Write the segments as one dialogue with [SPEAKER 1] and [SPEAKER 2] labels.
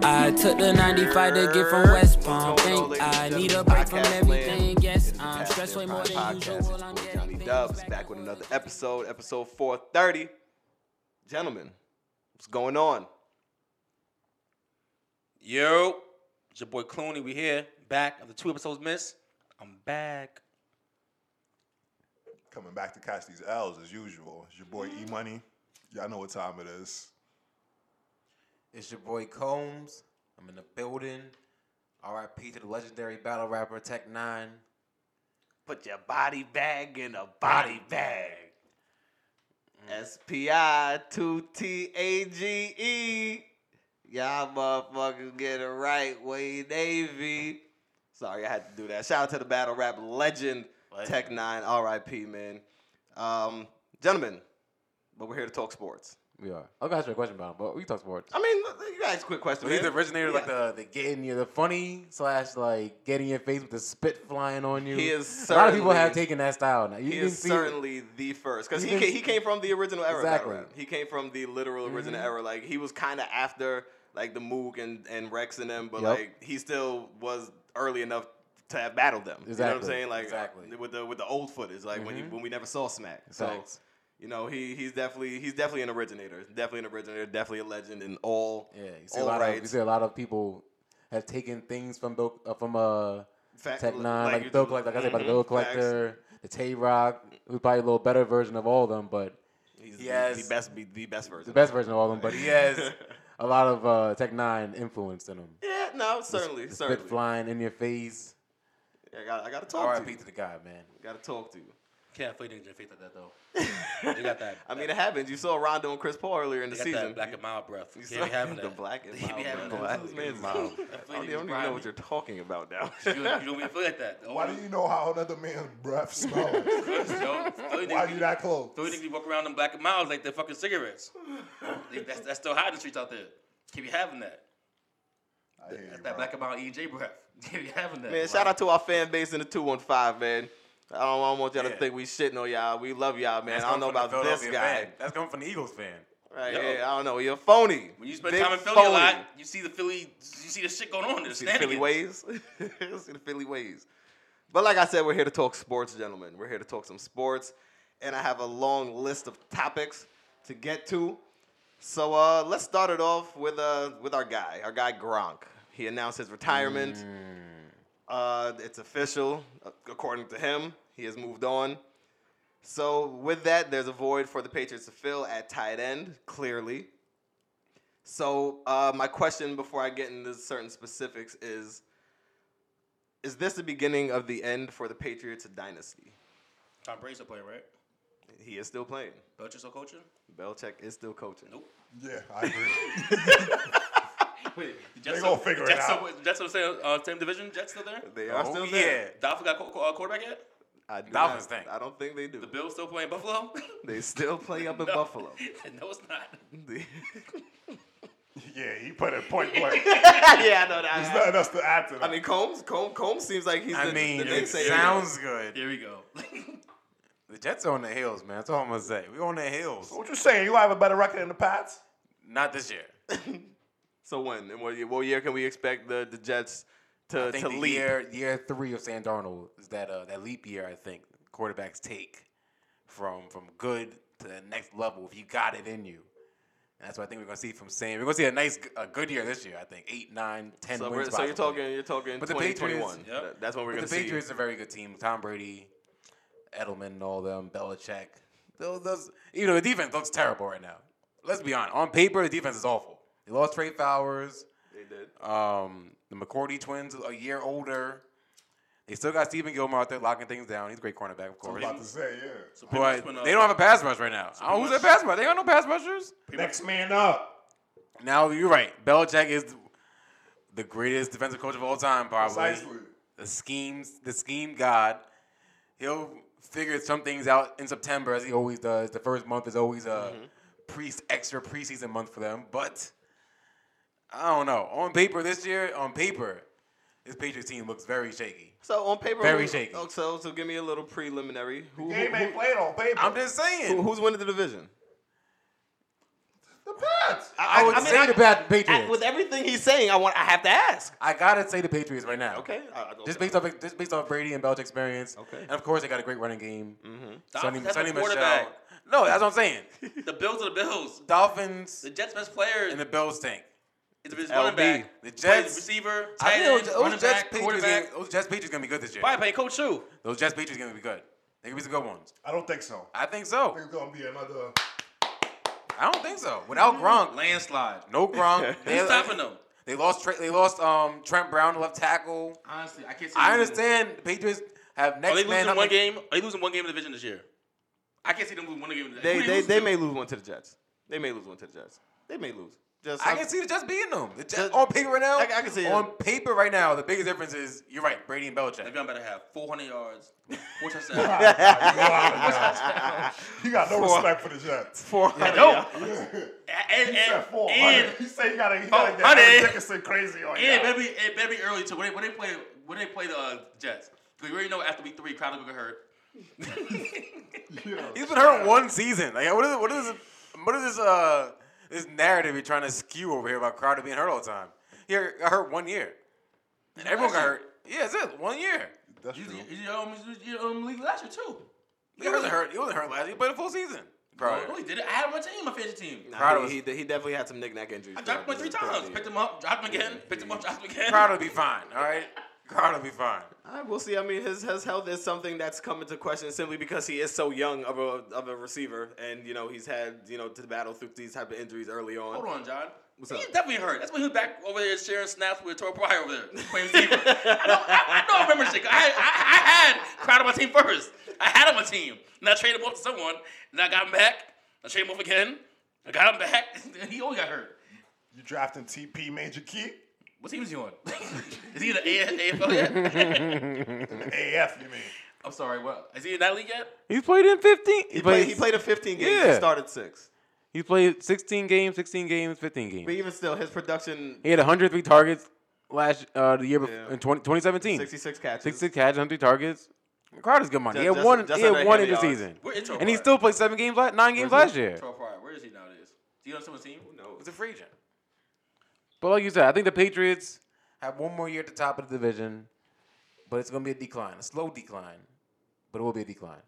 [SPEAKER 1] the 95 to get from West Palm. Think I need a break from everything. Yes, I'm stressed way more than
[SPEAKER 2] podcast.
[SPEAKER 1] usual.
[SPEAKER 2] It's
[SPEAKER 1] I'm
[SPEAKER 2] boy
[SPEAKER 1] getting
[SPEAKER 2] Johnny
[SPEAKER 1] things
[SPEAKER 2] Dubs back with another episode, episode 430. Gentlemen, what's going on?
[SPEAKER 3] Yo, it's your boy Clooney. We here, back after two episodes missed. I'm back.
[SPEAKER 4] Coming back to catch these L's as usual. It's your boy E Money. Y'all know what time it is.
[SPEAKER 5] It's your boy Combs. I'm in the building. RIP to the legendary battle rapper Tech Nine.
[SPEAKER 2] Put your body bag in a body bag. S P I 2 T A G E. Y'all motherfuckers get it right, Wayne Navy. Sorry, I had to do that. Shout out to the battle rap legend, Tech Nine, RIP, man. Um, gentlemen, but we're here to talk sports.
[SPEAKER 5] We are. I got you a question about him, but we can talk sports.
[SPEAKER 2] I mean, you guys, quick question.
[SPEAKER 5] He's the
[SPEAKER 2] man.
[SPEAKER 5] originator of like
[SPEAKER 2] Yeah.
[SPEAKER 5] the, the getting you the funny slash like getting in your face with the spit flying on you.
[SPEAKER 2] He is
[SPEAKER 5] a lot of people
[SPEAKER 2] certainly-
[SPEAKER 5] have taken that style now. You
[SPEAKER 2] He
[SPEAKER 5] can
[SPEAKER 2] is
[SPEAKER 5] see
[SPEAKER 2] certainly the first because
[SPEAKER 5] You
[SPEAKER 2] he
[SPEAKER 5] can-
[SPEAKER 2] came, he came from the original era. of battle
[SPEAKER 5] Exactly. Mm-hmm.
[SPEAKER 2] rap. He came from the literal original era. Like he was kind of after like the Moog and, and Rex and them, but
[SPEAKER 5] Yep.
[SPEAKER 2] like he still was early enough to have battled them. You know what I'm
[SPEAKER 5] Exactly.
[SPEAKER 2] saying? Like uh,
[SPEAKER 5] Exactly. Mm-hmm.
[SPEAKER 2] with the with the old footage, like when you, when we never saw Smack. So
[SPEAKER 5] Facts.
[SPEAKER 2] you know he he's definitely he's definitely an originator. Definitely an originator. Definitely a legend in all
[SPEAKER 5] yeah, you see a
[SPEAKER 2] all
[SPEAKER 5] lot of you
[SPEAKER 2] rights.
[SPEAKER 5] see a lot of people have taken things from Bill, uh, from uh
[SPEAKER 2] Fact-
[SPEAKER 5] Tech Nine,
[SPEAKER 2] like
[SPEAKER 5] like,
[SPEAKER 2] you-
[SPEAKER 5] Bill Collector, like I said about the
[SPEAKER 2] Mhm,
[SPEAKER 5] Bill
[SPEAKER 2] facts.
[SPEAKER 5] Collector, the Tay Rock, who's probably a little better version of all of them, but
[SPEAKER 2] He's
[SPEAKER 5] He
[SPEAKER 2] the- the,
[SPEAKER 5] has-
[SPEAKER 2] best the best version.
[SPEAKER 5] the best version of all of them, but he has a lot of uh, Tech Nine influence in him.
[SPEAKER 2] Yeah, no, certainly,
[SPEAKER 5] The spit
[SPEAKER 2] certainly.
[SPEAKER 5] flying in your face.
[SPEAKER 2] I got I got to talk to you.
[SPEAKER 5] R.I.P. to the guy, man.
[SPEAKER 2] Got to talk to you.
[SPEAKER 3] Can't play niggas in faith like that though. They got that.
[SPEAKER 2] I mean, it happens. You saw Rondo and Chris Paul earlier in the
[SPEAKER 3] they got
[SPEAKER 2] season.
[SPEAKER 3] that black and mild breath.
[SPEAKER 2] You
[SPEAKER 3] You
[SPEAKER 2] saw-
[SPEAKER 3] can't be having
[SPEAKER 2] the
[SPEAKER 3] that.
[SPEAKER 2] black and
[SPEAKER 3] They be
[SPEAKER 2] mild
[SPEAKER 3] having
[SPEAKER 2] breath.
[SPEAKER 3] that.
[SPEAKER 2] This man's- I don't, I don't even know what you're talking about now.
[SPEAKER 3] You, you don't even feel like that.
[SPEAKER 4] Why do you know how another man's breath smells? Why
[SPEAKER 3] Why
[SPEAKER 4] are you that close?
[SPEAKER 3] Philly niggas be walking around them black and miles like they're fucking cigarettes. They- that's, that's still hot in the streets out there. Can't be having that.
[SPEAKER 4] I hear you,
[SPEAKER 3] That's that
[SPEAKER 4] bro.
[SPEAKER 3] black and mild EJ breath. Can't be having that.
[SPEAKER 2] man, shout out to our fan base in the 215, man. I don't, I don't want y'all to
[SPEAKER 5] Yeah.
[SPEAKER 2] think we shitting on y'all. We love y'all, man. I don't know about this guy.
[SPEAKER 5] That's coming from the Eagles fan.
[SPEAKER 2] Right,
[SPEAKER 3] Yo.
[SPEAKER 2] yeah, I don't know. You're phony.
[SPEAKER 3] When you spend
[SPEAKER 2] Big
[SPEAKER 3] time in Philly
[SPEAKER 2] phony.
[SPEAKER 3] a lot, you see the Philly, you see the shit going on. there.
[SPEAKER 2] See the Philly ways. See the Philly ways. But like I said, we're here to talk sports, gentlemen. We're here to talk some sports, and I have a long list of topics to get to. So uh, let's start it off with uh, with our guy, our guy Gronk. He announced his retirement. Uh, it's official, uh, according to him. He has moved on. So with that, there's a void for the Patriots to fill at tight end, clearly. So uh, my question before I get into certain specifics is: Is this the beginning of the end for the Patriots dynasty?
[SPEAKER 3] Tom Brady's still playing, right?
[SPEAKER 2] He is still playing.
[SPEAKER 3] Belcher's still coaching?
[SPEAKER 2] Belichick is still coaching.
[SPEAKER 3] Nope.
[SPEAKER 4] Yeah, I agree.
[SPEAKER 3] Wait, the
[SPEAKER 4] They gonna figure it
[SPEAKER 3] Jets
[SPEAKER 4] out.
[SPEAKER 3] Still, Jets still same, uh, same division. Jets still there.
[SPEAKER 2] They are
[SPEAKER 5] Oh,
[SPEAKER 2] still there.
[SPEAKER 5] yeah.
[SPEAKER 3] Dolphins got co- co- uh, quarterback yet?
[SPEAKER 2] I do
[SPEAKER 5] Dolphins
[SPEAKER 2] not-
[SPEAKER 5] think.
[SPEAKER 2] I don't think they
[SPEAKER 3] The
[SPEAKER 2] do.
[SPEAKER 3] Bills still playing Buffalo?
[SPEAKER 2] They still play up in
[SPEAKER 3] No.
[SPEAKER 2] Buffalo.
[SPEAKER 3] no, it's not.
[SPEAKER 4] yeah, he put it point blank.
[SPEAKER 2] yeah, I know
[SPEAKER 4] There's
[SPEAKER 2] that.
[SPEAKER 4] nothing else to add to that.
[SPEAKER 2] I mean, Combs, Combs, Combs seems like he's.
[SPEAKER 5] I
[SPEAKER 2] the,
[SPEAKER 5] mean,
[SPEAKER 2] the
[SPEAKER 5] it
[SPEAKER 2] naysayer.
[SPEAKER 5] sounds good.
[SPEAKER 3] Here we go.
[SPEAKER 5] The Jets are on the hills, man. That's all I'm gonna say. We're on the hills.
[SPEAKER 4] what you saying? You have a better record than the Pats?
[SPEAKER 5] Not this year.
[SPEAKER 2] So when and what year, what year can we expect the, the Jets to
[SPEAKER 5] I think
[SPEAKER 2] to
[SPEAKER 5] the
[SPEAKER 2] leap?
[SPEAKER 5] year year three of Sam Darnold is that uh, that leap year. I think quarterbacks take from from good to the next level if you got it in you. And that's what I think we're gonna see from Sam. We're gonna see a nice a good year this year. I think eight, nine, ten
[SPEAKER 2] So, we're,
[SPEAKER 5] wins.
[SPEAKER 2] so you're
[SPEAKER 5] possibly.
[SPEAKER 2] talking, you're talking
[SPEAKER 5] But the
[SPEAKER 2] 2021.
[SPEAKER 5] Patriots-
[SPEAKER 3] Yep.
[SPEAKER 2] That- That's when we're
[SPEAKER 5] But
[SPEAKER 2] going
[SPEAKER 5] the
[SPEAKER 2] to see.
[SPEAKER 5] Patriots are a very good team. Tom Brady, Edelman, and all them, Belichick. Those, those, you know, the defense looks terrible right now. Let's be honest. On paper, the defense is awful. They lost Trey Flowers.
[SPEAKER 2] They did.
[SPEAKER 5] Um, the McCourty twins, a year older. They still got Stephen Gilmore out there locking things down. He's a great cornerback, of
[SPEAKER 4] I
[SPEAKER 5] course.
[SPEAKER 4] was about to say, yeah.
[SPEAKER 3] So pretty
[SPEAKER 5] But
[SPEAKER 3] much when, uh,
[SPEAKER 5] they don't have a pass rush right now.
[SPEAKER 3] pretty
[SPEAKER 5] Oh, who's
[SPEAKER 3] much-
[SPEAKER 5] their pass rush? They got no pass rushers.
[SPEAKER 4] Next man up.
[SPEAKER 5] Now you're right. Belichick is the greatest defensive coach of all time, probably
[SPEAKER 4] Precisely.
[SPEAKER 5] the schemes, the scheme god. He'll figure some things out in September, as he always does. The first month is always a
[SPEAKER 2] Mm-hmm.
[SPEAKER 5] pre extra preseason month for them. But I don't know. On paper this year, on paper, this Patriots team looks very shaky.
[SPEAKER 2] So on paper,
[SPEAKER 5] Very
[SPEAKER 2] who-
[SPEAKER 5] shaky.
[SPEAKER 2] oh, so so give me a little preliminary. Who, who,
[SPEAKER 4] Game ain't
[SPEAKER 2] who-
[SPEAKER 4] played on paper.
[SPEAKER 5] I'm just saying.
[SPEAKER 2] who's winning the division?
[SPEAKER 4] The Pats.
[SPEAKER 5] I, would say the Pat
[SPEAKER 2] I-
[SPEAKER 5] Patriots.
[SPEAKER 2] with everything he's saying, I want. I have to ask.
[SPEAKER 5] I gotta say the Patriots right now.
[SPEAKER 2] Okay. I- I-
[SPEAKER 5] Just based off just based off Brady and Belichick's experience.
[SPEAKER 2] Okay. Mm-hmm.
[SPEAKER 5] And of course they got a great running game. Sonny,
[SPEAKER 3] Dolphins have
[SPEAKER 5] Sonny
[SPEAKER 3] a
[SPEAKER 5] Michelle.
[SPEAKER 3] quarterback.
[SPEAKER 5] No, that's what I'm saying.
[SPEAKER 3] The Bills are the Bills.
[SPEAKER 5] Dolphins
[SPEAKER 3] The Jets' best player
[SPEAKER 5] and the Bills stink.
[SPEAKER 3] is his
[SPEAKER 2] LB.
[SPEAKER 3] running back.
[SPEAKER 5] The
[SPEAKER 3] Plays
[SPEAKER 5] Jets-
[SPEAKER 3] receiver,
[SPEAKER 5] I
[SPEAKER 3] tight
[SPEAKER 5] think
[SPEAKER 3] end,
[SPEAKER 5] those,
[SPEAKER 3] running
[SPEAKER 5] those Jets
[SPEAKER 3] back,
[SPEAKER 5] Patriots gonna,
[SPEAKER 3] quarterback.
[SPEAKER 5] those Jets Patriots gonna be good this year.
[SPEAKER 3] Probably playing Coach Shu.
[SPEAKER 5] Those Jets Patriots gonna be good. They could be some good ones.
[SPEAKER 4] I don't think so.
[SPEAKER 5] I think so.
[SPEAKER 4] I think it's gonna be another.
[SPEAKER 5] I don't think so. Without Gronk,
[SPEAKER 3] Landslide.
[SPEAKER 5] no Gronk.
[SPEAKER 3] Who's stopping them?
[SPEAKER 5] They lost. Tra- they lost. Um, Trent Brown, left tackle.
[SPEAKER 3] Honestly, I can't see.
[SPEAKER 5] I
[SPEAKER 3] them
[SPEAKER 5] understand the Patriots have
[SPEAKER 3] losing. Are
[SPEAKER 5] next
[SPEAKER 3] Mm-hmm. they
[SPEAKER 5] man
[SPEAKER 3] losing
[SPEAKER 5] up.
[SPEAKER 3] one game? Are they losing one game in the division this year? I can't see them losing one game. In the
[SPEAKER 2] They
[SPEAKER 3] Who
[SPEAKER 2] they,
[SPEAKER 3] lose
[SPEAKER 2] they
[SPEAKER 3] to?
[SPEAKER 2] may lose one to the Jets. They may lose one to the Jets. They may lose. Just
[SPEAKER 5] I can see the Jets beating them. The Jets,
[SPEAKER 2] Just-
[SPEAKER 5] on paper right now.
[SPEAKER 2] I- I can see it.
[SPEAKER 5] on paper right now. The biggest difference is you're right. Brady and Belichick.
[SPEAKER 3] Le'Veon better have 400 yards, four touchdowns.
[SPEAKER 4] You got no respect for the Jets.
[SPEAKER 2] four.
[SPEAKER 3] no,
[SPEAKER 4] and, Oh,
[SPEAKER 3] and and
[SPEAKER 4] he said four
[SPEAKER 3] and,
[SPEAKER 4] hundred. He said you gotta, you gotta get
[SPEAKER 3] 400.
[SPEAKER 4] Aaron Dickinson crazy on you.
[SPEAKER 3] and maybe and maybe early too. When they, when they play when they play the uh, Jets, because we already know after week three, Crowder will get hurt.
[SPEAKER 4] Yeah.
[SPEAKER 5] He's been hurt one season. Like what is what is what is this uh this narrative you're trying to skew over here about Crowder being hurt all the time? He got hurt one year, and everyone got hurt. Yeah, that's it. One year.
[SPEAKER 4] That's
[SPEAKER 3] You
[SPEAKER 4] true.
[SPEAKER 3] you, you, um, you, you um, league last year too.
[SPEAKER 5] He wasn't hurt. He wasn't hurt last. year. He played a full season. Crowder.
[SPEAKER 3] No, he did it. I had him on my team, my fantasy team.
[SPEAKER 5] Crowder
[SPEAKER 2] Nah, he, he, he definitely had some knick-knack injuries.
[SPEAKER 3] I dropped him
[SPEAKER 2] throughout
[SPEAKER 3] three
[SPEAKER 2] the- throughout
[SPEAKER 3] times.
[SPEAKER 2] the
[SPEAKER 3] Picked
[SPEAKER 2] year.
[SPEAKER 3] him up, dropped him again. Picked him up, dropped him again.
[SPEAKER 5] Crowder will be fine. All right. Crowder will be fine.
[SPEAKER 2] All right, we'll see. I mean, his, his health is something that's come into question simply because he is so young of a of a receiver, and you know he's had you know to battle through these type of injuries early on.
[SPEAKER 3] Hold on, John.
[SPEAKER 2] What's
[SPEAKER 3] he's
[SPEAKER 2] up?
[SPEAKER 3] definitely hurt. That's when he was back over there sharing snaps with Tor Pryor over there playing receiver. I, know, I, I know I remember shit. I, I, I had Crowder on my team first. I had him on my team. And I traded him off to someone. And I got him back. I traded him off again. I got him back. And he always got hurt.
[SPEAKER 4] You drafting TP Major Key?
[SPEAKER 3] What team is he on? is he in the A- AFL yet?
[SPEAKER 4] AF, you mean?
[SPEAKER 3] I'm sorry, what? Is he in that league yet?
[SPEAKER 5] He's played in 15.
[SPEAKER 2] He played, he played a 15 games. He
[SPEAKER 5] Yeah.
[SPEAKER 2] started six,
[SPEAKER 5] He played 16 games, 16 games, 15 games.
[SPEAKER 2] but even still, his production
[SPEAKER 5] He had 103 targets last uh, the year before,
[SPEAKER 2] Yeah.
[SPEAKER 5] in 20, 2017.
[SPEAKER 2] 66 catches.
[SPEAKER 5] 66 catches, 103 targets. Crowder's good money.
[SPEAKER 2] Just-
[SPEAKER 5] he had
[SPEAKER 2] just-
[SPEAKER 5] one.
[SPEAKER 2] just
[SPEAKER 5] he had
[SPEAKER 2] under
[SPEAKER 5] one in
[SPEAKER 2] 80
[SPEAKER 5] the
[SPEAKER 2] yards.
[SPEAKER 5] season,
[SPEAKER 3] We're intro
[SPEAKER 5] and he
[SPEAKER 3] Pryor.
[SPEAKER 5] still played seven games, la- nine games last year.
[SPEAKER 3] Tor Pryor. Where is he nowadays? Is he on someone's team? No.
[SPEAKER 5] He's a free agent. But like you said, I think the Patriots have one more year at the top of the division, but it's going to be a decline, a slow decline, but it will be a decline.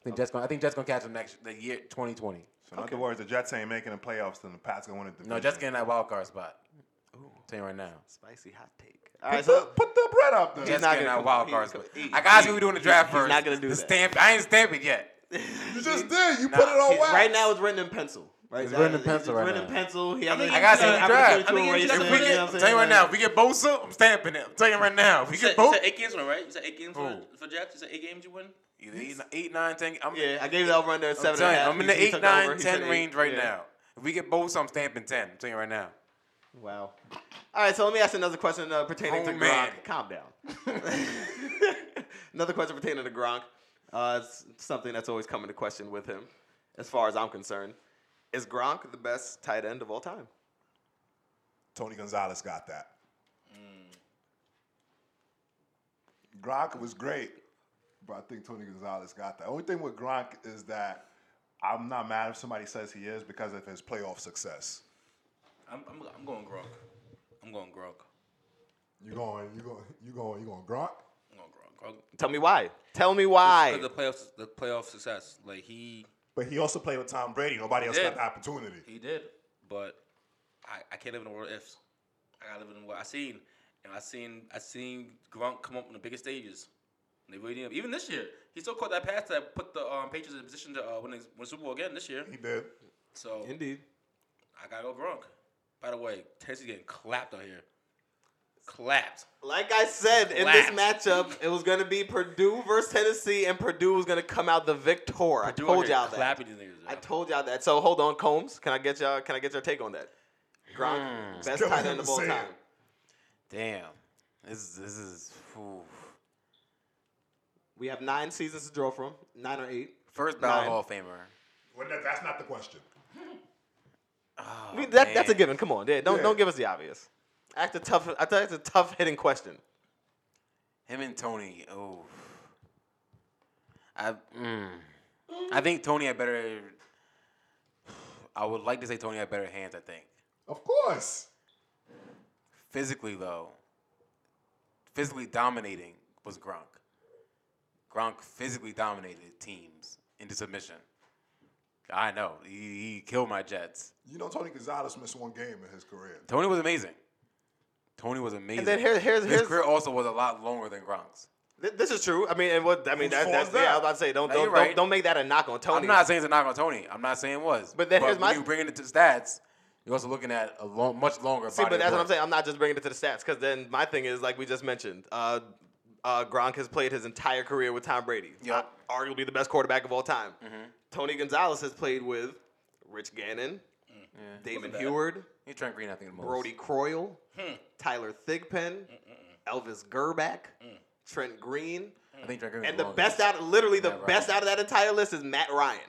[SPEAKER 5] I think Jets going. I think Jets going to catch them next the year 2020.
[SPEAKER 4] So in other words, the Jets ain't making the playoffs, then the Pats gonna win the division.
[SPEAKER 5] No, Jets getting that wild card spot. I'm telling you right now.
[SPEAKER 2] Spicy hot take. All
[SPEAKER 4] Put,
[SPEAKER 2] right, so
[SPEAKER 4] the, put the bread up there.
[SPEAKER 5] Jets
[SPEAKER 2] not
[SPEAKER 5] getting
[SPEAKER 2] gonna
[SPEAKER 5] that
[SPEAKER 2] come
[SPEAKER 5] wild
[SPEAKER 2] out.
[SPEAKER 5] card
[SPEAKER 2] He-
[SPEAKER 5] spot.
[SPEAKER 2] he-
[SPEAKER 5] I gotta see what we do in the draft
[SPEAKER 2] he's
[SPEAKER 5] first.
[SPEAKER 2] not gonna do
[SPEAKER 5] the
[SPEAKER 2] that.
[SPEAKER 5] Stamp. I ain't stamping yet.
[SPEAKER 4] You just did. You put it on wax.
[SPEAKER 2] right now it's written in pencil. Right,
[SPEAKER 5] It's written in
[SPEAKER 2] It's
[SPEAKER 5] pencil right
[SPEAKER 2] written in
[SPEAKER 5] now.
[SPEAKER 2] pencil. He
[SPEAKER 3] think
[SPEAKER 5] I gotta see
[SPEAKER 3] Uh,
[SPEAKER 5] the
[SPEAKER 3] I'm gonna- I'm
[SPEAKER 5] draft.
[SPEAKER 3] gonna
[SPEAKER 2] Opportunity to
[SPEAKER 3] get-
[SPEAKER 5] If
[SPEAKER 2] erase
[SPEAKER 5] we
[SPEAKER 2] it, you know
[SPEAKER 5] get,
[SPEAKER 2] what
[SPEAKER 5] I'm
[SPEAKER 2] I'm
[SPEAKER 5] telling you right
[SPEAKER 2] saying?
[SPEAKER 5] now, if we get Bosa, I'm stamping it. I'm telling you right now, if we
[SPEAKER 3] You said,
[SPEAKER 5] get
[SPEAKER 3] you
[SPEAKER 5] Bosa,
[SPEAKER 3] said eight games, right? You said eight games for, for Jets? You said eight games you win?
[SPEAKER 5] either eight, eight, nine, ten. I'm,
[SPEAKER 2] Yeah, I gave that over under at
[SPEAKER 5] I'm,
[SPEAKER 2] seven and a
[SPEAKER 5] telling you,
[SPEAKER 2] half.
[SPEAKER 5] I'm in
[SPEAKER 2] He-
[SPEAKER 5] the
[SPEAKER 2] he
[SPEAKER 5] eight,
[SPEAKER 2] took
[SPEAKER 5] nine,
[SPEAKER 2] over. He
[SPEAKER 5] ten
[SPEAKER 2] said eight.
[SPEAKER 5] range right
[SPEAKER 2] Yeah.
[SPEAKER 5] now. If we get Bosa, I'm stamping ten. I'm telling you right now.
[SPEAKER 2] Wow. All right, so let me ask another question uh, pertaining to
[SPEAKER 5] Oh,
[SPEAKER 2] Gronk.
[SPEAKER 5] man.
[SPEAKER 2] Calm down. another question pertaining to Gronk. Uh, it's something that's always come into question with him, as far as I'm concerned. Is Gronk the best tight end of all time?
[SPEAKER 4] Tony Gonzalez got that. Mm. Gronk was great, but I think Tony Gonzalez got that. Only thing with Gronk is that I'm not mad if somebody says he is because of his playoff success.
[SPEAKER 3] I'm, I'm, I'm going Gronk. I'm going Gronk.
[SPEAKER 4] You going? You going? You going? You going? Gronk?
[SPEAKER 3] I'm going Gronk. Gronk.
[SPEAKER 2] Tell me why. Tell me
[SPEAKER 3] Because
[SPEAKER 2] why.
[SPEAKER 3] the playoffs, the playoff success, like he
[SPEAKER 4] But he also played with Tom Brady. Nobody else
[SPEAKER 3] Yeah.
[SPEAKER 4] got the opportunity.
[SPEAKER 3] he did, but I, I can't live in a world of ifs. I gotta live in what I seen, and I seen I seen Gronk come up on the biggest stages. And they really did. even this year. He still caught that pass that put the um, Patriots in a position to uh, win, the- win the Super Bowl again this year.
[SPEAKER 4] He did.
[SPEAKER 3] So
[SPEAKER 2] Indeed.
[SPEAKER 3] I gotta go Gronk. By the way, Tennessee's getting clapped out here. Clapped.
[SPEAKER 2] Like I said, in this matchup, it was going to be Purdue versus Tennessee, and Purdue was going to come out the victor. I
[SPEAKER 3] Purdue out
[SPEAKER 2] told
[SPEAKER 3] here
[SPEAKER 2] y'all that.
[SPEAKER 3] Clapping these niggas.
[SPEAKER 2] I
[SPEAKER 3] yo.
[SPEAKER 2] told y'all that. So hold on, Combs. Can I get y'all? Can I get your take on that? Gronk, best
[SPEAKER 4] Go
[SPEAKER 2] tight
[SPEAKER 4] ahead
[SPEAKER 2] end of
[SPEAKER 4] and
[SPEAKER 2] all
[SPEAKER 4] say it.
[SPEAKER 2] time.
[SPEAKER 5] Damn, this is this is. Ooh.
[SPEAKER 2] We have nine seasons to draw from, nine or eight.
[SPEAKER 5] First
[SPEAKER 2] Nine.
[SPEAKER 5] ballot Hall of Famer.
[SPEAKER 4] Well, that, that's not the question.
[SPEAKER 5] Oh,
[SPEAKER 2] I mean, that,
[SPEAKER 5] man.
[SPEAKER 2] that's a given. Come on, yeah, don't
[SPEAKER 4] Yeah.
[SPEAKER 2] don't give us the obvious. Act a tough. I think it's a tough hitting question.
[SPEAKER 5] Him and Tony. Oh, I. Mm, I think Tony had better. I would like to say Tony had better hands. I think
[SPEAKER 4] Of course.
[SPEAKER 5] physically though, physically dominating was Gronk. Gronk physically dominated teams into submission. I know he, he killed my Jets.
[SPEAKER 4] You know Tony Gonzalez missed one game in his career.
[SPEAKER 5] Tony was amazing. Tony was amazing.
[SPEAKER 2] And then here- here's-
[SPEAKER 5] his
[SPEAKER 2] here's-
[SPEAKER 5] career also was a lot longer than Gronk's.
[SPEAKER 2] Th- This is true. I mean, and what I mean
[SPEAKER 4] Whose
[SPEAKER 2] that,
[SPEAKER 4] fault
[SPEAKER 2] that's
[SPEAKER 4] is
[SPEAKER 2] yeah.
[SPEAKER 4] that?
[SPEAKER 2] I was about to say don't
[SPEAKER 5] No,
[SPEAKER 2] don't,
[SPEAKER 5] you're right.
[SPEAKER 2] don't don't make that a knock on Tony.
[SPEAKER 5] I'm not saying it's a knock on Tony. I'm not saying it was.
[SPEAKER 2] But then here's
[SPEAKER 5] when
[SPEAKER 2] my-
[SPEAKER 5] you bringing it to stats, you're also looking at a long, much longer.
[SPEAKER 2] See, but
[SPEAKER 5] body of
[SPEAKER 2] that's what
[SPEAKER 5] work.
[SPEAKER 2] I'm saying. I'm not just bringing it to the stats because then my thing is like we just mentioned. Uh, uh, Gronk has played his entire career with Tom Brady,
[SPEAKER 5] Yep.
[SPEAKER 2] Uh, arguably the best quarterback of all time.
[SPEAKER 5] Mm-hmm.
[SPEAKER 2] Tony Gonzalez has played with Rich Gannon,
[SPEAKER 5] Mm.
[SPEAKER 2] Damon Heward,
[SPEAKER 5] He drank green, I think, the most.
[SPEAKER 2] Brody Croyle,
[SPEAKER 5] Hmm.
[SPEAKER 2] Tyler Thigpen, Elvis Gerback,
[SPEAKER 5] Mm.
[SPEAKER 2] Trent Green,
[SPEAKER 5] I think he drank green. was
[SPEAKER 2] and the
[SPEAKER 5] longest.
[SPEAKER 2] best out, literally the
[SPEAKER 5] Matt Ryan.
[SPEAKER 2] best out of that entire list is Matt Ryan.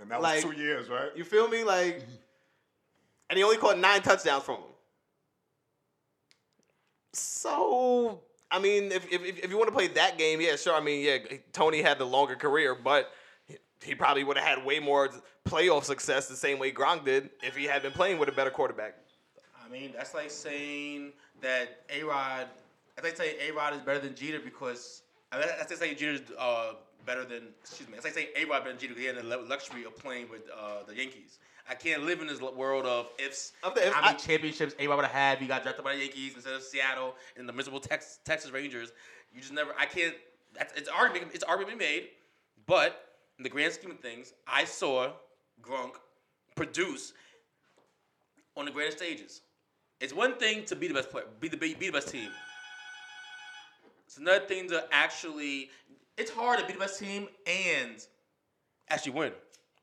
[SPEAKER 4] And that
[SPEAKER 2] Like-
[SPEAKER 4] was two years, right?
[SPEAKER 2] You feel me? Like, and he only caught nine touchdowns from him. So, I mean, if if, if- if you want to play that game, yeah, sure. I mean, yeah, Tony had the longer career, but he- he probably would have had way more playoff success the same way Gronk did if he had been playing with a better quarterback.
[SPEAKER 3] I mean, that's like saying that A Rod. I think saying A Rod is better than Jeter because I mean, that's like saying Jeter's uh, better than excuse me. That's like saying A Rod better than Jeter because he had the lu- luxury of playing with uh, the Yankees. I can't live in this lo- world of ifs.
[SPEAKER 2] Of the ifs,
[SPEAKER 3] how many
[SPEAKER 2] I-
[SPEAKER 3] championships A Rod would have had? if He got drafted by the Yankees instead of Seattle and the miserable Tex- Texas Rangers. You just never. I can't. That's, it's argument. It's argument made, but in the grand scheme of things, I saw Gronk produce on the greatest stages. It's one thing to be the best player, be the be, be the best team. It's another thing to actually. It's hard to be the best team and actually win.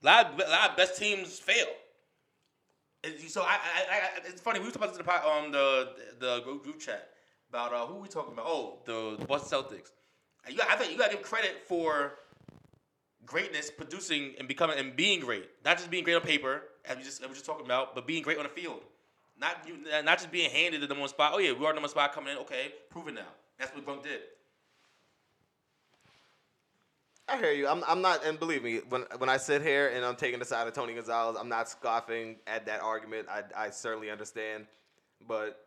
[SPEAKER 3] A lot, of, a lot of best teams fail. And you- So I, I, I, I- it's funny. We were talking about this on the the group, group chat about uh, who we talking about. Oh, the, the Boston Celtics. And You, I think you gotta give credit for greatness, producing and becoming and being great. Not just being great on paper, as we just as we just talking about, but being great on the field. Not you, not just being handed the number one spot. Oh yeah, we are number one spot coming in. Okay, prove it now. That's what Gronk did.
[SPEAKER 2] I hear you. I'm, I'm not, and believe me, when when I sit here and I'm taking the side of Tony Gonzalez, I'm not scoffing at that argument. I, I certainly understand, but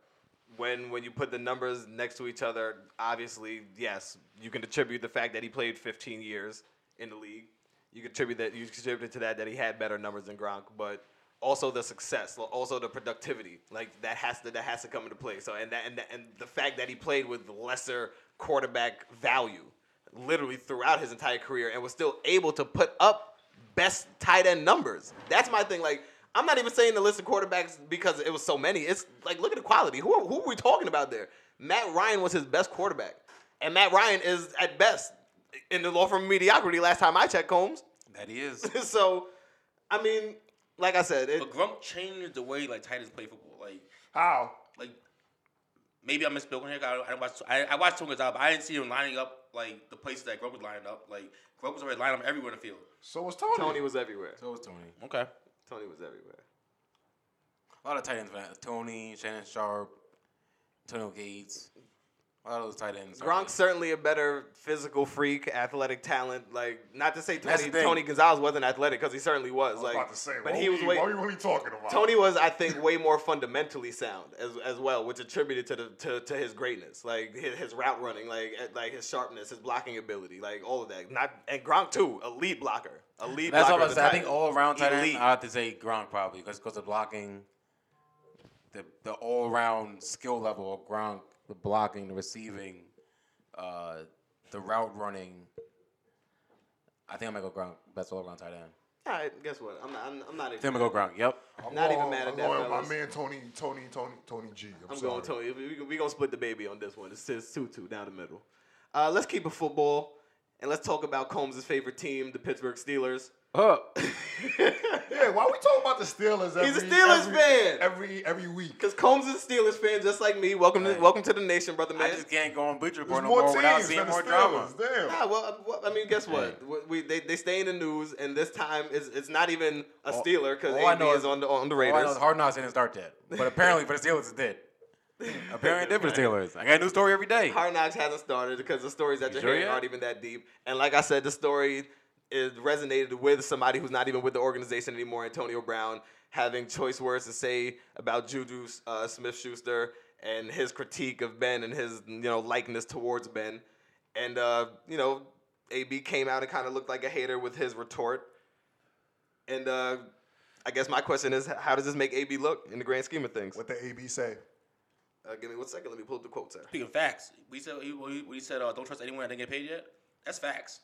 [SPEAKER 2] when when you put the numbers next to each other, obviously, yes, you can attribute the fact that he played 15 years in the league. You contribute that you contributed to that that he had better numbers than Gronk, but also the success, lo- also the productivity, like that has to that has to come into play. So and that and that, and the fact that he played with lesser quarterback value, literally throughout his entire career, and was still able to put up best tight end numbers. That's my thing. Like, I'm not even saying the list of quarterbacks because it was so many. It's like, look at the quality. Who are, who are we talking about there? Matt Ryan was his best quarterback, and Matt Ryan is at best in the law firm of mediocrity. Last time I checked, Combs.
[SPEAKER 5] That he is.
[SPEAKER 2] so, I mean, like I said, it,
[SPEAKER 3] But Gronk changed the way like Titans play football. Like
[SPEAKER 4] How?
[SPEAKER 3] like maybe I misspoken here. 'cause I, don't- I don't watch. I, I watched Tunga's out, but I didn't see him lining up like the places that Gronk was lining up. Like Gronk was already lining up everywhere in the field.
[SPEAKER 4] So was Tony.
[SPEAKER 2] Tony was everywhere.
[SPEAKER 5] so was Tony.
[SPEAKER 3] Okay.
[SPEAKER 2] Tony was everywhere.
[SPEAKER 5] A lot of tight ends, man. Tony, Shannon Sharp, Antonio Gates. A lot of those tight ends. are
[SPEAKER 2] Gronk's
[SPEAKER 5] really-
[SPEAKER 2] certainly a better physical freak, athletic talent. Like, not to say
[SPEAKER 5] That's
[SPEAKER 2] Tony,
[SPEAKER 5] the thing.
[SPEAKER 2] Tony Gonzalez wasn't athletic because he certainly was.
[SPEAKER 4] I was
[SPEAKER 2] like,
[SPEAKER 4] about to say,
[SPEAKER 2] but
[SPEAKER 4] what
[SPEAKER 2] he
[SPEAKER 4] we-
[SPEAKER 2] was way.
[SPEAKER 4] What are we really talking about?
[SPEAKER 2] Tony was, I think, way more fundamentally sound as, as well, which attributed to the to, to his greatness, like his, his route running, like eh, like his sharpness, his blocking ability, like all of that. Not and Gronk too, a lead blocker, a lead.
[SPEAKER 5] That's all
[SPEAKER 2] blocker at
[SPEAKER 5] I say.
[SPEAKER 2] the
[SPEAKER 5] I
[SPEAKER 2] time.
[SPEAKER 5] think all around tight end.
[SPEAKER 2] Elite.
[SPEAKER 5] I have to say Gronk probably because because of blocking, the the all around skill level of Gronk, the blocking, the receiving, uh, the route running. I think I'm gonna go Gronk. Best all around tight end. Oh,
[SPEAKER 2] All right, guess what? I'm not. I'm, I'm not.
[SPEAKER 5] I think
[SPEAKER 2] Even,
[SPEAKER 5] I'm gonna go Gronk. Yep.
[SPEAKER 4] I'm
[SPEAKER 2] not even
[SPEAKER 4] going-
[SPEAKER 2] mad at
[SPEAKER 4] I'm
[SPEAKER 2] that,
[SPEAKER 4] going with
[SPEAKER 2] fellas.
[SPEAKER 4] My man Tony, Tony, Tony, Tony G. I'm,
[SPEAKER 2] I'm
[SPEAKER 4] sorry.
[SPEAKER 2] going Tony. We, we gonna split the baby on this one. It's it's two two down the middle. Uh, let's keep it football and let's talk about Combs' favorite team, the Pittsburgh Steelers.
[SPEAKER 4] Yeah, why are we talking about the Steelers? Every,
[SPEAKER 2] He's a Steelers
[SPEAKER 4] every,
[SPEAKER 2] fan.
[SPEAKER 4] Every every week.
[SPEAKER 2] Cause Combs is a Steelers fan, just like me. Welcome to
[SPEAKER 5] Right.
[SPEAKER 2] welcome to the nation, brother man.
[SPEAKER 5] I just can't go on Bleacher
[SPEAKER 4] There's
[SPEAKER 5] Report no
[SPEAKER 4] more
[SPEAKER 5] more without
[SPEAKER 4] teams
[SPEAKER 5] seeing
[SPEAKER 4] than the
[SPEAKER 5] more drama.
[SPEAKER 4] Steelers. Damn.
[SPEAKER 2] Nah, well, uh, well, I mean, guess what? We, they, they stay in the news, and this time it's, it's not even a Steeler because
[SPEAKER 5] all I
[SPEAKER 2] AD
[SPEAKER 5] know
[SPEAKER 2] is
[SPEAKER 5] is-
[SPEAKER 2] on the on the
[SPEAKER 5] Oh, I know
[SPEAKER 2] Raiders.
[SPEAKER 5] hard knocks didn't start that, but apparently for the Steelers it did. Apparently it did for the Steelers. I got a new story every day.
[SPEAKER 2] Hard Knocks hasn't started because the stories that
[SPEAKER 5] You
[SPEAKER 2] you're
[SPEAKER 5] sure
[SPEAKER 2] hearing
[SPEAKER 5] yet?
[SPEAKER 2] aren't even that deep. And like I said, the story it resonated with somebody who's not even with the organization anymore, Antonio Brown, having choice words to say about Juju uh, Smith Schuster and his critique of Ben and his you know likeness towards Ben, and uh, you know AB came out and kind of looked like a hater with his retort, and uh, I guess my question is how does this make AB look in the grand scheme of things?
[SPEAKER 4] What the AB say?
[SPEAKER 2] Uh, give me one second. Let me pull up the quotes there.
[SPEAKER 3] Speaking of facts, we said we, we we said uh, don't trust anyone that didn't get paid yet. That's facts.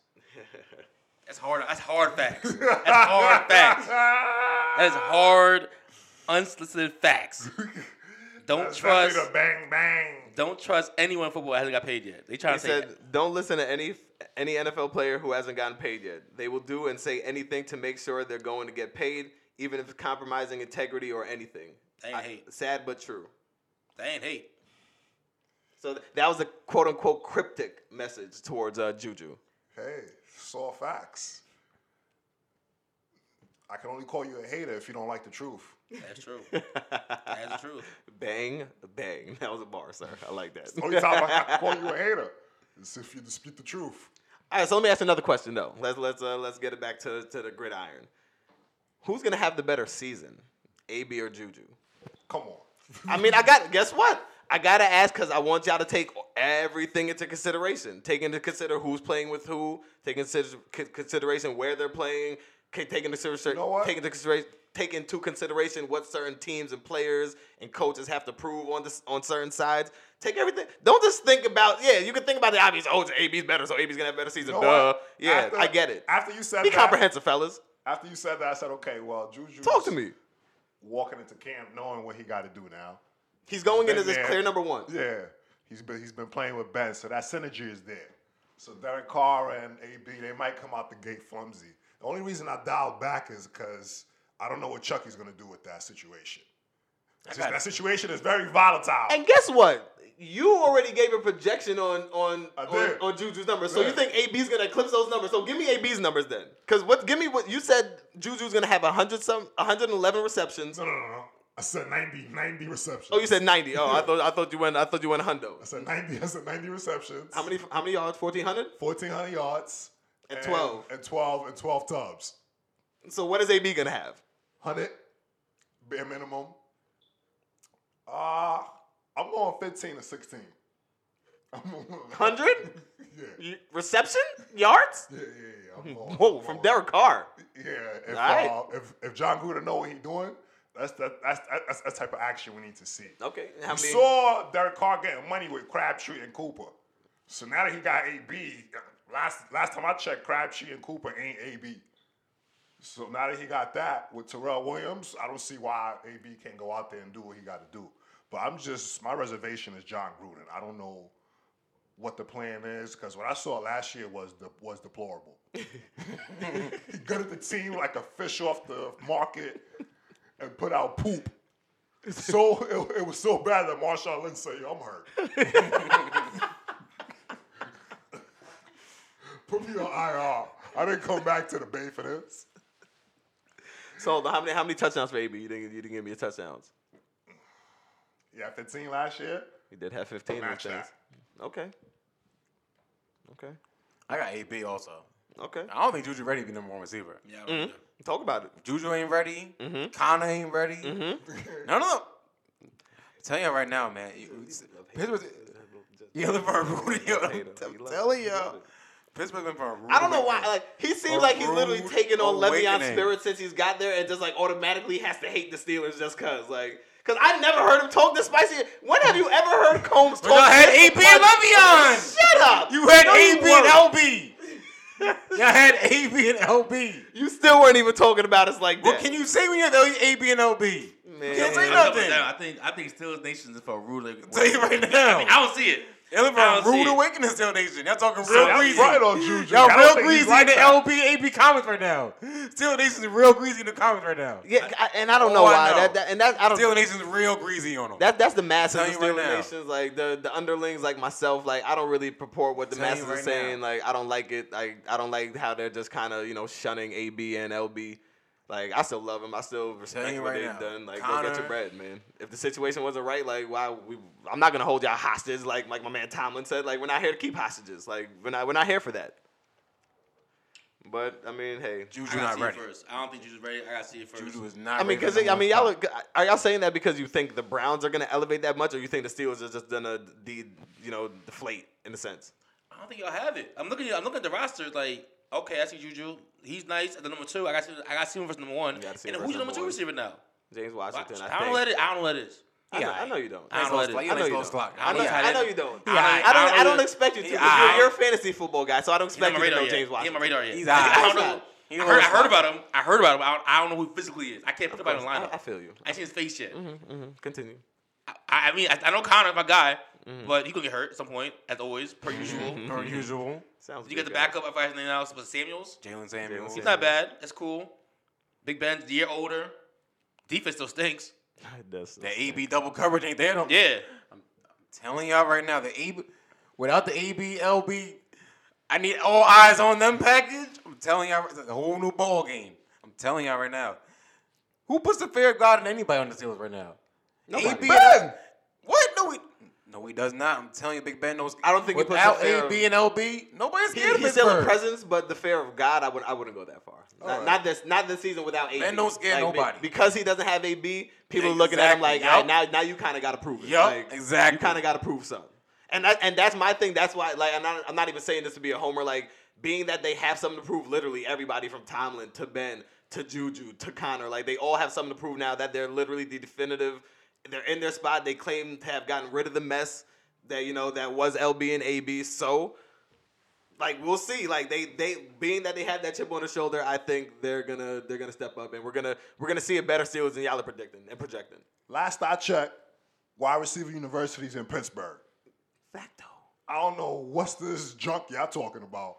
[SPEAKER 3] That's hard. That's hard facts. That's hard facts. That is hard, unsolicited facts. Don't
[SPEAKER 4] That's definitely
[SPEAKER 3] trust.
[SPEAKER 4] the bang bang.
[SPEAKER 3] Don't trust anyone in football that hasn't got paid yet. They trying
[SPEAKER 2] He
[SPEAKER 3] to say
[SPEAKER 2] said, "Don't listen to any any NFL player who hasn't gotten paid yet. They will do and say anything to make sure they're going to get paid, even if it's compromising integrity or anything."
[SPEAKER 3] That ain't hate.
[SPEAKER 2] Sad but true.
[SPEAKER 3] That ain't hate.
[SPEAKER 2] So th- that was a quote unquote cryptic message towards uh, Juju.
[SPEAKER 4] Hey, saw facts. I can only call you a hater if you don't like the truth.
[SPEAKER 3] That's true. That's the truth.
[SPEAKER 2] Bang, bang. That was a bar, sir. I like that.
[SPEAKER 4] Only time I can call you a hater is if you dispute the truth.
[SPEAKER 2] All right, so let me ask another question though. Let's let's uh, let's get it back to to the gridiron. Who's gonna have the better season, AB or Juju?
[SPEAKER 4] Come on.
[SPEAKER 2] I mean, I got guess what? I gotta ask because I want y'all to take everything into consideration. Take into consider who's playing with who. Take into consider- con- consideration where they're playing. ca- Take into consideration.
[SPEAKER 4] You know what?
[SPEAKER 2] Take into consideration. Take into consideration what certain teams and players and coaches have to prove on this on certain sides. Take everything. Don't just think about yeah. You can think about the obvious. Oh, AB's better, so AB's gonna have better season.
[SPEAKER 4] You know
[SPEAKER 2] Duh.
[SPEAKER 4] what?
[SPEAKER 2] Yeah,
[SPEAKER 4] After-
[SPEAKER 2] I get it.
[SPEAKER 4] After you said
[SPEAKER 2] Be
[SPEAKER 4] that,
[SPEAKER 2] comprehensive, fellas.
[SPEAKER 4] After you said that, I said, okay, well, Juju.
[SPEAKER 2] Talk to me.
[SPEAKER 4] Walking into camp, knowing what he got to do now.
[SPEAKER 2] He's going in
[SPEAKER 4] Been
[SPEAKER 2] as his
[SPEAKER 4] there.
[SPEAKER 2] clear number one.
[SPEAKER 4] Yeah, he's been he's been playing with Ben, so that synergy is there. So Derek Carr and AB, they might come out the gate flimsy. The only reason I dialed back is because I don't know what Chucky's gonna do with that situation. It's just- that situation is very volatile.
[SPEAKER 2] And guess what? You already gave a projection on on
[SPEAKER 4] I
[SPEAKER 2] on,
[SPEAKER 4] did.
[SPEAKER 2] on Juju's numbers. So you
[SPEAKER 4] Yeah.
[SPEAKER 2] think AB's gonna eclipse those numbers? So give me AB's numbers then. Cause what? Give me what you said. Juju's gonna have hundred some, hundred and eleven receptions.
[SPEAKER 4] no, no, no, no. I said 90, 90 receptions.
[SPEAKER 2] Oh, you said ninety. Oh, I thought I thought you went. I thought you went
[SPEAKER 4] I
[SPEAKER 2] hundo.
[SPEAKER 4] said 90. I said 90 receptions.
[SPEAKER 2] How many? How many yards? Fourteen hundred.
[SPEAKER 4] 1,400 yards.
[SPEAKER 2] And 12.
[SPEAKER 4] And 12 and 12 tubs.
[SPEAKER 2] So what is AB gonna have?
[SPEAKER 4] 100, bare minimum. Uh, I'm going 15 to 16.
[SPEAKER 2] Hundred
[SPEAKER 4] Yeah, yeah,
[SPEAKER 2] reception yards?
[SPEAKER 4] yeah, yeah. I'm going-
[SPEAKER 2] Whoa,
[SPEAKER 4] I'm
[SPEAKER 2] from
[SPEAKER 4] going-
[SPEAKER 2] Derek Carr.
[SPEAKER 4] Yeah, if,
[SPEAKER 2] Alright.
[SPEAKER 4] uh, if if John Gruden know what he's doing, that's that that's that's that's type of action we need to see.
[SPEAKER 2] Okay, how
[SPEAKER 4] We
[SPEAKER 2] many?
[SPEAKER 4] saw Derek Carr getting money with Crabtree and Cooper, so now that he got AB, last last time I checked, Crabtree and Cooper ain't AB. So now that he got that with Terrell Williams, I don't see why AB can't go out there and do what he got to do. But I'm just my reservation is John Gruden. I don't know what the plan is because what I saw last year was de- was deplorable. he gutted the team like a fish off the market and put out poop. So it, it was so bad that Marshawn Lynch said, "Yo, I'm hurt." put me on IR. I didn't come back to the Bay for this.
[SPEAKER 2] So how many? How many touchdowns for AB? You didn't. You didn't give me a touchdowns.
[SPEAKER 4] Yeah, 15 last year.
[SPEAKER 2] He did have fifteen.
[SPEAKER 4] Match
[SPEAKER 2] in his
[SPEAKER 4] that.
[SPEAKER 2] things. Okay. Okay.
[SPEAKER 5] I got AB also.
[SPEAKER 2] Okay.
[SPEAKER 5] I don't think Juju ready to be number one receiver.
[SPEAKER 3] Yeah. I don't
[SPEAKER 2] Mm-hmm.
[SPEAKER 3] know.
[SPEAKER 2] Talk about it.
[SPEAKER 5] Juju ain't ready.
[SPEAKER 2] Mm-hmm.
[SPEAKER 5] Connor ain't ready. None of them. I'm telling you right now, man. you- Pittsburgh, you look for a Rudy.
[SPEAKER 2] hate him. He
[SPEAKER 5] I'm
[SPEAKER 2] love
[SPEAKER 5] telling
[SPEAKER 2] it. He love
[SPEAKER 5] you, Pittsburgh went for a Rudy.
[SPEAKER 2] I don't know why. Like he seems
[SPEAKER 5] A
[SPEAKER 2] like he's literally
[SPEAKER 5] rude
[SPEAKER 2] taken on Le'Veon's
[SPEAKER 5] awakening.
[SPEAKER 2] spirit since he's got there, and just like automatically has to hate the Steelers just cause. Like, cause I never heard him talk this spicy. When have you ever heard Combs talk?
[SPEAKER 5] But y'all had
[SPEAKER 2] this
[SPEAKER 5] AB
[SPEAKER 2] spicy?
[SPEAKER 5] and Le'Veon.
[SPEAKER 2] Shut up.
[SPEAKER 5] You had E
[SPEAKER 2] No, you
[SPEAKER 5] AB and
[SPEAKER 2] weren't.
[SPEAKER 5] LB. Y'all had AB and LB.
[SPEAKER 2] You still weren't even talking about us like that.
[SPEAKER 5] What can you say when you have AB and LB?
[SPEAKER 2] Man.
[SPEAKER 5] You can't
[SPEAKER 3] I
[SPEAKER 5] say
[SPEAKER 3] know,
[SPEAKER 5] nothing.
[SPEAKER 3] but now I think I think Steelers Nation is for a ruler.
[SPEAKER 5] I'll tell you right now.
[SPEAKER 3] I don't see it.
[SPEAKER 5] They look
[SPEAKER 3] I don't
[SPEAKER 5] for a
[SPEAKER 3] see
[SPEAKER 5] rude
[SPEAKER 3] it.
[SPEAKER 5] awakening still nation. Y'all talking
[SPEAKER 4] So
[SPEAKER 5] real
[SPEAKER 4] that's
[SPEAKER 5] greasy.
[SPEAKER 4] right on Juju. I
[SPEAKER 5] Y'all
[SPEAKER 4] don't
[SPEAKER 5] real
[SPEAKER 4] think he's
[SPEAKER 5] greasy
[SPEAKER 4] like
[SPEAKER 5] in the
[SPEAKER 4] that.
[SPEAKER 5] LB AP comments right now. Still nation's real greasy in the comments right now.
[SPEAKER 2] Yeah, I- and I don't know
[SPEAKER 5] Oh,
[SPEAKER 2] why.
[SPEAKER 5] I know.
[SPEAKER 2] That, that and that I don't.
[SPEAKER 5] Still nation's real greasy on them.
[SPEAKER 2] That that's the masses of
[SPEAKER 5] Telling
[SPEAKER 2] Steelers
[SPEAKER 5] you right now.
[SPEAKER 2] nations, like the the underlings, like myself, like I don't really purport what the
[SPEAKER 5] Telling you
[SPEAKER 2] masses are
[SPEAKER 5] right now.
[SPEAKER 2] saying. Like I don't like it. Like I don't like how they're just kind of you know shunning AB and LB. Like I still love them. I still respect
[SPEAKER 5] you
[SPEAKER 2] what
[SPEAKER 5] right
[SPEAKER 2] they've
[SPEAKER 5] now.
[SPEAKER 2] done. Like go get
[SPEAKER 5] Connor-
[SPEAKER 2] your bread, man. If the situation wasn't right, like why we? I'm not gonna hold y'all hostage. Like like my man Tomlin said. Like we're not here to keep hostages. Like we're not we're not here for that. But I mean, hey,
[SPEAKER 5] Juju
[SPEAKER 3] I gotta
[SPEAKER 5] not
[SPEAKER 3] see it
[SPEAKER 5] ready.
[SPEAKER 3] first. I don't think Juju's ready. I gotta see it first.
[SPEAKER 5] Juju is not.
[SPEAKER 2] I mean,
[SPEAKER 5] ready for
[SPEAKER 2] because
[SPEAKER 5] number
[SPEAKER 2] I mean,
[SPEAKER 5] one
[SPEAKER 2] y'all
[SPEAKER 5] spot.
[SPEAKER 2] are, are y'all saying that because you think the Browns are gonna elevate that much, or you think the Steelers are just gonna de, you know deflate in a sense?
[SPEAKER 3] I don't think y'all have it. I'm looking. I'm looking at the roster. Like, okay, I see Juju. He's nice at the number two. I got. I got to see him versus number one.
[SPEAKER 2] You gotta see
[SPEAKER 3] And
[SPEAKER 2] him
[SPEAKER 3] who's
[SPEAKER 2] versus
[SPEAKER 3] your number
[SPEAKER 2] number
[SPEAKER 3] two
[SPEAKER 2] one.
[SPEAKER 3] receiver now?
[SPEAKER 2] James
[SPEAKER 3] I,
[SPEAKER 2] Washington. I,
[SPEAKER 3] don't
[SPEAKER 2] think.
[SPEAKER 3] let it. I don't let it.
[SPEAKER 2] I know, I
[SPEAKER 5] alright.
[SPEAKER 2] know you don't.
[SPEAKER 3] I don't let it.
[SPEAKER 5] Nice
[SPEAKER 2] I know you
[SPEAKER 5] low
[SPEAKER 2] don't.
[SPEAKER 5] slot.
[SPEAKER 2] I
[SPEAKER 5] Nice
[SPEAKER 2] know,
[SPEAKER 5] low
[SPEAKER 3] Yeah.
[SPEAKER 2] I
[SPEAKER 5] slot.
[SPEAKER 2] know you don't.
[SPEAKER 3] Yeah.
[SPEAKER 2] I
[SPEAKER 3] I
[SPEAKER 2] don't.
[SPEAKER 3] know
[SPEAKER 2] I don't
[SPEAKER 3] you-
[SPEAKER 2] expect you to.
[SPEAKER 5] Yeah.
[SPEAKER 2] because You're, you're a fantasy football guy, so I don't
[SPEAKER 3] He's on
[SPEAKER 2] expect you
[SPEAKER 3] my
[SPEAKER 2] to
[SPEAKER 3] radar
[SPEAKER 2] know
[SPEAKER 3] yet.
[SPEAKER 2] James
[SPEAKER 3] He on my
[SPEAKER 2] Washington.
[SPEAKER 3] radar yet.
[SPEAKER 5] He's
[SPEAKER 3] I,
[SPEAKER 5] alright.
[SPEAKER 3] don't know.
[SPEAKER 5] He's
[SPEAKER 3] I
[SPEAKER 5] on
[SPEAKER 3] heard,
[SPEAKER 5] the
[SPEAKER 3] I heard
[SPEAKER 5] slot.
[SPEAKER 3] about him. I heard about him. I don't, I don't know who he physically is. I can't put him out in the lineup.
[SPEAKER 2] I, I feel you.
[SPEAKER 3] I ain't seen his face yet.
[SPEAKER 2] hmm Continue.
[SPEAKER 3] I, I mean, I, I know Connor's my guy,
[SPEAKER 2] Mm-hmm.
[SPEAKER 3] but he gonna get hurt at some point, as always, per usual.
[SPEAKER 5] Per usual,
[SPEAKER 2] Sounds. Mm-hmm.
[SPEAKER 3] You
[SPEAKER 2] good,
[SPEAKER 3] got the
[SPEAKER 2] guys.
[SPEAKER 3] backup. I forgot his name now. Was it Samuels?
[SPEAKER 5] Jalen Samuels.
[SPEAKER 3] He's not bad. That's cool. Big Ben's a year older. Defense still stinks.
[SPEAKER 2] It does.
[SPEAKER 5] The AB double coverage ain't there. No.
[SPEAKER 3] Yeah.
[SPEAKER 5] Telling y'all right now, the AB without the AB LB, I need all eyes on them package. I'm telling y'all, it's a whole new ball game. I'm telling y'all right now. Who puts the fear of God in anybody on the Steelers right now?
[SPEAKER 2] Nobody.
[SPEAKER 5] AB and- what? No, he, no, he does not. I'm telling you, Big Ben knows.
[SPEAKER 2] I don't think he puts the
[SPEAKER 5] without
[SPEAKER 2] fear
[SPEAKER 5] AB and LB, nobody's
[SPEAKER 2] He,
[SPEAKER 5] scared of
[SPEAKER 2] he's still a
[SPEAKER 5] Pittsburgh.
[SPEAKER 2] presence, but the fear of God, I would I wouldn't go that far. Not,
[SPEAKER 5] Alright.
[SPEAKER 2] not this not this season without AB.
[SPEAKER 5] don't scare
[SPEAKER 2] Like, be-
[SPEAKER 5] nobody.
[SPEAKER 2] because he doesn't have AB. People are looking at him like,
[SPEAKER 5] Exactly,
[SPEAKER 2] all right,
[SPEAKER 5] yup.
[SPEAKER 2] now now you kind of got to prove it.
[SPEAKER 5] Yup,
[SPEAKER 2] Like,
[SPEAKER 5] exactly.
[SPEAKER 2] You kind of got to prove something. And that, and that's my thing. That's why like I'm not I'm not even saying this to be a homer. Like being that they have something to prove. Literally everybody from Tomlin to Ben to Juju to Connor, like they all have something to prove now that they're literally the definitive. They're in their spot. They claim to have gotten rid of the mess that you know that was LB and AB. So like we'll see. Like they they being that they have that chip on the shoulder, I think they're gonna they're gonna step up and we're gonna we're gonna see a better Steelers than y'all are predicting and projecting.
[SPEAKER 4] Last I checked, wide receiver universities in Pittsburgh.
[SPEAKER 2] Facto.
[SPEAKER 4] I don't know what's this junk y'all talking about.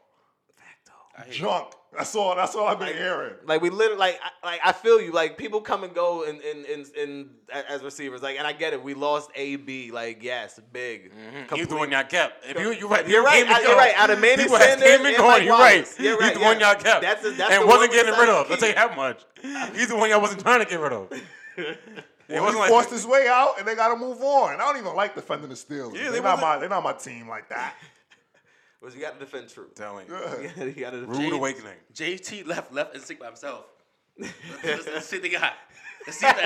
[SPEAKER 2] Facto.
[SPEAKER 4] Junk. That's all. That's all I've been
[SPEAKER 2] Like-
[SPEAKER 4] hearing.
[SPEAKER 2] Like we literally like I, like I feel you. Like people come and go in in in, in a- as receivers. Like and I get it. We lost AB. Like yes, big.
[SPEAKER 5] He's
[SPEAKER 4] Mm-hmm.
[SPEAKER 2] Complete-
[SPEAKER 5] the one y'all kept. If you, you're right.
[SPEAKER 2] You're
[SPEAKER 5] people
[SPEAKER 2] right.
[SPEAKER 5] came and
[SPEAKER 2] I- you're
[SPEAKER 5] go.
[SPEAKER 2] right. Out of Manny
[SPEAKER 5] People that
[SPEAKER 2] Sanders
[SPEAKER 5] came and
[SPEAKER 2] and
[SPEAKER 5] gone.
[SPEAKER 2] Mike
[SPEAKER 5] You're right.
[SPEAKER 2] Wallace. You're
[SPEAKER 5] He's
[SPEAKER 2] right,
[SPEAKER 5] the one
[SPEAKER 2] yeah.
[SPEAKER 5] y'all kept.
[SPEAKER 2] That's the- that's
[SPEAKER 5] and
[SPEAKER 2] the one
[SPEAKER 5] wasn't
[SPEAKER 2] we
[SPEAKER 5] getting rid
[SPEAKER 2] decided to
[SPEAKER 5] of. Let's say
[SPEAKER 2] keep.
[SPEAKER 5] that much. He's the one y'all wasn't trying to get rid of. It
[SPEAKER 4] Well,
[SPEAKER 5] wasn't
[SPEAKER 4] he
[SPEAKER 5] like
[SPEAKER 4] forced his way out, and they got to move on. And I don't even like defending the Steelers.
[SPEAKER 5] Yeah,
[SPEAKER 4] they're
[SPEAKER 5] they
[SPEAKER 4] not
[SPEAKER 5] wasn't-
[SPEAKER 4] my. They're not my team like that.
[SPEAKER 2] Was you got to defend truth.
[SPEAKER 5] telling. you.
[SPEAKER 4] Ugh.
[SPEAKER 2] you got to
[SPEAKER 5] Rude awakening.
[SPEAKER 3] JT left left and sick by himself. Let's, let's see what they got. Let's see what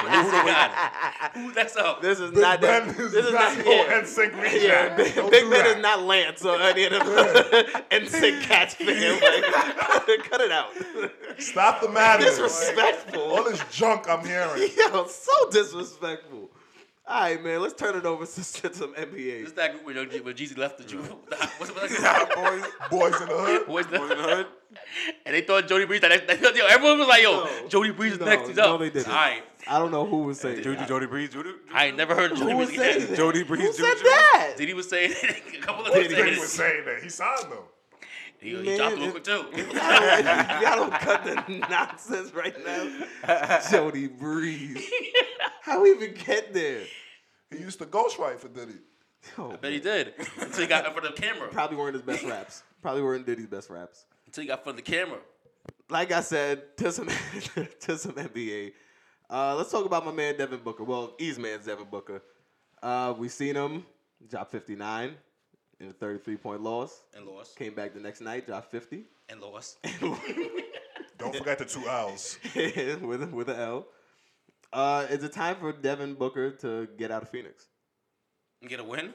[SPEAKER 3] that. Let's, let's, let's see what they got. Who that's up?
[SPEAKER 2] This is
[SPEAKER 4] Big
[SPEAKER 2] not
[SPEAKER 4] Ben
[SPEAKER 2] that.
[SPEAKER 4] is
[SPEAKER 2] This is
[SPEAKER 4] not
[SPEAKER 2] not.
[SPEAKER 4] your
[SPEAKER 2] yeah.
[SPEAKER 4] NSYNC lead
[SPEAKER 2] Yeah,
[SPEAKER 4] man.
[SPEAKER 2] Big,
[SPEAKER 4] Don't
[SPEAKER 2] Big
[SPEAKER 4] do
[SPEAKER 2] Ben
[SPEAKER 4] that.
[SPEAKER 2] is not Lance or any of them insect cats figure. Like, cut it out.
[SPEAKER 4] Stop the madness. All
[SPEAKER 2] Disrespectful.
[SPEAKER 4] this junk I'm hearing.
[SPEAKER 2] Yo, so disrespectful. All right, man, let's turn it over to, to some
[SPEAKER 3] This
[SPEAKER 2] NBA.
[SPEAKER 3] is that group where, Young G- where Jeezy left the Jew. What's, what's
[SPEAKER 5] Hot boys,
[SPEAKER 4] Boys in the hood.
[SPEAKER 3] Boys in
[SPEAKER 5] boys in the hood.
[SPEAKER 3] And they thought Jody Breeze. That, that, yo, everyone was like, yo,
[SPEAKER 2] No.
[SPEAKER 3] Jody Breeze is
[SPEAKER 2] No,
[SPEAKER 3] next. He's
[SPEAKER 2] no,
[SPEAKER 3] up.
[SPEAKER 2] they didn't.
[SPEAKER 3] All right.
[SPEAKER 2] I don't know who was saying that.
[SPEAKER 5] Juju, Jody Breeze, Juju.
[SPEAKER 3] I ain't never heard of Jody
[SPEAKER 2] Who was
[SPEAKER 3] Breeze again.
[SPEAKER 2] saying that?
[SPEAKER 5] Jody Breeze,
[SPEAKER 2] Who said
[SPEAKER 5] Juju.
[SPEAKER 2] that?
[SPEAKER 3] Diddy was saying a couple of
[SPEAKER 4] Boys
[SPEAKER 3] things.
[SPEAKER 4] Diddy was saying that he signed them.
[SPEAKER 3] He, he
[SPEAKER 2] Man,
[SPEAKER 3] dropped a little
[SPEAKER 2] it-
[SPEAKER 3] quick too.
[SPEAKER 2] Y'all don't cut the nonsense right now. Jody Breeze. How we even get there?
[SPEAKER 4] He used to ghostwrite for Diddy.
[SPEAKER 2] Yo,
[SPEAKER 3] But he did until he got in front of the camera.
[SPEAKER 2] probably weren't his best raps. Probably weren't Diddy's best raps.
[SPEAKER 3] Until he got in front of the camera.
[SPEAKER 2] like I said, to some to some NBA. Uh, let's talk about my man Devin Booker. Well, E's man's Devin Booker. Uh, we seen him drop 59 in a 33 point loss.
[SPEAKER 3] And lost.
[SPEAKER 2] Came back the next night, dropped 50
[SPEAKER 3] And lost.
[SPEAKER 4] Don't forget the two L's.
[SPEAKER 2] with a- with an L. Uh, is it time for Devin Booker to get out of Phoenix?
[SPEAKER 3] And get a win.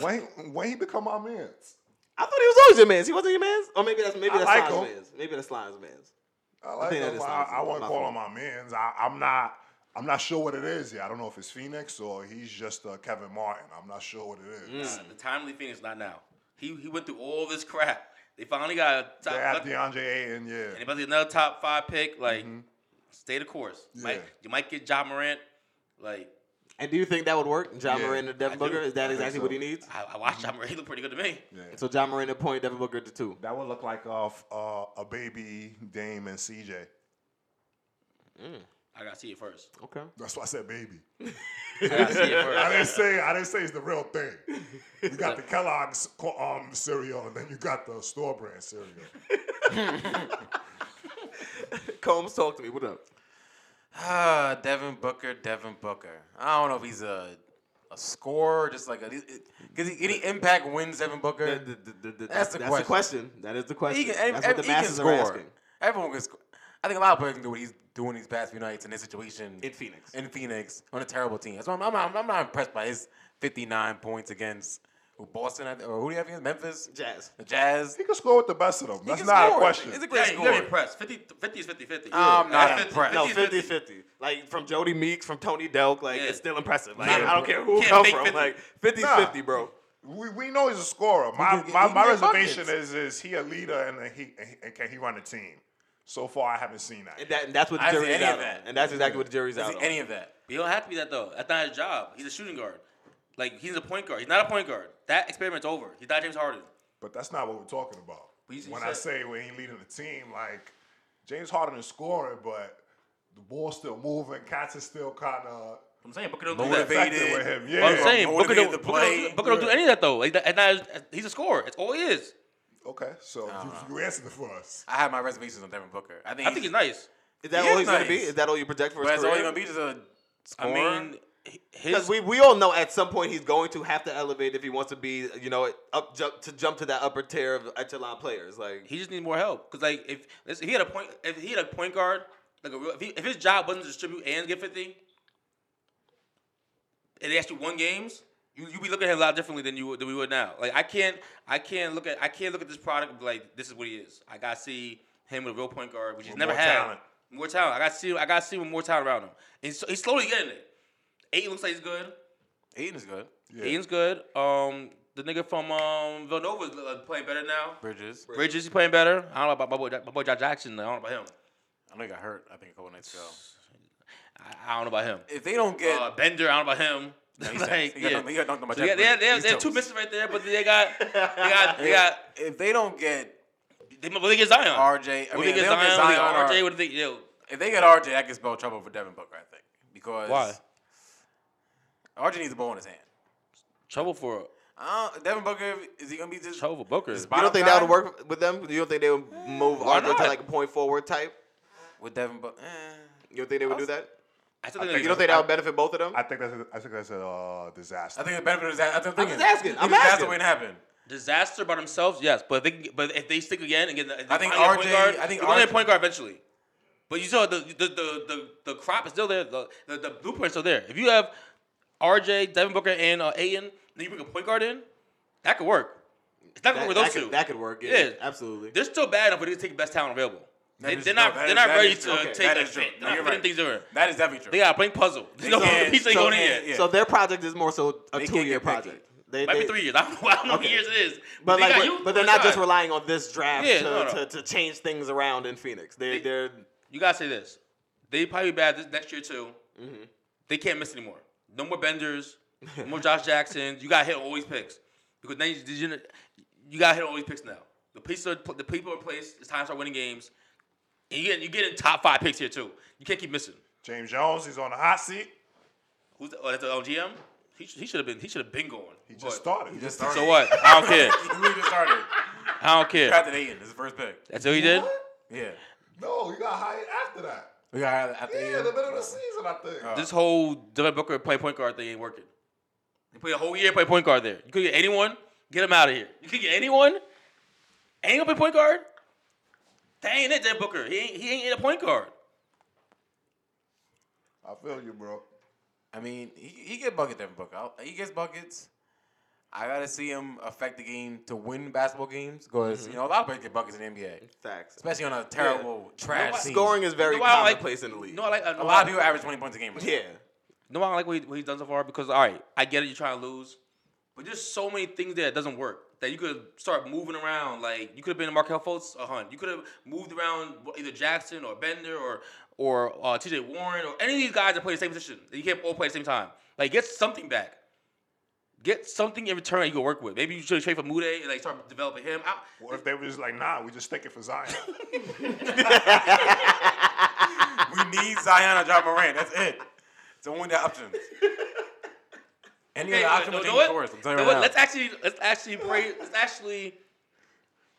[SPEAKER 4] When when he become our man's,
[SPEAKER 2] I thought he was always your man's. He wasn't your man's, or maybe that's maybe
[SPEAKER 4] I
[SPEAKER 2] that's
[SPEAKER 4] like
[SPEAKER 2] Slime's
[SPEAKER 4] him.
[SPEAKER 2] man's. Maybe that's Slime's man's.
[SPEAKER 4] I like
[SPEAKER 2] think that
[SPEAKER 4] him.
[SPEAKER 2] is
[SPEAKER 4] I,
[SPEAKER 2] nice.
[SPEAKER 4] I wouldn't
[SPEAKER 2] My
[SPEAKER 4] call
[SPEAKER 2] fault.
[SPEAKER 4] him my man's. I, I'm not. I'm not sure what it is yet. I don't know if it's Phoenix or he's just uh, Kevin Martin. I'm not sure what it
[SPEAKER 5] Mm.
[SPEAKER 4] is.
[SPEAKER 3] Nah, the timely thing is not now. He he went through all this crap. They finally got a
[SPEAKER 4] They have
[SPEAKER 3] top. And
[SPEAKER 4] DeAndre Ayton, yeah.
[SPEAKER 3] they about to get another top five pick. Like,
[SPEAKER 5] Mm-hmm.
[SPEAKER 3] stay the course. Might,
[SPEAKER 4] Yeah.
[SPEAKER 3] you might get John Morant. Like,
[SPEAKER 2] And do you think that would work? John
[SPEAKER 4] Yeah,
[SPEAKER 2] Moran to Devin
[SPEAKER 3] I do.
[SPEAKER 2] Booker? Is that exactly
[SPEAKER 4] so.
[SPEAKER 2] what he needs?
[SPEAKER 3] I, I watched John Morant. He looked pretty good to me.
[SPEAKER 4] yeah.
[SPEAKER 2] So John Moran to point, Devin Booker to two.
[SPEAKER 4] That would look like uh, f- uh, a baby Dame and CJ.
[SPEAKER 3] I gotta see it first.
[SPEAKER 2] Okay.
[SPEAKER 4] That's why I said baby.
[SPEAKER 3] I gotta see it
[SPEAKER 4] I
[SPEAKER 3] first.
[SPEAKER 4] didn't say I didn't say it's the real thing. You got the Kellogg's co- um, cereal, and then you got the store brand cereal.
[SPEAKER 2] Combs, talk to me. What up?
[SPEAKER 5] Ah, Devin Booker, Devin Booker. I don't know if he's a a score, just like a because any impact wins Devin Booker.
[SPEAKER 2] The- the- the- the- the-
[SPEAKER 5] That's the
[SPEAKER 2] the question. That is the question.
[SPEAKER 5] He can, ev-
[SPEAKER 2] That's what
[SPEAKER 5] ev-
[SPEAKER 2] the
[SPEAKER 5] he can
[SPEAKER 2] masses are
[SPEAKER 5] score.
[SPEAKER 2] asking.
[SPEAKER 5] Everyone can score. I think a lot of players can do what he's doing these past few nights in his situation
[SPEAKER 2] In Phoenix.
[SPEAKER 5] in Phoenix on a terrible team. That's why I'm, I'm, not, I'm not impressed by his 59 points against who, Boston I- or who do you have against Memphis?
[SPEAKER 2] Jazz.
[SPEAKER 5] The Jazz.
[SPEAKER 4] He can score with the best of them.
[SPEAKER 5] He
[SPEAKER 4] That's
[SPEAKER 5] can
[SPEAKER 4] not
[SPEAKER 5] score.
[SPEAKER 4] a question.
[SPEAKER 5] It's a great
[SPEAKER 3] Yeah,
[SPEAKER 5] score.
[SPEAKER 3] you're impressed. 50, 50 is 50 50.
[SPEAKER 5] I'm not impressed.
[SPEAKER 2] No,
[SPEAKER 3] 50
[SPEAKER 2] 50 50. Like from Jody Meeks, from Tony Delk, like
[SPEAKER 3] Yeah.
[SPEAKER 2] it's still impressive. Like
[SPEAKER 5] Not
[SPEAKER 2] I don't care who it
[SPEAKER 3] Can't
[SPEAKER 2] come
[SPEAKER 3] fake
[SPEAKER 2] from.
[SPEAKER 3] 50.
[SPEAKER 2] Like 50
[SPEAKER 4] Nah.
[SPEAKER 2] 50, bro.
[SPEAKER 4] We, we know he's a scorer.
[SPEAKER 5] can-
[SPEAKER 4] My
[SPEAKER 5] he
[SPEAKER 4] my,
[SPEAKER 5] can
[SPEAKER 4] my
[SPEAKER 5] get
[SPEAKER 4] reservation
[SPEAKER 5] buckets.
[SPEAKER 4] is is he a leader and he and, he- and can he run a team? So far, I haven't seen that.
[SPEAKER 2] And, that, and that's what the
[SPEAKER 5] I see
[SPEAKER 2] jury's
[SPEAKER 5] any of
[SPEAKER 2] out on.
[SPEAKER 5] that.
[SPEAKER 2] And that's exactly what the jury's
[SPEAKER 5] I
[SPEAKER 2] out
[SPEAKER 5] see
[SPEAKER 2] on.
[SPEAKER 5] any of that.
[SPEAKER 3] He don't have to be that though. That's not his job. He's a shooting guard. Like he's a point guard. He's not a point guard. That experiment's over. He's not James Harden.
[SPEAKER 4] But that's not what we're talking about.
[SPEAKER 3] But you- you
[SPEAKER 4] When I
[SPEAKER 3] said-
[SPEAKER 4] say when he leading the team, like James Harden is scoring, but the ball's still moving. Cats is still kind of
[SPEAKER 3] I'm saying Booker don't do that.
[SPEAKER 5] Motivated.
[SPEAKER 4] affected with him. Yeah.
[SPEAKER 3] I'm saying Booker
[SPEAKER 5] Motivated
[SPEAKER 3] don't,
[SPEAKER 5] to
[SPEAKER 3] Booker, don't
[SPEAKER 5] play.
[SPEAKER 3] do, Booker don't do any of that though. Like, that, and that, he's a scorer. It's all he is.
[SPEAKER 4] Okay. So you, you answered it for us.
[SPEAKER 5] I have my reservations on Devin Booker. I think,
[SPEAKER 3] I think he's nice.
[SPEAKER 2] Is that
[SPEAKER 5] He
[SPEAKER 2] all
[SPEAKER 5] is
[SPEAKER 2] he's gonna be?
[SPEAKER 5] nice.
[SPEAKER 2] Is that all you project for
[SPEAKER 5] But
[SPEAKER 2] his
[SPEAKER 5] that's all he's
[SPEAKER 2] career?
[SPEAKER 5] going to be. Just a
[SPEAKER 3] I
[SPEAKER 5] scorer.
[SPEAKER 3] mean, h-
[SPEAKER 2] Because
[SPEAKER 3] his
[SPEAKER 2] we, we all know at some point he's going to have to elevate if he wants to be you know up jump to jump to that upper tier of echelon players like
[SPEAKER 3] he just needs more help. Cause like if if he had a point if he had a point guard like a real, if, he, if his job wasn't to distribute and get 50, and they actually won games, you you be looking at him a lot differently than you would- than we would now. Like I can't I can't look at I can't look at this product and be like this is what he is. I gotta see him with a real point guard, which he's
[SPEAKER 4] With
[SPEAKER 3] never
[SPEAKER 4] more
[SPEAKER 3] had.
[SPEAKER 4] talent.
[SPEAKER 3] More talent. I gotta see I gotta see him with more talent around him. And so, he's slowly getting it. Eight looks like he's good.
[SPEAKER 5] Aiden is good.
[SPEAKER 4] Yeah.
[SPEAKER 3] Aiden's good. Um, the nigga from um Villanova's uh, playing better now.
[SPEAKER 5] Bridges.
[SPEAKER 3] Bridges, he's playing better. I don't know about my boy, my boy Josh Jackson. though. I don't know about him.
[SPEAKER 5] I know he got hurt, I think, a couple nights ago.
[SPEAKER 3] I, I don't know about him.
[SPEAKER 5] If they don't get.
[SPEAKER 3] Uh, Bender, I don't know about him.
[SPEAKER 5] no, he's
[SPEAKER 3] like,
[SPEAKER 5] he got
[SPEAKER 3] yeah.
[SPEAKER 5] dunked- he got dunked on by
[SPEAKER 3] So
[SPEAKER 5] Jeff
[SPEAKER 3] yeah, they,
[SPEAKER 5] Bridges.
[SPEAKER 3] they, have,
[SPEAKER 5] He's
[SPEAKER 3] they have two
[SPEAKER 5] toast.
[SPEAKER 3] misses right there, but they got they got they got
[SPEAKER 5] If they don't get
[SPEAKER 3] they, well, they get Zion.
[SPEAKER 5] RJ, I
[SPEAKER 3] Well,
[SPEAKER 5] mean,
[SPEAKER 3] they
[SPEAKER 5] if
[SPEAKER 3] get
[SPEAKER 5] they don't get
[SPEAKER 3] Zion. They
[SPEAKER 5] Zion,
[SPEAKER 3] got
[SPEAKER 5] or-
[SPEAKER 3] RJ. What do they? Yo,
[SPEAKER 5] If they get RJ, that could spell trouble for Devin Booker, I think. Because
[SPEAKER 3] Why?
[SPEAKER 5] RJ needs the ball in his hand.
[SPEAKER 3] trouble for
[SPEAKER 5] I don't, Devin Booker is he gonna be just?
[SPEAKER 3] trouble for Booker.
[SPEAKER 5] Just
[SPEAKER 2] you
[SPEAKER 5] bottom
[SPEAKER 2] don't think
[SPEAKER 5] guy
[SPEAKER 2] that would work with them you don't think they would move
[SPEAKER 3] Why
[SPEAKER 2] Arthur to
[SPEAKER 3] not?
[SPEAKER 2] like a point forward type
[SPEAKER 5] with Devin eh. Booker?
[SPEAKER 2] you don't think they would do that
[SPEAKER 3] I still think,
[SPEAKER 2] you don't think that would benefit both of them
[SPEAKER 4] I think that's a, I think that's a uh, disaster.
[SPEAKER 5] I think the benefit is that. I'm thinking.
[SPEAKER 2] just asking. I'm
[SPEAKER 5] That's
[SPEAKER 2] asking.
[SPEAKER 5] the way it happened.
[SPEAKER 3] disaster by themselves? Yes, but if they but if they stick again and get, the, if they
[SPEAKER 5] I think
[SPEAKER 3] find that
[SPEAKER 5] RJ
[SPEAKER 3] Point guard,
[SPEAKER 5] I think
[SPEAKER 3] they're gonna get
[SPEAKER 5] RJ
[SPEAKER 3] a point guard eventually. But you saw the the the the, the crop is still there. The, the the blueprint's still there. If you have RJ, Devin Booker, and uh, Aiden, then you bring a point guard in, that could work. It's not gonna
[SPEAKER 2] that,
[SPEAKER 3] work with
[SPEAKER 2] that
[SPEAKER 3] those two.
[SPEAKER 2] could, that could work yeah,
[SPEAKER 3] Yeah.
[SPEAKER 2] absolutely
[SPEAKER 3] They're still bad enough, but they can take the best talent available. They,
[SPEAKER 5] is-
[SPEAKER 3] they're
[SPEAKER 5] no,
[SPEAKER 3] not.
[SPEAKER 5] that
[SPEAKER 3] they're
[SPEAKER 5] is-
[SPEAKER 3] not
[SPEAKER 5] that
[SPEAKER 3] ready
[SPEAKER 5] is
[SPEAKER 3] to
[SPEAKER 5] true. Okay,
[SPEAKER 3] take
[SPEAKER 5] that
[SPEAKER 3] that
[SPEAKER 5] is true.
[SPEAKER 3] shit.
[SPEAKER 5] No,
[SPEAKER 3] They're
[SPEAKER 5] you're
[SPEAKER 3] not putting
[SPEAKER 5] right.
[SPEAKER 3] things over.
[SPEAKER 5] That is Devin true.
[SPEAKER 3] They gotta play puzzle. There's no
[SPEAKER 5] can't-
[SPEAKER 3] piece ain't
[SPEAKER 5] so
[SPEAKER 3] going in
[SPEAKER 5] can't-
[SPEAKER 3] yet.
[SPEAKER 5] yeah.
[SPEAKER 2] so their project is more so a
[SPEAKER 5] They can't
[SPEAKER 2] two-year
[SPEAKER 5] get picky.
[SPEAKER 2] project they,
[SPEAKER 3] Might
[SPEAKER 2] they-
[SPEAKER 3] be three years. I don't know. I don't know
[SPEAKER 2] Okay.
[SPEAKER 3] what years it is.
[SPEAKER 2] but
[SPEAKER 3] They
[SPEAKER 2] like,
[SPEAKER 3] got
[SPEAKER 2] but-
[SPEAKER 3] you
[SPEAKER 2] but they're
[SPEAKER 3] on
[SPEAKER 2] not
[SPEAKER 3] the
[SPEAKER 2] just
[SPEAKER 3] side.
[SPEAKER 2] relying on this draft
[SPEAKER 3] Yeah,
[SPEAKER 2] to,
[SPEAKER 3] no, no.
[SPEAKER 2] To, to change things around in Phoenix. They,
[SPEAKER 3] They-
[SPEAKER 2] they're
[SPEAKER 3] You gotta say this. They probably be bad this next year too. They can't miss anymore. No more Benders. No more Josh Jacksons. You gotta hit all these picks because then you, you, you gotta hit all these picks now. The pieces are, the people are placed. It's time to start winning games. And you get you getting top five picks here too. You can't keep missing.
[SPEAKER 4] James Jones, he's on the hot seat.
[SPEAKER 3] Who's the, oh, that's the LGM? He, sh- he should have been. He should have been going.
[SPEAKER 4] He just
[SPEAKER 3] But-
[SPEAKER 4] started.
[SPEAKER 5] just started.
[SPEAKER 3] So what? I don't care.
[SPEAKER 5] He literally just started.
[SPEAKER 3] I don't care.
[SPEAKER 5] Drafted Aiden. This is the first pick.
[SPEAKER 3] That's what he did.
[SPEAKER 4] What?
[SPEAKER 5] Yeah.
[SPEAKER 4] No, he got hired after that.
[SPEAKER 5] We got after
[SPEAKER 4] Yeah, the middle of the season, I think.
[SPEAKER 3] This whole Devin Booker play point guard thing ain't working. You play a whole year, play point guard there. You could get anyone, get him out of here. You could get anyone, ain't gonna play point guard. That ain't it, Devin Booker. He ain't he ain't a point guard.
[SPEAKER 4] I feel you, bro.
[SPEAKER 5] I mean, he, he get bucket Devin Booker. I'll- He gets buckets. I gotta see him affect the game to win basketball games because
[SPEAKER 3] Mm-hmm.
[SPEAKER 5] you know a lot of players get buckets in the NBA,
[SPEAKER 2] facts.
[SPEAKER 5] especially on a terrible trash
[SPEAKER 3] Nobody-
[SPEAKER 5] team.
[SPEAKER 2] Scoring is very
[SPEAKER 3] You know why I don't like-
[SPEAKER 2] commonplace in the league.
[SPEAKER 3] No, I like
[SPEAKER 5] a lot of people average twenty points a game. right now.
[SPEAKER 2] yeah,
[SPEAKER 3] No, I don't like what, he, what he's done so far because all right, I get it. You're trying to lose, but there's so many things there that doesn't work that you could start moving around. Like you could have been Markel Fultz a hunt. You could have moved around either Jackson or Bender or or uh, T.J. Warren or any of these guys that play the same position. You can't all play at the same time. Like get something back. Get something in return that you can work with. Maybe you should trade for Mude and like start developing him. I,
[SPEAKER 4] What if they were just like, nah, we just stick it for Zion?
[SPEAKER 5] We need Zion or John Moran. That's it. It's the only option. Any
[SPEAKER 3] Okay, wait,
[SPEAKER 5] other option
[SPEAKER 3] no,
[SPEAKER 5] would
[SPEAKER 3] no,
[SPEAKER 5] take
[SPEAKER 3] what?
[SPEAKER 5] the worst. I'm telling
[SPEAKER 3] No,
[SPEAKER 5] you
[SPEAKER 3] what?
[SPEAKER 5] right now.
[SPEAKER 3] Let's actually let's actually pray. Let's actually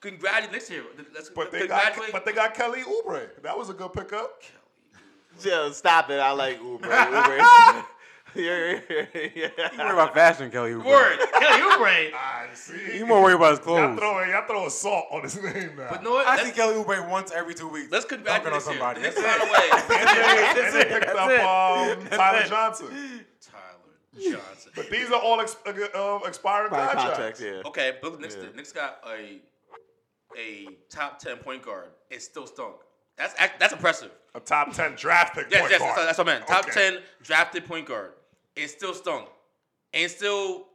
[SPEAKER 3] congratulate next year. Let's
[SPEAKER 4] But they got
[SPEAKER 3] congratulate.
[SPEAKER 4] but they got Kelly Oubre. That was a good pickup.
[SPEAKER 2] just stop it. I like Uber. Uber. yeah, yeah, yeah,
[SPEAKER 5] You worry
[SPEAKER 2] yeah.
[SPEAKER 5] about fashion, Kelly. Oubre.
[SPEAKER 3] Word. Kelly Oubre.
[SPEAKER 4] I see.
[SPEAKER 5] You more worried about his
[SPEAKER 4] Y'all
[SPEAKER 5] clothes.
[SPEAKER 4] throwing, y'all throwing salt on his name now.
[SPEAKER 3] But no,
[SPEAKER 5] I see
[SPEAKER 3] let's,
[SPEAKER 5] Kelly Oubre once every two weeks.
[SPEAKER 3] let's
[SPEAKER 5] dunking
[SPEAKER 3] congratulate
[SPEAKER 5] on somebody.
[SPEAKER 3] That's
[SPEAKER 5] That's
[SPEAKER 3] it.
[SPEAKER 5] it.
[SPEAKER 3] Way.
[SPEAKER 5] That's
[SPEAKER 4] and
[SPEAKER 5] it.
[SPEAKER 4] they picked
[SPEAKER 5] That's
[SPEAKER 4] up
[SPEAKER 5] it.
[SPEAKER 4] um,
[SPEAKER 5] That's
[SPEAKER 4] Tyler
[SPEAKER 5] it.
[SPEAKER 4] Johnson.
[SPEAKER 3] Tyler Johnson.
[SPEAKER 4] But these are all ex- uh, um, expiring
[SPEAKER 2] By
[SPEAKER 4] contracts.
[SPEAKER 2] contract, yeah.
[SPEAKER 3] Okay, but Nick's,
[SPEAKER 2] Yeah.
[SPEAKER 3] Nick's got a a top ten point guard. It's still stunk. That's act- that's impressive.
[SPEAKER 4] A top ten draft pick.
[SPEAKER 3] Yes,
[SPEAKER 4] point
[SPEAKER 3] yes,
[SPEAKER 4] guard.
[SPEAKER 3] that's, that's what I meant. Top
[SPEAKER 4] Okay.
[SPEAKER 3] ten drafted point guard. It's still stunk. And still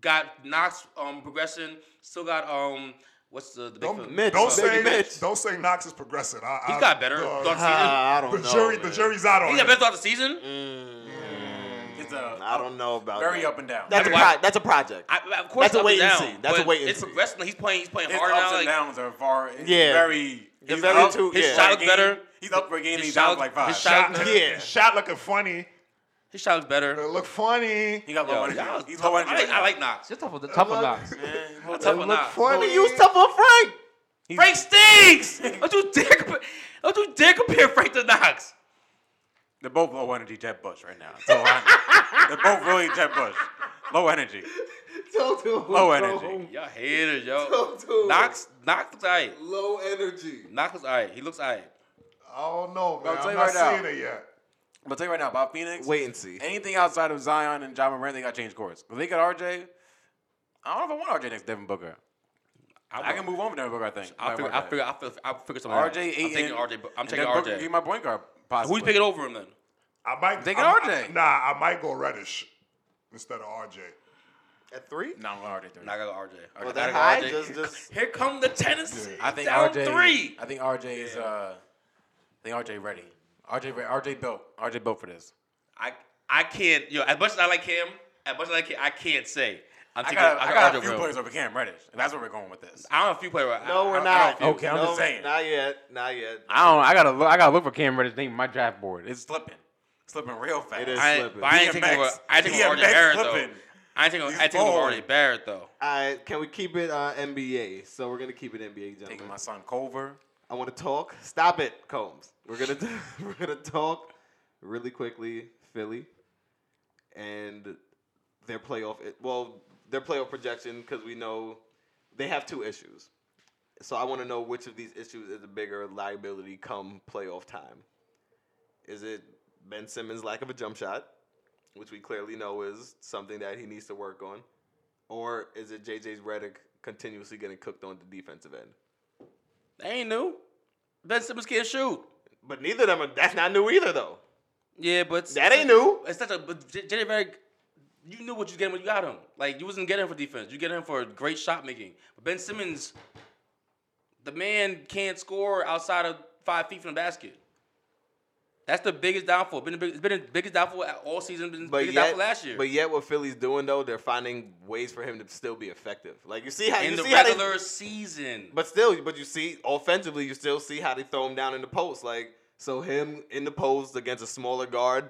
[SPEAKER 3] got Knox um progression. Still got um what's the, the big
[SPEAKER 4] Don't,
[SPEAKER 3] fella?
[SPEAKER 2] Mitch,
[SPEAKER 4] don't
[SPEAKER 2] uh,
[SPEAKER 4] say
[SPEAKER 2] Big Mitch.
[SPEAKER 4] don't say Knox is progressing. I, I,
[SPEAKER 3] He's got better.
[SPEAKER 4] uh,
[SPEAKER 3] Thought
[SPEAKER 2] Uh, I don't
[SPEAKER 4] the
[SPEAKER 2] know.
[SPEAKER 4] jury,
[SPEAKER 2] man.
[SPEAKER 4] the jury's out on.
[SPEAKER 3] He
[SPEAKER 4] him.
[SPEAKER 3] got better throughout the season.
[SPEAKER 5] It's a
[SPEAKER 2] I don't know about
[SPEAKER 5] very
[SPEAKER 2] that.
[SPEAKER 5] up and down.
[SPEAKER 2] That's a
[SPEAKER 3] Why-
[SPEAKER 2] pro- that's a project.
[SPEAKER 3] I, I- of course,
[SPEAKER 2] That's a
[SPEAKER 3] up
[SPEAKER 2] wait and
[SPEAKER 3] down,
[SPEAKER 2] see. That's a
[SPEAKER 3] but
[SPEAKER 2] wait and
[SPEAKER 3] it's
[SPEAKER 2] see.
[SPEAKER 3] progressing. He's playing. He's playing
[SPEAKER 5] His
[SPEAKER 3] hard
[SPEAKER 5] ups
[SPEAKER 3] now.
[SPEAKER 5] and
[SPEAKER 3] Like,
[SPEAKER 5] downs are far. It's
[SPEAKER 2] Yeah.
[SPEAKER 5] very.
[SPEAKER 2] They're
[SPEAKER 5] he's
[SPEAKER 2] very
[SPEAKER 5] up,
[SPEAKER 2] two-
[SPEAKER 5] he's
[SPEAKER 2] yeah.
[SPEAKER 3] His
[SPEAKER 5] down
[SPEAKER 3] shot
[SPEAKER 5] a
[SPEAKER 3] looked
[SPEAKER 5] game,
[SPEAKER 3] better.
[SPEAKER 5] He's up for a game.
[SPEAKER 3] His
[SPEAKER 5] He's
[SPEAKER 3] shot
[SPEAKER 5] down
[SPEAKER 3] looked-
[SPEAKER 5] like five.
[SPEAKER 3] his shot-
[SPEAKER 4] shot.
[SPEAKER 2] Yeah.
[SPEAKER 4] shot looking funny.
[SPEAKER 3] his shot looks better.
[SPEAKER 4] It look funny.
[SPEAKER 5] He got
[SPEAKER 3] Yo,
[SPEAKER 5] low
[SPEAKER 3] y'all-
[SPEAKER 5] energy. He's low
[SPEAKER 3] I
[SPEAKER 5] energy.
[SPEAKER 3] like, I like Knox. You're tough on the
[SPEAKER 1] Tough a lot.
[SPEAKER 3] tough on Knox.
[SPEAKER 2] Why you use tough on Frank?
[SPEAKER 3] Frank stinks. Don't you dare compare. Don't you dare compare Frank to Knox.
[SPEAKER 5] They're both low energy Jeb Bush right now. So I- they're both really Jeb Bush. Low energy.
[SPEAKER 2] Don't do it,
[SPEAKER 5] Low
[SPEAKER 2] bro.
[SPEAKER 5] energy.
[SPEAKER 3] Y'all haters, yo.
[SPEAKER 2] Don't do it.
[SPEAKER 3] Knox, Knox looks alright.
[SPEAKER 2] Low energy.
[SPEAKER 3] Knox looks alright. He looks alright.
[SPEAKER 4] I don't know, man.
[SPEAKER 5] I'll tell
[SPEAKER 4] I'm
[SPEAKER 5] you
[SPEAKER 4] not
[SPEAKER 5] right now.
[SPEAKER 4] seeing it yet.
[SPEAKER 5] But tell you right now about Phoenix.
[SPEAKER 2] Wait and see.
[SPEAKER 5] Anything outside of Zion and John Moran, they got to change course. If they got RJ, I don't know if I want RJ next Devin Booker. I, can move on from Devin Booker. I think.
[SPEAKER 3] I'll
[SPEAKER 5] Like
[SPEAKER 3] figure.
[SPEAKER 5] RJ.
[SPEAKER 3] I'll figure. I'll figure, I'll figure something out.
[SPEAKER 5] RJ
[SPEAKER 3] I'm
[SPEAKER 5] Ayton.
[SPEAKER 3] taking RJ. but I'm
[SPEAKER 5] and
[SPEAKER 3] taking
[SPEAKER 5] Devin Booker could Be
[SPEAKER 3] RJ.
[SPEAKER 5] my point guard. Possibly.
[SPEAKER 3] Who's picking over him then?
[SPEAKER 4] I might
[SPEAKER 5] Take it
[SPEAKER 4] I-
[SPEAKER 5] RJ.
[SPEAKER 4] I, nah, I might go Reddish instead of RJ.
[SPEAKER 2] At three?
[SPEAKER 5] No, I'm going RJ. three.
[SPEAKER 3] Nah, I gotta go RJ.
[SPEAKER 2] Well,
[SPEAKER 3] I gotta
[SPEAKER 2] that
[SPEAKER 3] go
[SPEAKER 2] high
[SPEAKER 3] RJ.
[SPEAKER 2] just just
[SPEAKER 3] Here come the Tennessee.
[SPEAKER 5] I think
[SPEAKER 3] down
[SPEAKER 5] RJ.
[SPEAKER 3] three.
[SPEAKER 5] I think RJ is. Uh, I think RJ ready. RJ, re- RJ built. RJ built for this.
[SPEAKER 3] I I can't. Yo, as much as I like him, as much as I like him, I can't say. I'm
[SPEAKER 5] I
[SPEAKER 3] taking.
[SPEAKER 5] got, I got a
[SPEAKER 3] RJ
[SPEAKER 5] few
[SPEAKER 3] Real.
[SPEAKER 5] players over Cam Reddish, and that's where we're going with this.
[SPEAKER 3] I don't have a few players.
[SPEAKER 2] No, we're
[SPEAKER 5] I
[SPEAKER 2] not.
[SPEAKER 5] don't feel- Okay, I'm
[SPEAKER 2] no,
[SPEAKER 5] just saying.
[SPEAKER 2] Not yet. Not yet.
[SPEAKER 5] I don't. I gotta look. I gotta look for Cam Reddish name in my draft board. It's slipping, slipping real fast.
[SPEAKER 2] It is.
[SPEAKER 3] I,
[SPEAKER 2] Slipping.
[SPEAKER 3] but I ain't taking
[SPEAKER 5] DMX.
[SPEAKER 3] over. I ain't taking over RJ
[SPEAKER 5] DMX
[SPEAKER 3] Barrett though.
[SPEAKER 5] slipping.
[SPEAKER 3] I ain't taking.
[SPEAKER 5] He's
[SPEAKER 3] I ain't taking over
[SPEAKER 5] balling.
[SPEAKER 3] RJ Barrett though.
[SPEAKER 2] All right, can we keep it uh, NBA? So we're gonna keep it NBA,
[SPEAKER 5] Taking
[SPEAKER 2] gentlemen.
[SPEAKER 5] my son Culver.
[SPEAKER 2] I want to talk. Stop it, Combs. We're gonna do, we're gonna talk really quickly. Philly and their playoff. Well, their playoff projection because we know they have two issues. So I want to know which of these issues is a bigger liability come playoff time. Is it Ben Simmons' lack of a jump shot, which we clearly know is something that he needs to work on, or is it JJ's Redick continuously getting cooked on the defensive end?
[SPEAKER 3] That ain't new. Ben Simmons can't shoot.
[SPEAKER 2] But neither of them are, that's not new either though.
[SPEAKER 3] Yeah, but
[SPEAKER 2] That ain't new.
[SPEAKER 3] It's such a. But J- J.J. Redick, you knew what you getting when you got him. Like you wasn't getting him for defense. You getting him for great shot making. But Ben Simmons, the man can't score outside of five feet from the basket. That's the biggest downfall. Been the big, it's been the biggest downfall all season. Been the
[SPEAKER 2] But
[SPEAKER 3] biggest
[SPEAKER 2] yet,
[SPEAKER 3] downfall last year.
[SPEAKER 2] but yet, what Philly's doing though, they're finding ways for him to still be effective. Like you see how
[SPEAKER 3] in
[SPEAKER 2] you
[SPEAKER 3] the
[SPEAKER 2] see how they,
[SPEAKER 3] regular season,
[SPEAKER 2] but still, but you see offensively, you still see how they throw him down in the post. Like so, him in the post against a smaller guard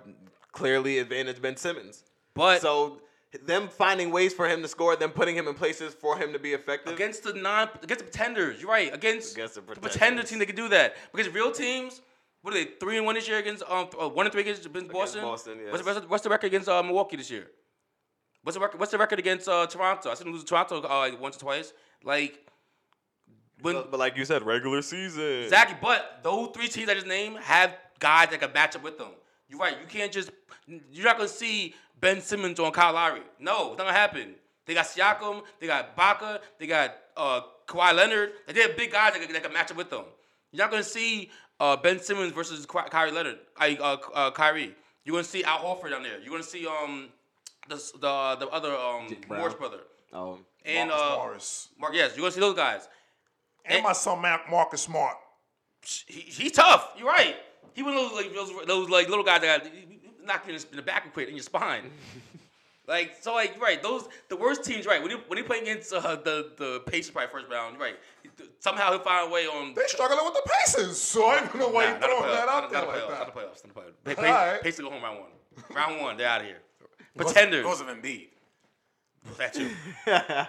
[SPEAKER 2] clearly advantage Ben Simmons.
[SPEAKER 3] but
[SPEAKER 2] so them finding ways for him to score, them putting him in places for him to be effective.
[SPEAKER 3] against the non against the pretenders. You're right. Against,
[SPEAKER 2] Against the
[SPEAKER 3] pretender
[SPEAKER 2] pretenders.
[SPEAKER 3] team, they can do that because real teams. What are they? Three and one this year against um uh, one and three against Boston.
[SPEAKER 2] Boston, yes.
[SPEAKER 3] What's, the- what's the, what's the record against uh, Milwaukee this year? What's the record? What's the record against uh, Toronto? I seen them lose to Toronto uh, like once or twice. Like when
[SPEAKER 2] but, but like you said, regular season.
[SPEAKER 3] exactly, but those three teams I just named have guys that can match up with them. You're right. You can't just you're not gonna see Ben Simmons on Kyle Lowry. No, it's not gonna happen. They got Siakam, they got Baca, they got uh, Kawhi Leonard. Like, They're big guys that can, that can match up with them. You're not gonna see uh, Ben Simmons versus Ky- Kyrie Leonard. I uh, uh, Kyrie. You're gonna see Al Horford down there. You're gonna see um the the, the other um
[SPEAKER 2] Brown.
[SPEAKER 3] Morris brother
[SPEAKER 2] Oh,
[SPEAKER 3] and
[SPEAKER 4] Marcus
[SPEAKER 3] uh,
[SPEAKER 4] Morris
[SPEAKER 3] Mark. Yes, you're gonna see those guys.
[SPEAKER 4] and my son Mar- Marcus Smart.
[SPEAKER 3] he, he's tough. You're right. He one of those like those, those like little guys that got knocked you in the back quick in your spine. like so, like you're right. Those the worst teams, right? When he when he playing against uh, the the Pacers, probably first round, you're right? Somehow he'll find a way on.
[SPEAKER 4] They struggling with the Pacers, so I don't know why you throwing that out there like
[SPEAKER 3] Not
[SPEAKER 4] that.
[SPEAKER 3] the playoffs. Not the playoffs. Pacers
[SPEAKER 4] Alright.
[SPEAKER 3] Pacers go home round one. Round one, they're out of here. Pretenders.
[SPEAKER 5] Goes of Embiid.
[SPEAKER 3] That's you.
[SPEAKER 5] I mean,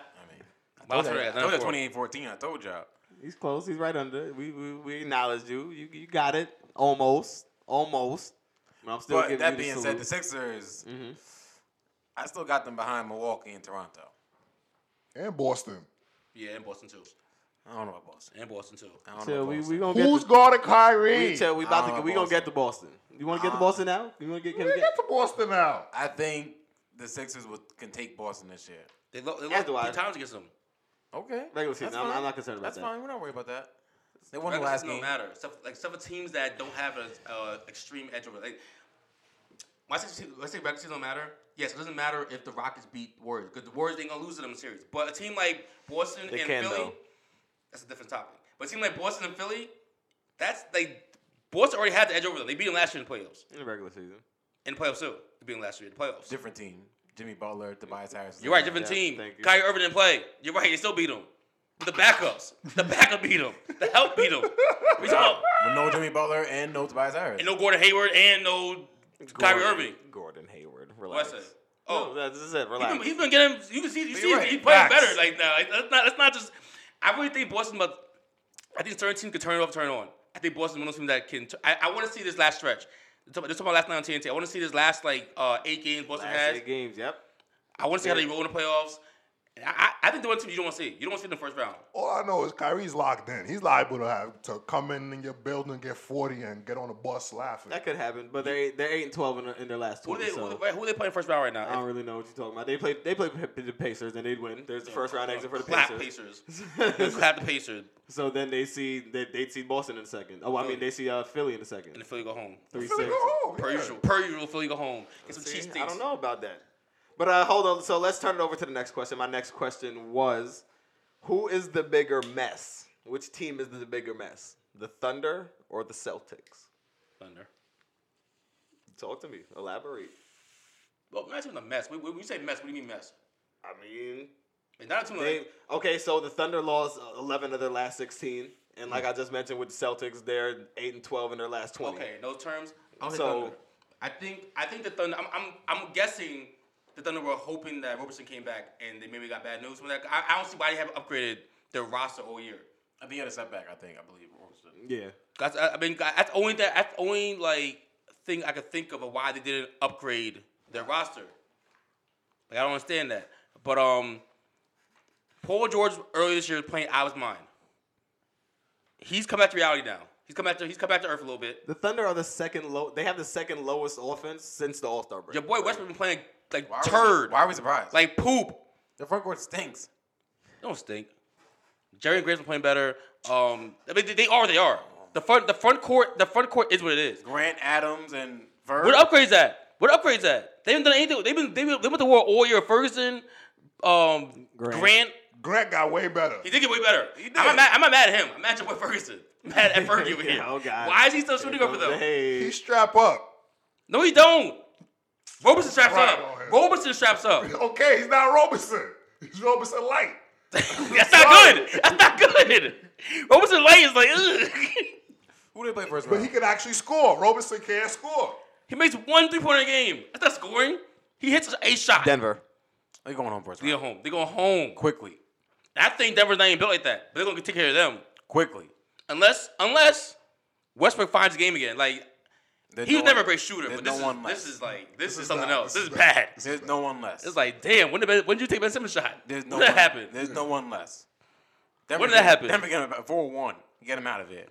[SPEAKER 3] My
[SPEAKER 5] I
[SPEAKER 3] threat,
[SPEAKER 5] told
[SPEAKER 3] number
[SPEAKER 5] you
[SPEAKER 3] four.
[SPEAKER 5] 28-14. I told y'all.
[SPEAKER 2] he's close. He's right under. We we, we acknowledge you. You you got it almost. Almost. But I'm still
[SPEAKER 5] But
[SPEAKER 2] giving
[SPEAKER 5] that
[SPEAKER 2] you the
[SPEAKER 5] being said, the
[SPEAKER 2] salute. Mm-hmm.
[SPEAKER 5] Sixers, I still got them behind Milwaukee and Toronto.
[SPEAKER 4] And Boston.
[SPEAKER 3] Yeah, and Boston too.
[SPEAKER 5] I don't know about Boston.
[SPEAKER 3] And Boston too.
[SPEAKER 5] I don't know
[SPEAKER 2] Till
[SPEAKER 5] about
[SPEAKER 2] we
[SPEAKER 5] Boston.
[SPEAKER 2] we gonna get
[SPEAKER 4] Who's
[SPEAKER 2] to,
[SPEAKER 4] guarding Kyrie?
[SPEAKER 2] we, till we about to
[SPEAKER 5] Ah,
[SPEAKER 2] get- we gonna get to Boston. You want to get to Boston now? You want to get, can we
[SPEAKER 4] Get to Boston now.
[SPEAKER 5] I think the Sixers will, can take Boston this year.
[SPEAKER 3] They, lo- they
[SPEAKER 2] As
[SPEAKER 3] lost
[SPEAKER 2] do I.
[SPEAKER 3] two times against them.
[SPEAKER 5] Okay.
[SPEAKER 2] Regular season,
[SPEAKER 5] That's
[SPEAKER 2] I'm- I'm
[SPEAKER 5] fine.
[SPEAKER 2] not concerned about
[SPEAKER 5] That's
[SPEAKER 2] that.
[SPEAKER 5] fine. We're not worried about that. They won the
[SPEAKER 3] Regular
[SPEAKER 5] last
[SPEAKER 3] season
[SPEAKER 5] game.
[SPEAKER 3] don't matter. Except, like except for teams that don't have an uh, extreme edge over. Like, my season, let's say regular season don't matter. Yes, it doesn't matter if the Rockets beat the Warriors because the Warriors ain't gonna lose to them in series. But a team like Boston
[SPEAKER 2] They
[SPEAKER 3] and
[SPEAKER 2] can,
[SPEAKER 3] Philly,
[SPEAKER 2] though.
[SPEAKER 3] that's a different topic. But a team like Boston and Philly, that's like Boston already had the edge over them. They beat them last year in the playoffs.
[SPEAKER 2] in the regular season?
[SPEAKER 3] In the playoffs too, they beat them last year in the playoffs.
[SPEAKER 5] Different team. Jimmy Butler, Tobias Harris.
[SPEAKER 3] You're right, different
[SPEAKER 2] Yeah,
[SPEAKER 3] team.
[SPEAKER 2] thank you.
[SPEAKER 3] Kyrie Irving didn't play. You're right, they still beat him. The backups, the backup beat him. The help beat him. We talk
[SPEAKER 5] With no Jimmy Butler and no Tobias Harris.
[SPEAKER 3] and no Gordon Hayward and no Kyrie
[SPEAKER 2] Gordon-
[SPEAKER 3] Irving.
[SPEAKER 2] Gordon Hayward. Relax.
[SPEAKER 3] What's that?
[SPEAKER 2] Oh,
[SPEAKER 3] Oh,
[SPEAKER 2] no, this is it.
[SPEAKER 3] he's
[SPEAKER 2] Relax.
[SPEAKER 3] been, he's been getting. You can see, you see,
[SPEAKER 5] You're right,
[SPEAKER 3] he's playing
[SPEAKER 5] facts.
[SPEAKER 3] better. Like now, like, that's not. That's not just. I really think Boston, but I think certain teams can turn it off, turn it on. I think Boston one of those teams that can. T- I, I want to see this last stretch. This is about last night on TNT. I want to see this last like uh, eight games Boston
[SPEAKER 2] Last
[SPEAKER 3] has.
[SPEAKER 2] eight games. Yep.
[SPEAKER 3] I want to see how they roll in the playoffs. And I, I, I think the one team you don't want to see. You don't want to see in the first round.
[SPEAKER 4] All I know is Kyrie's locked in. He's liable to have to come in in your building, get 40, and get on a bus laughing.
[SPEAKER 2] That could happen, but they they're eight and twelve in, their- in their last
[SPEAKER 3] Who
[SPEAKER 2] twenty.
[SPEAKER 3] they,
[SPEAKER 2] so
[SPEAKER 3] who, they, who they playing first round right now?
[SPEAKER 2] I don't really know what you're talking about. They play they play p- the Pacers and they'd win. There's the first round exit for the
[SPEAKER 3] Clap
[SPEAKER 2] Pacers.
[SPEAKER 3] Pacers. Clap the Pacers.
[SPEAKER 2] so then they see they they see Boston in a second. Oh, I mean they see uh, Philly in a
[SPEAKER 3] And
[SPEAKER 2] second.
[SPEAKER 3] the Philly go home.
[SPEAKER 2] Three
[SPEAKER 4] Philly
[SPEAKER 2] six.
[SPEAKER 4] go home,
[SPEAKER 3] Per
[SPEAKER 4] yeah.
[SPEAKER 3] usual. Per usual, Philly go home. Get some
[SPEAKER 2] See,
[SPEAKER 3] cheese sticks.
[SPEAKER 2] I don't know about that. But uh, hold on. So let's turn it over to the next question. My next question was, who is the bigger mess? Which team is the bigger mess? The Thunder or the Celtics?
[SPEAKER 3] Thunder.
[SPEAKER 2] Talk to me. Elaborate.
[SPEAKER 3] Well, not even a mess. When when you say mess, what do you mean mess?
[SPEAKER 2] I mean,
[SPEAKER 3] It's not a team
[SPEAKER 2] They,
[SPEAKER 3] like,
[SPEAKER 2] okay, so the Thunder lost uh, 11 of their last 16. And like I just mentioned with the Celtics, they're 8 and 12 in their last 20.
[SPEAKER 3] okay, in those terms, I'll say
[SPEAKER 2] So-
[SPEAKER 3] Thunder. I think I think the Thunder. I'm I'm, I'm guessing the Thunder were hoping that Robertson came back and they maybe got bad news from that. I, I don't see why they haven't upgraded their roster all year.
[SPEAKER 5] I think he had a setback, I think. I believe. Robinson.
[SPEAKER 2] Yeah.
[SPEAKER 3] That's I I mean that's the only that that's the only like thing I could think of of why they didn't upgrade their roster. Like I don't understand that. But um, Paul George earlier this year was playing out of his mind. He's come back to reality now. He's come back to he's come back to earth a little bit.
[SPEAKER 2] The Thunder are the second low. They have the second lowest offense since the All Star break.
[SPEAKER 3] Your boy Westbrook been playing like
[SPEAKER 5] Why are we-
[SPEAKER 3] turd,
[SPEAKER 5] Why are we surprised?
[SPEAKER 3] like
[SPEAKER 5] Like
[SPEAKER 3] poop.
[SPEAKER 5] the front court stinks.
[SPEAKER 3] Don't stink. Jerry and Grace been playing better. Um, I mean they, they are what they are.
[SPEAKER 5] Oh.
[SPEAKER 3] The front the front court the front court is what it is.
[SPEAKER 5] Grant Adams and Verb.
[SPEAKER 3] What upgrades at? What upgrades at? They haven't done anything. They've been they've been, they went to war all year. Ferguson, um, Grant.
[SPEAKER 2] Grant.
[SPEAKER 4] Grant got way better.
[SPEAKER 3] He did get way better.
[SPEAKER 5] did.
[SPEAKER 3] I'm not, mad, I'm not mad at him. I'm mad at what Ferguson. I'm mad at Fergie over
[SPEAKER 2] Yeah,
[SPEAKER 3] here.
[SPEAKER 2] oh, God.
[SPEAKER 3] Why is he still shooting up for them?
[SPEAKER 2] Hey.
[SPEAKER 4] He strap up.
[SPEAKER 3] No, he don't. Roberson straps
[SPEAKER 4] Right on him.
[SPEAKER 3] up. Roberson straps up.
[SPEAKER 4] Okay, he's not Robinson. He's Robinson Light.
[SPEAKER 3] That's not good. That's not good. Roberson late is like, ugh.
[SPEAKER 5] Who they play first
[SPEAKER 4] But
[SPEAKER 5] round?
[SPEAKER 4] he can actually score. Robinson can't score.
[SPEAKER 3] he makes one three pointer a game. That's not scoring. He hits a shot.
[SPEAKER 2] Denver.
[SPEAKER 5] they going home first
[SPEAKER 3] They go
[SPEAKER 5] round.
[SPEAKER 3] home. They go home.
[SPEAKER 5] Quickly.
[SPEAKER 3] I think Denver's not even built like that. But they're gonna take care of them.
[SPEAKER 5] Quickly.
[SPEAKER 3] unless unless Westbrook finds the game again. Like
[SPEAKER 5] There's
[SPEAKER 3] he was
[SPEAKER 5] no
[SPEAKER 3] never a
[SPEAKER 5] one-
[SPEAKER 3] great shooter,
[SPEAKER 5] there's
[SPEAKER 3] but
[SPEAKER 5] no
[SPEAKER 3] this
[SPEAKER 5] one
[SPEAKER 3] is
[SPEAKER 5] less.
[SPEAKER 3] this is like this, is,
[SPEAKER 4] is
[SPEAKER 3] something
[SPEAKER 4] bad.
[SPEAKER 3] else. This is
[SPEAKER 4] This is
[SPEAKER 3] bad.
[SPEAKER 5] There's no one less.
[SPEAKER 3] It's like damn, when did Ben- when did you take Ben Simmons shot?
[SPEAKER 5] There's no
[SPEAKER 3] when did
[SPEAKER 5] one,
[SPEAKER 3] that happen?
[SPEAKER 5] There's no one less. Denver
[SPEAKER 3] When did that
[SPEAKER 5] get-
[SPEAKER 3] happen?
[SPEAKER 5] Denver get him about 4 1. Get him out of here.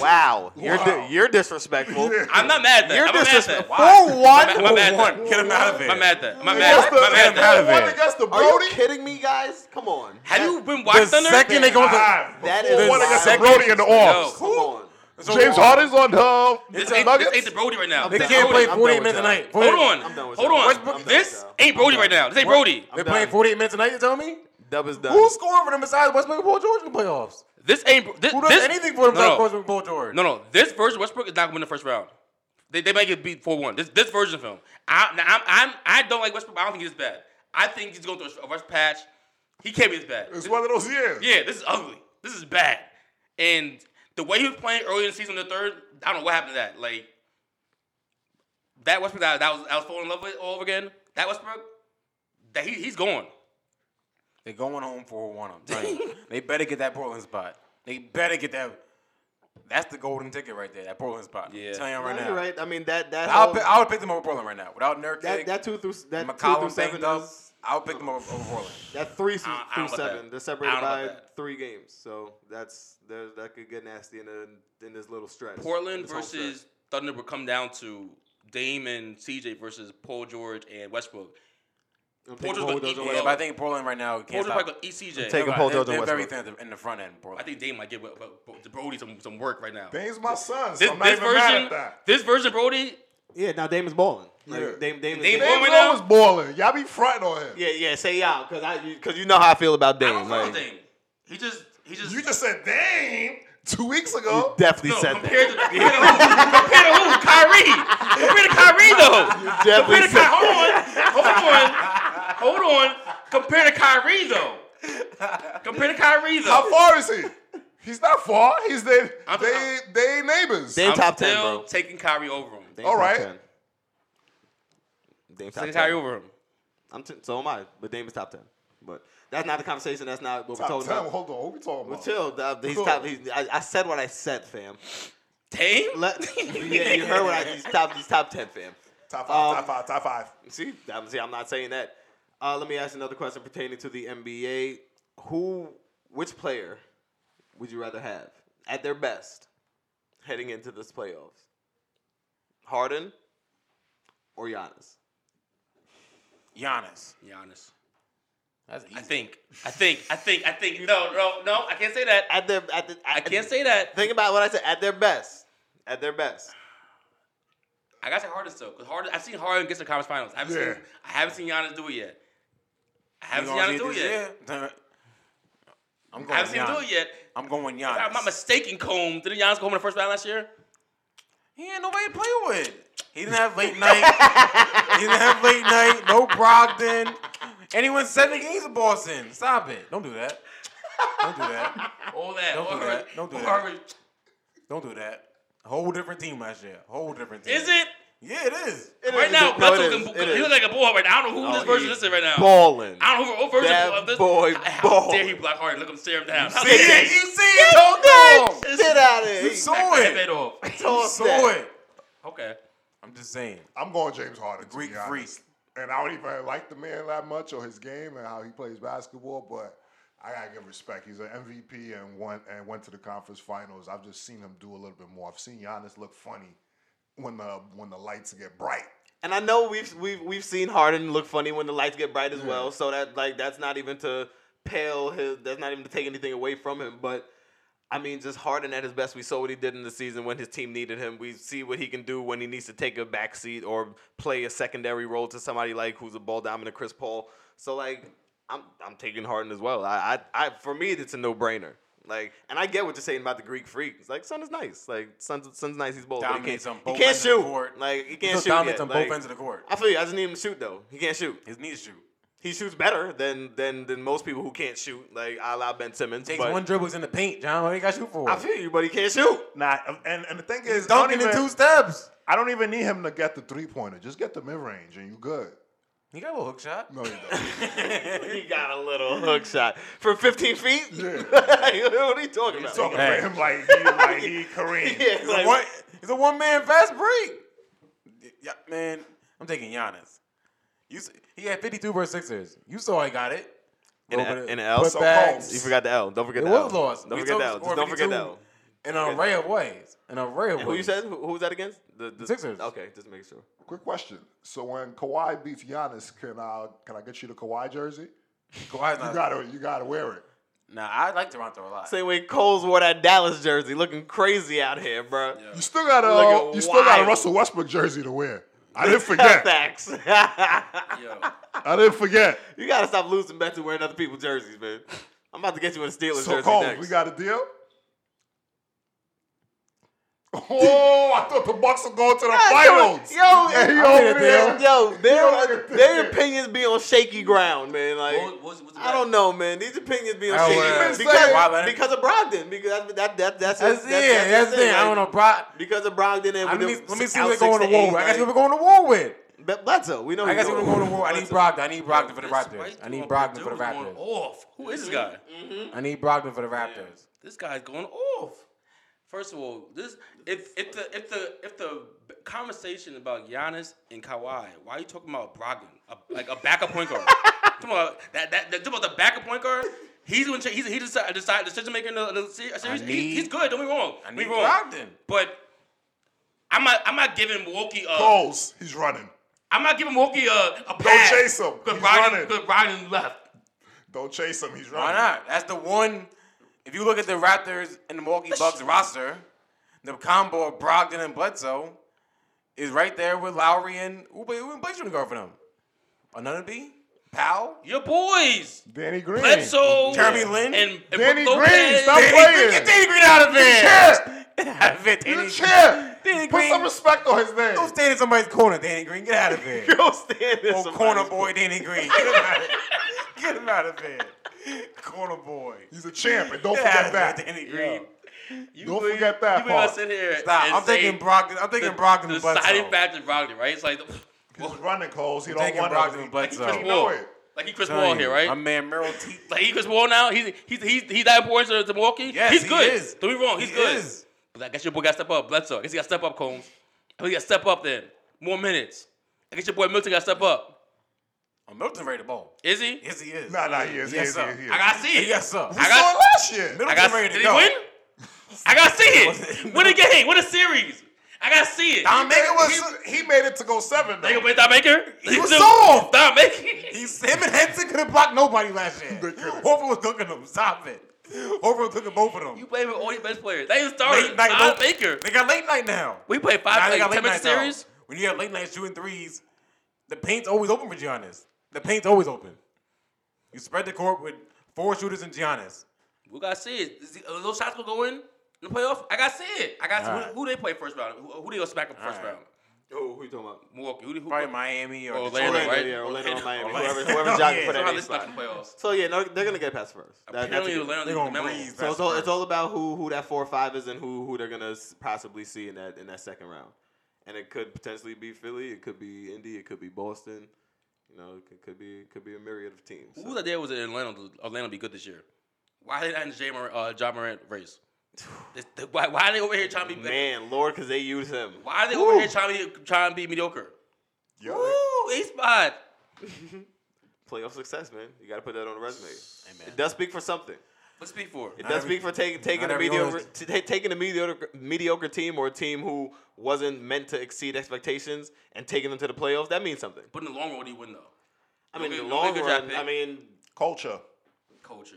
[SPEAKER 2] Wow. You're, di-
[SPEAKER 4] Wow.
[SPEAKER 2] you're disrespectful.
[SPEAKER 3] I'm not mad at that.
[SPEAKER 2] You're
[SPEAKER 3] I'm not mad at that.
[SPEAKER 2] disrespectful.
[SPEAKER 3] Why?
[SPEAKER 2] For one?
[SPEAKER 3] I'm not mad at that.
[SPEAKER 5] 4-1. Get him out of here.
[SPEAKER 3] I'm not mad at that. I'm not mad at that.
[SPEAKER 4] Against
[SPEAKER 3] I'm not mad
[SPEAKER 4] the-
[SPEAKER 3] at
[SPEAKER 5] Out
[SPEAKER 3] that.
[SPEAKER 5] of it.
[SPEAKER 4] One against the
[SPEAKER 2] Are you
[SPEAKER 4] Brody.
[SPEAKER 2] kidding me, guys? Come on.
[SPEAKER 3] Have you been
[SPEAKER 5] The
[SPEAKER 3] watching Thunder?
[SPEAKER 5] second they go to Ah.
[SPEAKER 4] Five.
[SPEAKER 2] That
[SPEAKER 4] Before
[SPEAKER 2] is
[SPEAKER 4] one against the
[SPEAKER 5] second-
[SPEAKER 4] Brody in the arms.
[SPEAKER 2] Come on.
[SPEAKER 5] So
[SPEAKER 4] James
[SPEAKER 5] long.
[SPEAKER 4] Harden's on
[SPEAKER 2] uh,
[SPEAKER 4] the
[SPEAKER 3] This
[SPEAKER 4] the
[SPEAKER 3] ain't, this
[SPEAKER 4] Nuggets.
[SPEAKER 3] ain't the Brody right now.
[SPEAKER 5] They
[SPEAKER 2] I'm
[SPEAKER 5] can't
[SPEAKER 2] done
[SPEAKER 5] play
[SPEAKER 2] with
[SPEAKER 5] 48
[SPEAKER 2] y'all.
[SPEAKER 5] minutes a night.
[SPEAKER 3] Hold
[SPEAKER 5] 48
[SPEAKER 2] I'm done
[SPEAKER 3] on.
[SPEAKER 2] with
[SPEAKER 3] Hold
[SPEAKER 2] y'all.
[SPEAKER 3] on.
[SPEAKER 2] Westbrook-
[SPEAKER 3] this
[SPEAKER 2] I'm done.
[SPEAKER 3] ain't Brody right now. This ain't Brody.
[SPEAKER 5] They're
[SPEAKER 2] done.
[SPEAKER 5] playing 48 minutes a night, you tell me?
[SPEAKER 2] Dub is done.
[SPEAKER 5] Who's scoring for them besides Westbrook and Paul George in the playoffs?
[SPEAKER 3] This ain't this.
[SPEAKER 5] Who does
[SPEAKER 3] this-
[SPEAKER 5] anything for them
[SPEAKER 3] No,
[SPEAKER 5] besides
[SPEAKER 3] no.
[SPEAKER 5] Westbrook and Paul George?
[SPEAKER 3] No, no. This version of Westbrook is not going to win the first round. They, they might get beat four one. This this version of him. I now, I'm, I'm I don't like Westbrook. But I don't think he's bad. I think he's going through a rush patch. He can't be this bad.
[SPEAKER 4] It's one of those years.
[SPEAKER 3] yeah, this is ugly. This is bad. And the way he was playing early in the season, in the third, I don't know what happened to that. Like that Westbrook that, that was I was falling in love with all over again. That Westbrook, that he he's gone.
[SPEAKER 5] They're going home 4 1. I'm telling you. They better get that Portland spot. They better get that. That's the golden ticket right there. That Portland spot.
[SPEAKER 3] Yeah.
[SPEAKER 5] I'm telling you right
[SPEAKER 2] No,
[SPEAKER 5] now.
[SPEAKER 2] you're right. I mean that that
[SPEAKER 5] I'll
[SPEAKER 2] whole-
[SPEAKER 5] pick, I would pick them over Portland right now without Nurkic.
[SPEAKER 2] that that two through s- that two through
[SPEAKER 5] McCollum
[SPEAKER 2] seven
[SPEAKER 5] banged up.
[SPEAKER 2] is-
[SPEAKER 5] I'll pick them over, over Portland.
[SPEAKER 2] that three through,
[SPEAKER 3] I
[SPEAKER 2] through
[SPEAKER 3] don't- I don't know about
[SPEAKER 2] seven.
[SPEAKER 3] that.
[SPEAKER 2] They're
[SPEAKER 3] I
[SPEAKER 2] separated
[SPEAKER 3] don't know
[SPEAKER 2] by
[SPEAKER 3] about that.
[SPEAKER 2] three games, so that's there. That could get nasty in, a, in this little stretch.
[SPEAKER 3] Portland
[SPEAKER 2] This whole stretch.
[SPEAKER 3] versus Thunder would come down to Dame and CJ versus Paul George and Westbrook.
[SPEAKER 2] I'm
[SPEAKER 3] Portland's
[SPEAKER 2] thinking Paul
[SPEAKER 3] gonna
[SPEAKER 2] George
[SPEAKER 3] eat the
[SPEAKER 5] Yeah,
[SPEAKER 2] West-
[SPEAKER 5] but I think Portland right now
[SPEAKER 3] Paul
[SPEAKER 5] can't
[SPEAKER 3] George
[SPEAKER 5] stop.
[SPEAKER 3] probably gonna eat CJ.
[SPEAKER 2] Taking
[SPEAKER 3] Nah,
[SPEAKER 2] Paul
[SPEAKER 5] they're,
[SPEAKER 2] George and
[SPEAKER 5] they're very
[SPEAKER 2] Westbrook.
[SPEAKER 5] thin at the- in the front end. Portland.
[SPEAKER 3] I think Dame might give but, but, but, Brody some, some work right now.
[SPEAKER 4] Dame's my son, so
[SPEAKER 3] This,
[SPEAKER 4] I'm not
[SPEAKER 3] this
[SPEAKER 4] even mad
[SPEAKER 3] version,
[SPEAKER 4] at that.
[SPEAKER 3] this version, Brody,
[SPEAKER 2] Yeah, now Damon's balling. Like,
[SPEAKER 4] Yeah.
[SPEAKER 2] Dame, Dame,
[SPEAKER 3] Dame
[SPEAKER 2] Dame-
[SPEAKER 3] balling?
[SPEAKER 4] Dame's
[SPEAKER 3] now?
[SPEAKER 4] always balling. Y'all be fronting on him.
[SPEAKER 2] Yeah, yeah. Say y'all, cause I, you, cause you know how I feel about
[SPEAKER 3] I
[SPEAKER 2] Dame.
[SPEAKER 3] don't follow
[SPEAKER 2] like,
[SPEAKER 3] Dame. He just, he just,
[SPEAKER 4] You just said Dame two weeks
[SPEAKER 2] You
[SPEAKER 4] ago.
[SPEAKER 2] definitely
[SPEAKER 3] no,
[SPEAKER 2] said
[SPEAKER 3] compared
[SPEAKER 2] that.
[SPEAKER 3] to, compared to who? Compared to who? Kyrie. Compared to Kyrie though.
[SPEAKER 2] Definitely
[SPEAKER 3] Compared to Ky-
[SPEAKER 2] said-
[SPEAKER 3] hold on, hold on, hold on. Compared to Kyrie though. Compared to Kyrie though.
[SPEAKER 4] How far is he? He's not far. He's they
[SPEAKER 3] I'm-
[SPEAKER 4] they they ain't neighbors.
[SPEAKER 2] Dame
[SPEAKER 3] I'm
[SPEAKER 2] top
[SPEAKER 3] still
[SPEAKER 2] ten, bro.
[SPEAKER 3] taking Kyrie over him.
[SPEAKER 2] Dame
[SPEAKER 4] All
[SPEAKER 2] top
[SPEAKER 4] right.
[SPEAKER 2] 10. Dame top
[SPEAKER 3] Taking Kyrie
[SPEAKER 2] ten.
[SPEAKER 3] over him.
[SPEAKER 2] I'm t- so am I, but Dame is top ten. But that's not the conversation. That's not what we're
[SPEAKER 4] Top
[SPEAKER 2] talking
[SPEAKER 4] ten.
[SPEAKER 2] about.
[SPEAKER 4] Hold on. What we talking
[SPEAKER 2] Well,
[SPEAKER 4] about?
[SPEAKER 2] chill. uh, He's
[SPEAKER 4] Cool.
[SPEAKER 2] top. He's, I, I said what I said, fam.
[SPEAKER 3] Dame?
[SPEAKER 2] Let, yeah, you heard what I. He's top. He's top ten, fam.
[SPEAKER 4] Top
[SPEAKER 2] Um,
[SPEAKER 4] five. top five. Top five.
[SPEAKER 2] See, I'm, see, I'm not saying that. Uh, let me ask you another question pertaining to the NBA. Who, which player would you rather have at their best heading into this playoffs? Harden or Giannis?
[SPEAKER 5] Giannis.
[SPEAKER 3] Giannis.
[SPEAKER 5] That's easy.
[SPEAKER 3] I think. I think. I think. I think. No, no, no. I can't say that. I,
[SPEAKER 2] At their, at the,
[SPEAKER 3] I can't say that.
[SPEAKER 2] Think about what I said. At their best, at their best.
[SPEAKER 3] I gotta say Harden still, cause Harden. I've seen Harden get to the conference finals. I haven't
[SPEAKER 4] Yeah.
[SPEAKER 3] seen. I haven't seen Giannis do it yet. I
[SPEAKER 5] You
[SPEAKER 3] haven't seen
[SPEAKER 5] gonna
[SPEAKER 3] Giannis do it
[SPEAKER 5] see
[SPEAKER 3] yet.
[SPEAKER 5] this year? I'm
[SPEAKER 3] I
[SPEAKER 5] going
[SPEAKER 3] haven't seen him do
[SPEAKER 5] Giannis.
[SPEAKER 3] it yet.
[SPEAKER 5] I'm going
[SPEAKER 3] If
[SPEAKER 5] Giannis.
[SPEAKER 3] I'm not mistaken, Combe. Didn't Giannis go home in the first round last year?
[SPEAKER 5] He ain't nobody to play with. He didn't have late night. he didn't have late night. No Brogdon. And he won seven games in Boston. Stop it. Don't do that. Don't do that.
[SPEAKER 3] All that.
[SPEAKER 5] Don't do
[SPEAKER 3] all
[SPEAKER 5] that.
[SPEAKER 3] right.
[SPEAKER 5] Don't do
[SPEAKER 3] All
[SPEAKER 5] that.
[SPEAKER 3] right.
[SPEAKER 5] Don't do that. Whole different team last year. Whole different team.
[SPEAKER 3] Is it?
[SPEAKER 5] Yeah, it is.
[SPEAKER 3] right
[SPEAKER 2] is.
[SPEAKER 3] now,
[SPEAKER 2] No, it
[SPEAKER 3] Bledsoe
[SPEAKER 2] is.
[SPEAKER 3] can,
[SPEAKER 2] It is.
[SPEAKER 3] he look like a ball right now. I don't know who
[SPEAKER 2] Oh,
[SPEAKER 3] this version
[SPEAKER 2] he's
[SPEAKER 3] is right now.
[SPEAKER 2] Balling.
[SPEAKER 3] I don't know who what version
[SPEAKER 2] That
[SPEAKER 3] of this.
[SPEAKER 2] boy
[SPEAKER 3] how, how dare
[SPEAKER 2] ballin'.
[SPEAKER 3] he block Harden? Look him stare him down. How
[SPEAKER 5] See
[SPEAKER 3] dare
[SPEAKER 5] it.
[SPEAKER 3] he?
[SPEAKER 5] You see it. Don't do it.
[SPEAKER 2] Get out of here.
[SPEAKER 5] You saw
[SPEAKER 3] Back that
[SPEAKER 5] it.
[SPEAKER 3] off.
[SPEAKER 5] You saw it.
[SPEAKER 3] Okay.
[SPEAKER 5] I'm just saying.
[SPEAKER 4] I'm going James Harden. to
[SPEAKER 5] Greek
[SPEAKER 4] be honest.
[SPEAKER 5] freak.
[SPEAKER 4] And I don't even like the man that much or his game and how he plays basketball, but I gotta give respect. He's an MVP and went and went to the conference finals. I've just seen him do a little bit more. I've seen Giannis look funny when the when the lights get bright.
[SPEAKER 2] And I know we've we've we've seen Harden look funny when the lights get bright as well. So that like that's not even to pale his that's not even to take anything away from him. But I mean, just Harden at his best. We saw what he did in the season when his team needed him. We see what he can do when he needs to take a backseat or play a secondary role to somebody like who's a ball dominant Chris Paul. So like I'm I'm taking Harden as well. I I, I for me it's a no brainer. Like and I get what you're saying about the Greek freak. It's like Son is nice. Like Son's Son's nice. He's bold. but He
[SPEAKER 5] Dominates on
[SPEAKER 2] can't, he
[SPEAKER 5] both
[SPEAKER 2] can't
[SPEAKER 5] ends of the
[SPEAKER 2] shoot.
[SPEAKER 5] court.
[SPEAKER 2] Like he
[SPEAKER 5] He's
[SPEAKER 2] can't
[SPEAKER 5] so
[SPEAKER 2] shoot.
[SPEAKER 5] dominant
[SPEAKER 2] yet.
[SPEAKER 5] on
[SPEAKER 2] Like,
[SPEAKER 5] both ends of the court.
[SPEAKER 2] I feel you. I just need him to shoot though. He can't shoot.
[SPEAKER 5] His knees shoot.
[SPEAKER 2] He shoots better than than than most people who can't shoot. Like I allow Ben Simmons.
[SPEAKER 5] Takes
[SPEAKER 2] but
[SPEAKER 5] one dribble he's in the paint, John. What do you got to shoot for?
[SPEAKER 2] I feel you, but he can't shoot.
[SPEAKER 4] Nah, and, and the thing is, I don't,
[SPEAKER 5] Dunking in
[SPEAKER 4] even,
[SPEAKER 5] two steps.
[SPEAKER 4] I don't even need him to get the three pointer. Just get the mid range and you good.
[SPEAKER 5] He got a little hook shot.
[SPEAKER 4] No, you don't.
[SPEAKER 2] he got a little hook shot from 15 feet.
[SPEAKER 4] Yeah.
[SPEAKER 2] what are you talking about?
[SPEAKER 4] Talking
[SPEAKER 5] Hey.
[SPEAKER 4] about him like he like he Kareem.
[SPEAKER 2] Yeah,
[SPEAKER 5] It's
[SPEAKER 2] like,
[SPEAKER 5] a one. It's a one man fast break. Yeah, man, I'm taking Giannis. You, s- he had 52 versus Sixers. You saw he got it.
[SPEAKER 2] In a-
[SPEAKER 5] Over the
[SPEAKER 2] in an L?
[SPEAKER 5] put
[SPEAKER 4] So
[SPEAKER 5] backs.
[SPEAKER 4] close.
[SPEAKER 2] You forgot the L. Don't forget
[SPEAKER 5] It
[SPEAKER 2] the L.
[SPEAKER 5] was lost.
[SPEAKER 2] Don't
[SPEAKER 5] We
[SPEAKER 2] forget
[SPEAKER 5] still
[SPEAKER 2] the L. Just
[SPEAKER 5] scored
[SPEAKER 2] don't forget the
[SPEAKER 5] 52
[SPEAKER 2] L.
[SPEAKER 5] In an array of ways. In an array of ways.
[SPEAKER 2] Who you said? Who, who was that against? The, the
[SPEAKER 5] Sixers.
[SPEAKER 2] Okay, just making sure.
[SPEAKER 4] Quick question. So when Kawhi beats Giannis, can I can I get you the Kawhi jersey?
[SPEAKER 5] Kawhi's
[SPEAKER 4] You
[SPEAKER 5] not-
[SPEAKER 4] gotta you gotta wear it.
[SPEAKER 5] Nah, I like Toronto a lot.
[SPEAKER 2] Same way Cole's wore that Dallas jersey, looking crazy out here, bro.
[SPEAKER 4] You still got a
[SPEAKER 2] Looking
[SPEAKER 4] you still got a
[SPEAKER 2] wild.
[SPEAKER 4] Russell Westbrook jersey to wear. I didn't forget.
[SPEAKER 2] Facts.
[SPEAKER 3] Yo.
[SPEAKER 4] I didn't forget.
[SPEAKER 2] You gotta stop losing bets and wearing other people's jerseys, man. I'm about to get you in a Steelers
[SPEAKER 4] So
[SPEAKER 2] jersey
[SPEAKER 4] Cole,
[SPEAKER 2] next.
[SPEAKER 4] we got a deal. Oh, I thought the Bucks were going to the finals.
[SPEAKER 2] Yo, Ah, yo,
[SPEAKER 4] yeah, he
[SPEAKER 5] I made
[SPEAKER 4] over
[SPEAKER 5] a
[SPEAKER 4] there.
[SPEAKER 2] yo,
[SPEAKER 4] over
[SPEAKER 2] their
[SPEAKER 4] there.
[SPEAKER 2] their opinions be on shaky ground, man. Like
[SPEAKER 3] What, what's, what's
[SPEAKER 2] I don't know, man. These opinions be on
[SPEAKER 5] Oh,
[SPEAKER 2] shaky
[SPEAKER 5] well.
[SPEAKER 2] ground
[SPEAKER 4] He's been
[SPEAKER 2] because,
[SPEAKER 4] saying-
[SPEAKER 5] Why, man?
[SPEAKER 2] because of Brogdon. Because that that, that that's
[SPEAKER 5] That's,
[SPEAKER 2] his-
[SPEAKER 5] it. That's,
[SPEAKER 2] his
[SPEAKER 5] it.
[SPEAKER 2] thing, like,
[SPEAKER 5] I don't know. Brock,
[SPEAKER 2] Because of Brogdon and
[SPEAKER 5] I,
[SPEAKER 2] with
[SPEAKER 5] let me,
[SPEAKER 2] them
[SPEAKER 5] let me
[SPEAKER 2] s-
[SPEAKER 5] see
[SPEAKER 2] out
[SPEAKER 5] what they're going to
[SPEAKER 2] six
[SPEAKER 5] war with.
[SPEAKER 2] eight,
[SPEAKER 5] I got to see
[SPEAKER 2] like-
[SPEAKER 5] what we're going to war with.
[SPEAKER 2] Be- Bledsoe, we know.
[SPEAKER 5] I
[SPEAKER 2] he
[SPEAKER 5] got to see
[SPEAKER 2] knows.
[SPEAKER 5] what we're going to war with. I need
[SPEAKER 2] Bledsoe.
[SPEAKER 5] Brogdon. I need Brogdon for the
[SPEAKER 3] This
[SPEAKER 5] Raptors.
[SPEAKER 3] white
[SPEAKER 5] I need
[SPEAKER 3] dude
[SPEAKER 5] Brogdon for the Mm-hmm.
[SPEAKER 3] going
[SPEAKER 5] Raptors.
[SPEAKER 3] Off. Who is this guy?
[SPEAKER 5] I need Brogdon for the Raptors.
[SPEAKER 3] This guy's going off. First of all, this if if the if the if the conversation about Giannis and Kawhi, why are you talking about Brogdon, a, like a backup point guard? Come on, that that, that talking about the backup point guard. He's going to he's he decide decide decision maker in the, the se- series. He-
[SPEAKER 5] need-
[SPEAKER 3] he's good. Don't be wrong.
[SPEAKER 5] I
[SPEAKER 3] Don't
[SPEAKER 5] need
[SPEAKER 3] be wrong.
[SPEAKER 5] Brogdon.
[SPEAKER 3] But I'm not I'm not giving Milwaukee a
[SPEAKER 4] Goals. He's running.
[SPEAKER 3] I'm not giving Milwaukee a, a pass.
[SPEAKER 4] chase him.
[SPEAKER 3] Good
[SPEAKER 4] He's
[SPEAKER 3] Brogdon,
[SPEAKER 4] running.
[SPEAKER 3] good Brogdon left.
[SPEAKER 4] Don't chase him. He's running.
[SPEAKER 5] Why not? That's the one. If you look at the Raptors and the Milwaukee Bucks roster, the combo of Brogdon and Bledsoe is right there with Lowry and who play- who plays shooting guard for them? Another B? Powell?
[SPEAKER 3] Your boys.
[SPEAKER 4] Danny Green.
[SPEAKER 3] Bledsoe.
[SPEAKER 5] Jeremy Lin?
[SPEAKER 3] And, and
[SPEAKER 4] Danny
[SPEAKER 3] Brook
[SPEAKER 4] Green,
[SPEAKER 3] Lopez.
[SPEAKER 4] stop
[SPEAKER 5] Danny
[SPEAKER 4] playing.
[SPEAKER 5] Green, get Danny Green out of
[SPEAKER 4] He's
[SPEAKER 5] here! Get out of it,
[SPEAKER 4] He's
[SPEAKER 5] Danny
[SPEAKER 4] a chair.
[SPEAKER 5] Danny
[SPEAKER 4] Put
[SPEAKER 5] Green.
[SPEAKER 4] some respect on his name.
[SPEAKER 5] Go stand in somebody's corner, Danny Green. Get out of here.
[SPEAKER 2] Go stand in
[SPEAKER 5] Old
[SPEAKER 2] somebody's
[SPEAKER 5] corner boy, Danny Green. Get him out of here. Get him out of here. Corner boy.
[SPEAKER 4] He's a champ, and don't
[SPEAKER 5] Get
[SPEAKER 4] forget
[SPEAKER 5] out of
[SPEAKER 4] that.
[SPEAKER 5] here, Danny Green.
[SPEAKER 3] Yo, you
[SPEAKER 4] Don't
[SPEAKER 3] really-
[SPEAKER 4] forget that
[SPEAKER 3] You gonna
[SPEAKER 4] part.
[SPEAKER 3] sit here?
[SPEAKER 5] Stop.
[SPEAKER 3] and
[SPEAKER 5] I'm
[SPEAKER 3] say
[SPEAKER 5] thinking Brogdon. I'm thinking Brogdon
[SPEAKER 3] The
[SPEAKER 5] and
[SPEAKER 3] deciding
[SPEAKER 5] Bledsoe.
[SPEAKER 3] factor is Brogdon, right? It's like the,
[SPEAKER 4] He's running calls. He don't
[SPEAKER 5] Taking
[SPEAKER 4] want
[SPEAKER 5] Brogdon and
[SPEAKER 4] nothing.
[SPEAKER 5] Bledsoe.
[SPEAKER 3] Chris
[SPEAKER 4] You know
[SPEAKER 3] Wall,
[SPEAKER 4] it.
[SPEAKER 3] like he Chris
[SPEAKER 5] Telling
[SPEAKER 3] Wall
[SPEAKER 5] you,
[SPEAKER 3] here, right?
[SPEAKER 5] My man Merrill T.
[SPEAKER 3] like he Chris Wall now. He's he's he's he's that important to, to Milwaukee.
[SPEAKER 5] Yes,
[SPEAKER 3] he's
[SPEAKER 5] he
[SPEAKER 3] good.
[SPEAKER 5] is.
[SPEAKER 3] Don't be wrong. He's
[SPEAKER 5] He
[SPEAKER 3] good.
[SPEAKER 5] is.
[SPEAKER 3] But I guess your boy got to step up. Bledsoe. I guess he got to step up, Combs. I guess he got to step up then. More minutes. I guess your boy Milton got to step up.
[SPEAKER 5] Oh, Milton ready to ball.
[SPEAKER 3] Is he?
[SPEAKER 5] Yes, he is.
[SPEAKER 4] Nah, nah, he is. He
[SPEAKER 5] Yes,
[SPEAKER 4] is. He
[SPEAKER 5] sir.
[SPEAKER 4] is. He is.
[SPEAKER 3] I got to see it.
[SPEAKER 5] Yes, sir.
[SPEAKER 3] I
[SPEAKER 4] I
[SPEAKER 3] got.
[SPEAKER 4] saw last year.
[SPEAKER 5] Middleton
[SPEAKER 3] I got.
[SPEAKER 5] ready to
[SPEAKER 3] Did he
[SPEAKER 5] go.
[SPEAKER 3] win? I got to see
[SPEAKER 5] Wasn't
[SPEAKER 3] it.
[SPEAKER 5] it?
[SPEAKER 3] Win a game. Win a series. I got to see it.
[SPEAKER 5] Dom Baker
[SPEAKER 4] He,
[SPEAKER 5] was.
[SPEAKER 4] he made it to go seven.
[SPEAKER 3] They
[SPEAKER 4] Though.
[SPEAKER 3] gonna play Dom Baker?
[SPEAKER 5] He was soft.
[SPEAKER 3] Dom Baker.
[SPEAKER 5] He's, him and Henson couldn't block nobody last year.
[SPEAKER 4] They couldn't.
[SPEAKER 5] Horford was cooking them. Stop it. Horford was cooking both of
[SPEAKER 3] You
[SPEAKER 5] them.
[SPEAKER 3] play with all your best players. They even
[SPEAKER 5] Late
[SPEAKER 3] started.
[SPEAKER 5] night.
[SPEAKER 3] Dom
[SPEAKER 5] no-
[SPEAKER 3] Baker.
[SPEAKER 5] They got late night now.
[SPEAKER 3] We played
[SPEAKER 5] Now
[SPEAKER 3] five,
[SPEAKER 5] they
[SPEAKER 3] like,
[SPEAKER 5] got
[SPEAKER 3] ten
[SPEAKER 5] late
[SPEAKER 3] minute
[SPEAKER 5] night now.
[SPEAKER 3] series.
[SPEAKER 5] When you have late night shooting threes, the paint's always open for Giannis. The paint's always open. You spread the court with four shooters and Giannis.
[SPEAKER 3] We gotta see it. Is the- are those shots gonna go in in the playoff? I gotta see it. I gotta see
[SPEAKER 5] All
[SPEAKER 3] who,
[SPEAKER 5] right.
[SPEAKER 3] who they play first round. Who, who they gonna smack in first
[SPEAKER 5] right.
[SPEAKER 3] round?
[SPEAKER 2] Oh, who you talking about?
[SPEAKER 3] Milwaukee. Who, who,
[SPEAKER 5] Probably Miami or
[SPEAKER 3] Orlando,
[SPEAKER 5] Detroit.
[SPEAKER 2] Orlando,
[SPEAKER 3] right?
[SPEAKER 2] yeah, Orlando,
[SPEAKER 3] Orlando.
[SPEAKER 2] or Miami.
[SPEAKER 5] Orlando.
[SPEAKER 2] Whoever, whoever's
[SPEAKER 5] Yeah,
[SPEAKER 2] jogging for
[SPEAKER 5] so
[SPEAKER 3] That's
[SPEAKER 2] that
[SPEAKER 3] how
[SPEAKER 2] eight
[SPEAKER 3] this
[SPEAKER 2] spot.
[SPEAKER 3] fucking playoffs.
[SPEAKER 2] So yeah, no, they're gonna get past first. That- that's a
[SPEAKER 3] Apparently,
[SPEAKER 2] given.
[SPEAKER 3] Orlando
[SPEAKER 5] They're
[SPEAKER 3] is
[SPEAKER 5] gonna
[SPEAKER 3] memorable.
[SPEAKER 5] breeze.
[SPEAKER 2] So
[SPEAKER 5] That's
[SPEAKER 2] it's all, it's
[SPEAKER 5] first.
[SPEAKER 2] all about who who that four or five is and who who they're gonna s- possibly see in that in that second round, and it could potentially be Philly, it could be Indy, it could be Boston, you know, it could, could be it could be a myriad of teams.
[SPEAKER 3] Who was that there was in Orlando? Orlando be good this year. Why they not in the J. Morant, uh, John Morant race? This- the- Why, why are they over here trying to be?
[SPEAKER 2] Man, Lord, because they use him.
[SPEAKER 3] Why are they
[SPEAKER 2] Woo!
[SPEAKER 3] over here trying to be, trying to be mediocre?
[SPEAKER 4] Yo,
[SPEAKER 3] Ooh, A spot.
[SPEAKER 2] Playoff success, man. You got to put that on the resume.
[SPEAKER 5] Amen.
[SPEAKER 2] It does speak for something.
[SPEAKER 3] What's B for?
[SPEAKER 2] It
[SPEAKER 5] Not
[SPEAKER 2] does
[SPEAKER 5] every-
[SPEAKER 2] speak for taking taking a
[SPEAKER 5] not every
[SPEAKER 2] mediocre
[SPEAKER 5] owner's-
[SPEAKER 2] t- ta- taking a mediocre mediocre team or a team who wasn't meant to exceed expectations and taking them to the playoffs. That means something.
[SPEAKER 3] But in the long run, what do you win though?
[SPEAKER 2] I mean,
[SPEAKER 3] Okay,
[SPEAKER 2] in the
[SPEAKER 3] no,
[SPEAKER 2] long
[SPEAKER 3] good job,
[SPEAKER 2] run.
[SPEAKER 3] Pitt.
[SPEAKER 2] I mean,
[SPEAKER 4] culture.
[SPEAKER 3] Culture.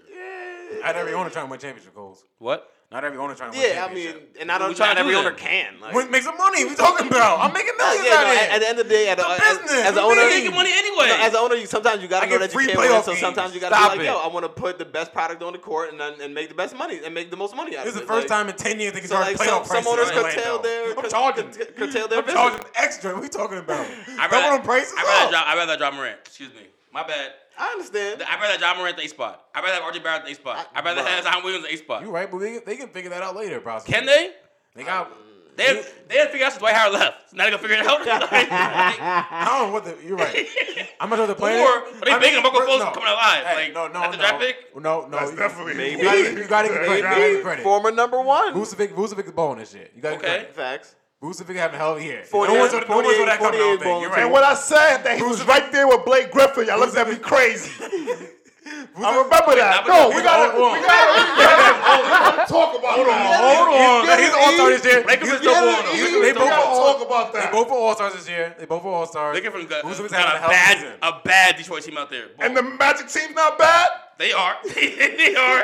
[SPEAKER 5] Not every owner trying to win championship goals.
[SPEAKER 3] What?
[SPEAKER 5] Not every owner trying to win
[SPEAKER 2] yeah. I mean,
[SPEAKER 5] championship.
[SPEAKER 2] and I
[SPEAKER 3] What we
[SPEAKER 2] don't.
[SPEAKER 3] trying
[SPEAKER 2] Not
[SPEAKER 3] to
[SPEAKER 2] every
[SPEAKER 3] do
[SPEAKER 2] owner
[SPEAKER 3] then?
[SPEAKER 2] can. Like,
[SPEAKER 5] Win- make some money. We talking about? I'm making
[SPEAKER 2] yeah,
[SPEAKER 5] millions
[SPEAKER 2] no,
[SPEAKER 5] out
[SPEAKER 2] at,
[SPEAKER 5] here.
[SPEAKER 2] at the end of the day, at
[SPEAKER 5] It's
[SPEAKER 2] a-
[SPEAKER 5] a
[SPEAKER 2] as,
[SPEAKER 5] business.
[SPEAKER 2] as an
[SPEAKER 5] We
[SPEAKER 2] owner,
[SPEAKER 5] making
[SPEAKER 3] Making money anyway.
[SPEAKER 2] No, as an owner, you sometimes you gotta
[SPEAKER 5] I
[SPEAKER 2] know
[SPEAKER 5] get
[SPEAKER 2] that you
[SPEAKER 5] free
[SPEAKER 2] can't win.
[SPEAKER 5] playoff
[SPEAKER 2] So
[SPEAKER 5] games.
[SPEAKER 2] sometimes you gotta
[SPEAKER 5] Stop
[SPEAKER 2] be like, yo,
[SPEAKER 5] it.
[SPEAKER 2] I want to put the best product on the court and then- and make the best money and make the most money out
[SPEAKER 5] This is
[SPEAKER 2] of
[SPEAKER 5] the
[SPEAKER 2] it.
[SPEAKER 5] first
[SPEAKER 2] Like,
[SPEAKER 5] time in 10 years they can
[SPEAKER 2] So,
[SPEAKER 5] charge
[SPEAKER 2] like,
[SPEAKER 5] playoff
[SPEAKER 2] some- some
[SPEAKER 5] prices.
[SPEAKER 2] owners
[SPEAKER 5] in
[SPEAKER 2] curtail
[SPEAKER 5] Orlando.
[SPEAKER 2] their-
[SPEAKER 5] I'm charging.
[SPEAKER 2] curtail- curtail their
[SPEAKER 5] I'm
[SPEAKER 2] business.
[SPEAKER 5] charging extra. What are you talking about?
[SPEAKER 3] I
[SPEAKER 5] Double
[SPEAKER 3] rather,
[SPEAKER 5] them prices
[SPEAKER 3] I rather,
[SPEAKER 5] up.
[SPEAKER 3] John, I rather John Morant. Excuse me. My bad.
[SPEAKER 2] I understand.
[SPEAKER 3] I rather John Morant the A spot. I rather have RJ Barrett the A spot. I,
[SPEAKER 2] I-
[SPEAKER 3] rather
[SPEAKER 2] bro.
[SPEAKER 3] have Zion Williams the A spot.
[SPEAKER 5] You're right, but they, they can figure that out later, possibly.
[SPEAKER 3] Can they?
[SPEAKER 5] They got.
[SPEAKER 3] They had, they had to figure out since Dwight Howard left. Now they gonna figure it out.
[SPEAKER 5] I don't know what the. You're right. I'm not sure the player.
[SPEAKER 3] Or are they making Marco Fultz coming alive?
[SPEAKER 5] Hey,
[SPEAKER 3] Like,
[SPEAKER 5] no, no,
[SPEAKER 3] at the
[SPEAKER 5] no.
[SPEAKER 3] draft pick?
[SPEAKER 5] No, no.
[SPEAKER 4] That's
[SPEAKER 5] you-
[SPEAKER 4] definitely
[SPEAKER 2] Maybe.
[SPEAKER 5] You gotta, you gotta give
[SPEAKER 4] That's
[SPEAKER 5] credit. You gotta
[SPEAKER 4] definitely-
[SPEAKER 5] give credit.
[SPEAKER 2] Former number one.
[SPEAKER 5] Vucevic, Vucevic is balling this shit. You gotta give
[SPEAKER 3] Okay.
[SPEAKER 5] credit.
[SPEAKER 2] Facts.
[SPEAKER 5] Vucevic having a hell of a year. No
[SPEAKER 2] 48
[SPEAKER 5] one saw no one saw
[SPEAKER 2] 48
[SPEAKER 5] that coming. I don't think.
[SPEAKER 2] balling.
[SPEAKER 5] You're
[SPEAKER 4] And
[SPEAKER 5] right.
[SPEAKER 4] what I said that he was right there with Blake Griffin. Y'all looked at me crazy. I remember that.
[SPEAKER 3] Nah, but-
[SPEAKER 4] No, Oh, we gotta,
[SPEAKER 5] Hold on.
[SPEAKER 4] we gotta, we gotta talk about that.
[SPEAKER 5] Hold on,
[SPEAKER 2] Give
[SPEAKER 5] he's
[SPEAKER 2] it
[SPEAKER 5] all star
[SPEAKER 2] E.
[SPEAKER 5] this year.
[SPEAKER 3] Lakers
[SPEAKER 5] He's-
[SPEAKER 3] is double on
[SPEAKER 5] he's-
[SPEAKER 3] him.
[SPEAKER 5] They
[SPEAKER 4] We
[SPEAKER 5] both
[SPEAKER 4] gotta
[SPEAKER 5] all-
[SPEAKER 4] talk about
[SPEAKER 5] they
[SPEAKER 4] that.
[SPEAKER 5] both were all stars this year. They both were all stars.
[SPEAKER 3] Looking from the,
[SPEAKER 5] Who's
[SPEAKER 3] Who's
[SPEAKER 5] who's
[SPEAKER 3] a
[SPEAKER 5] having a hell of a
[SPEAKER 3] bad,
[SPEAKER 5] season?
[SPEAKER 3] a bad Detroit team out there.
[SPEAKER 4] And the Magic team's not bad.
[SPEAKER 3] they are, they are,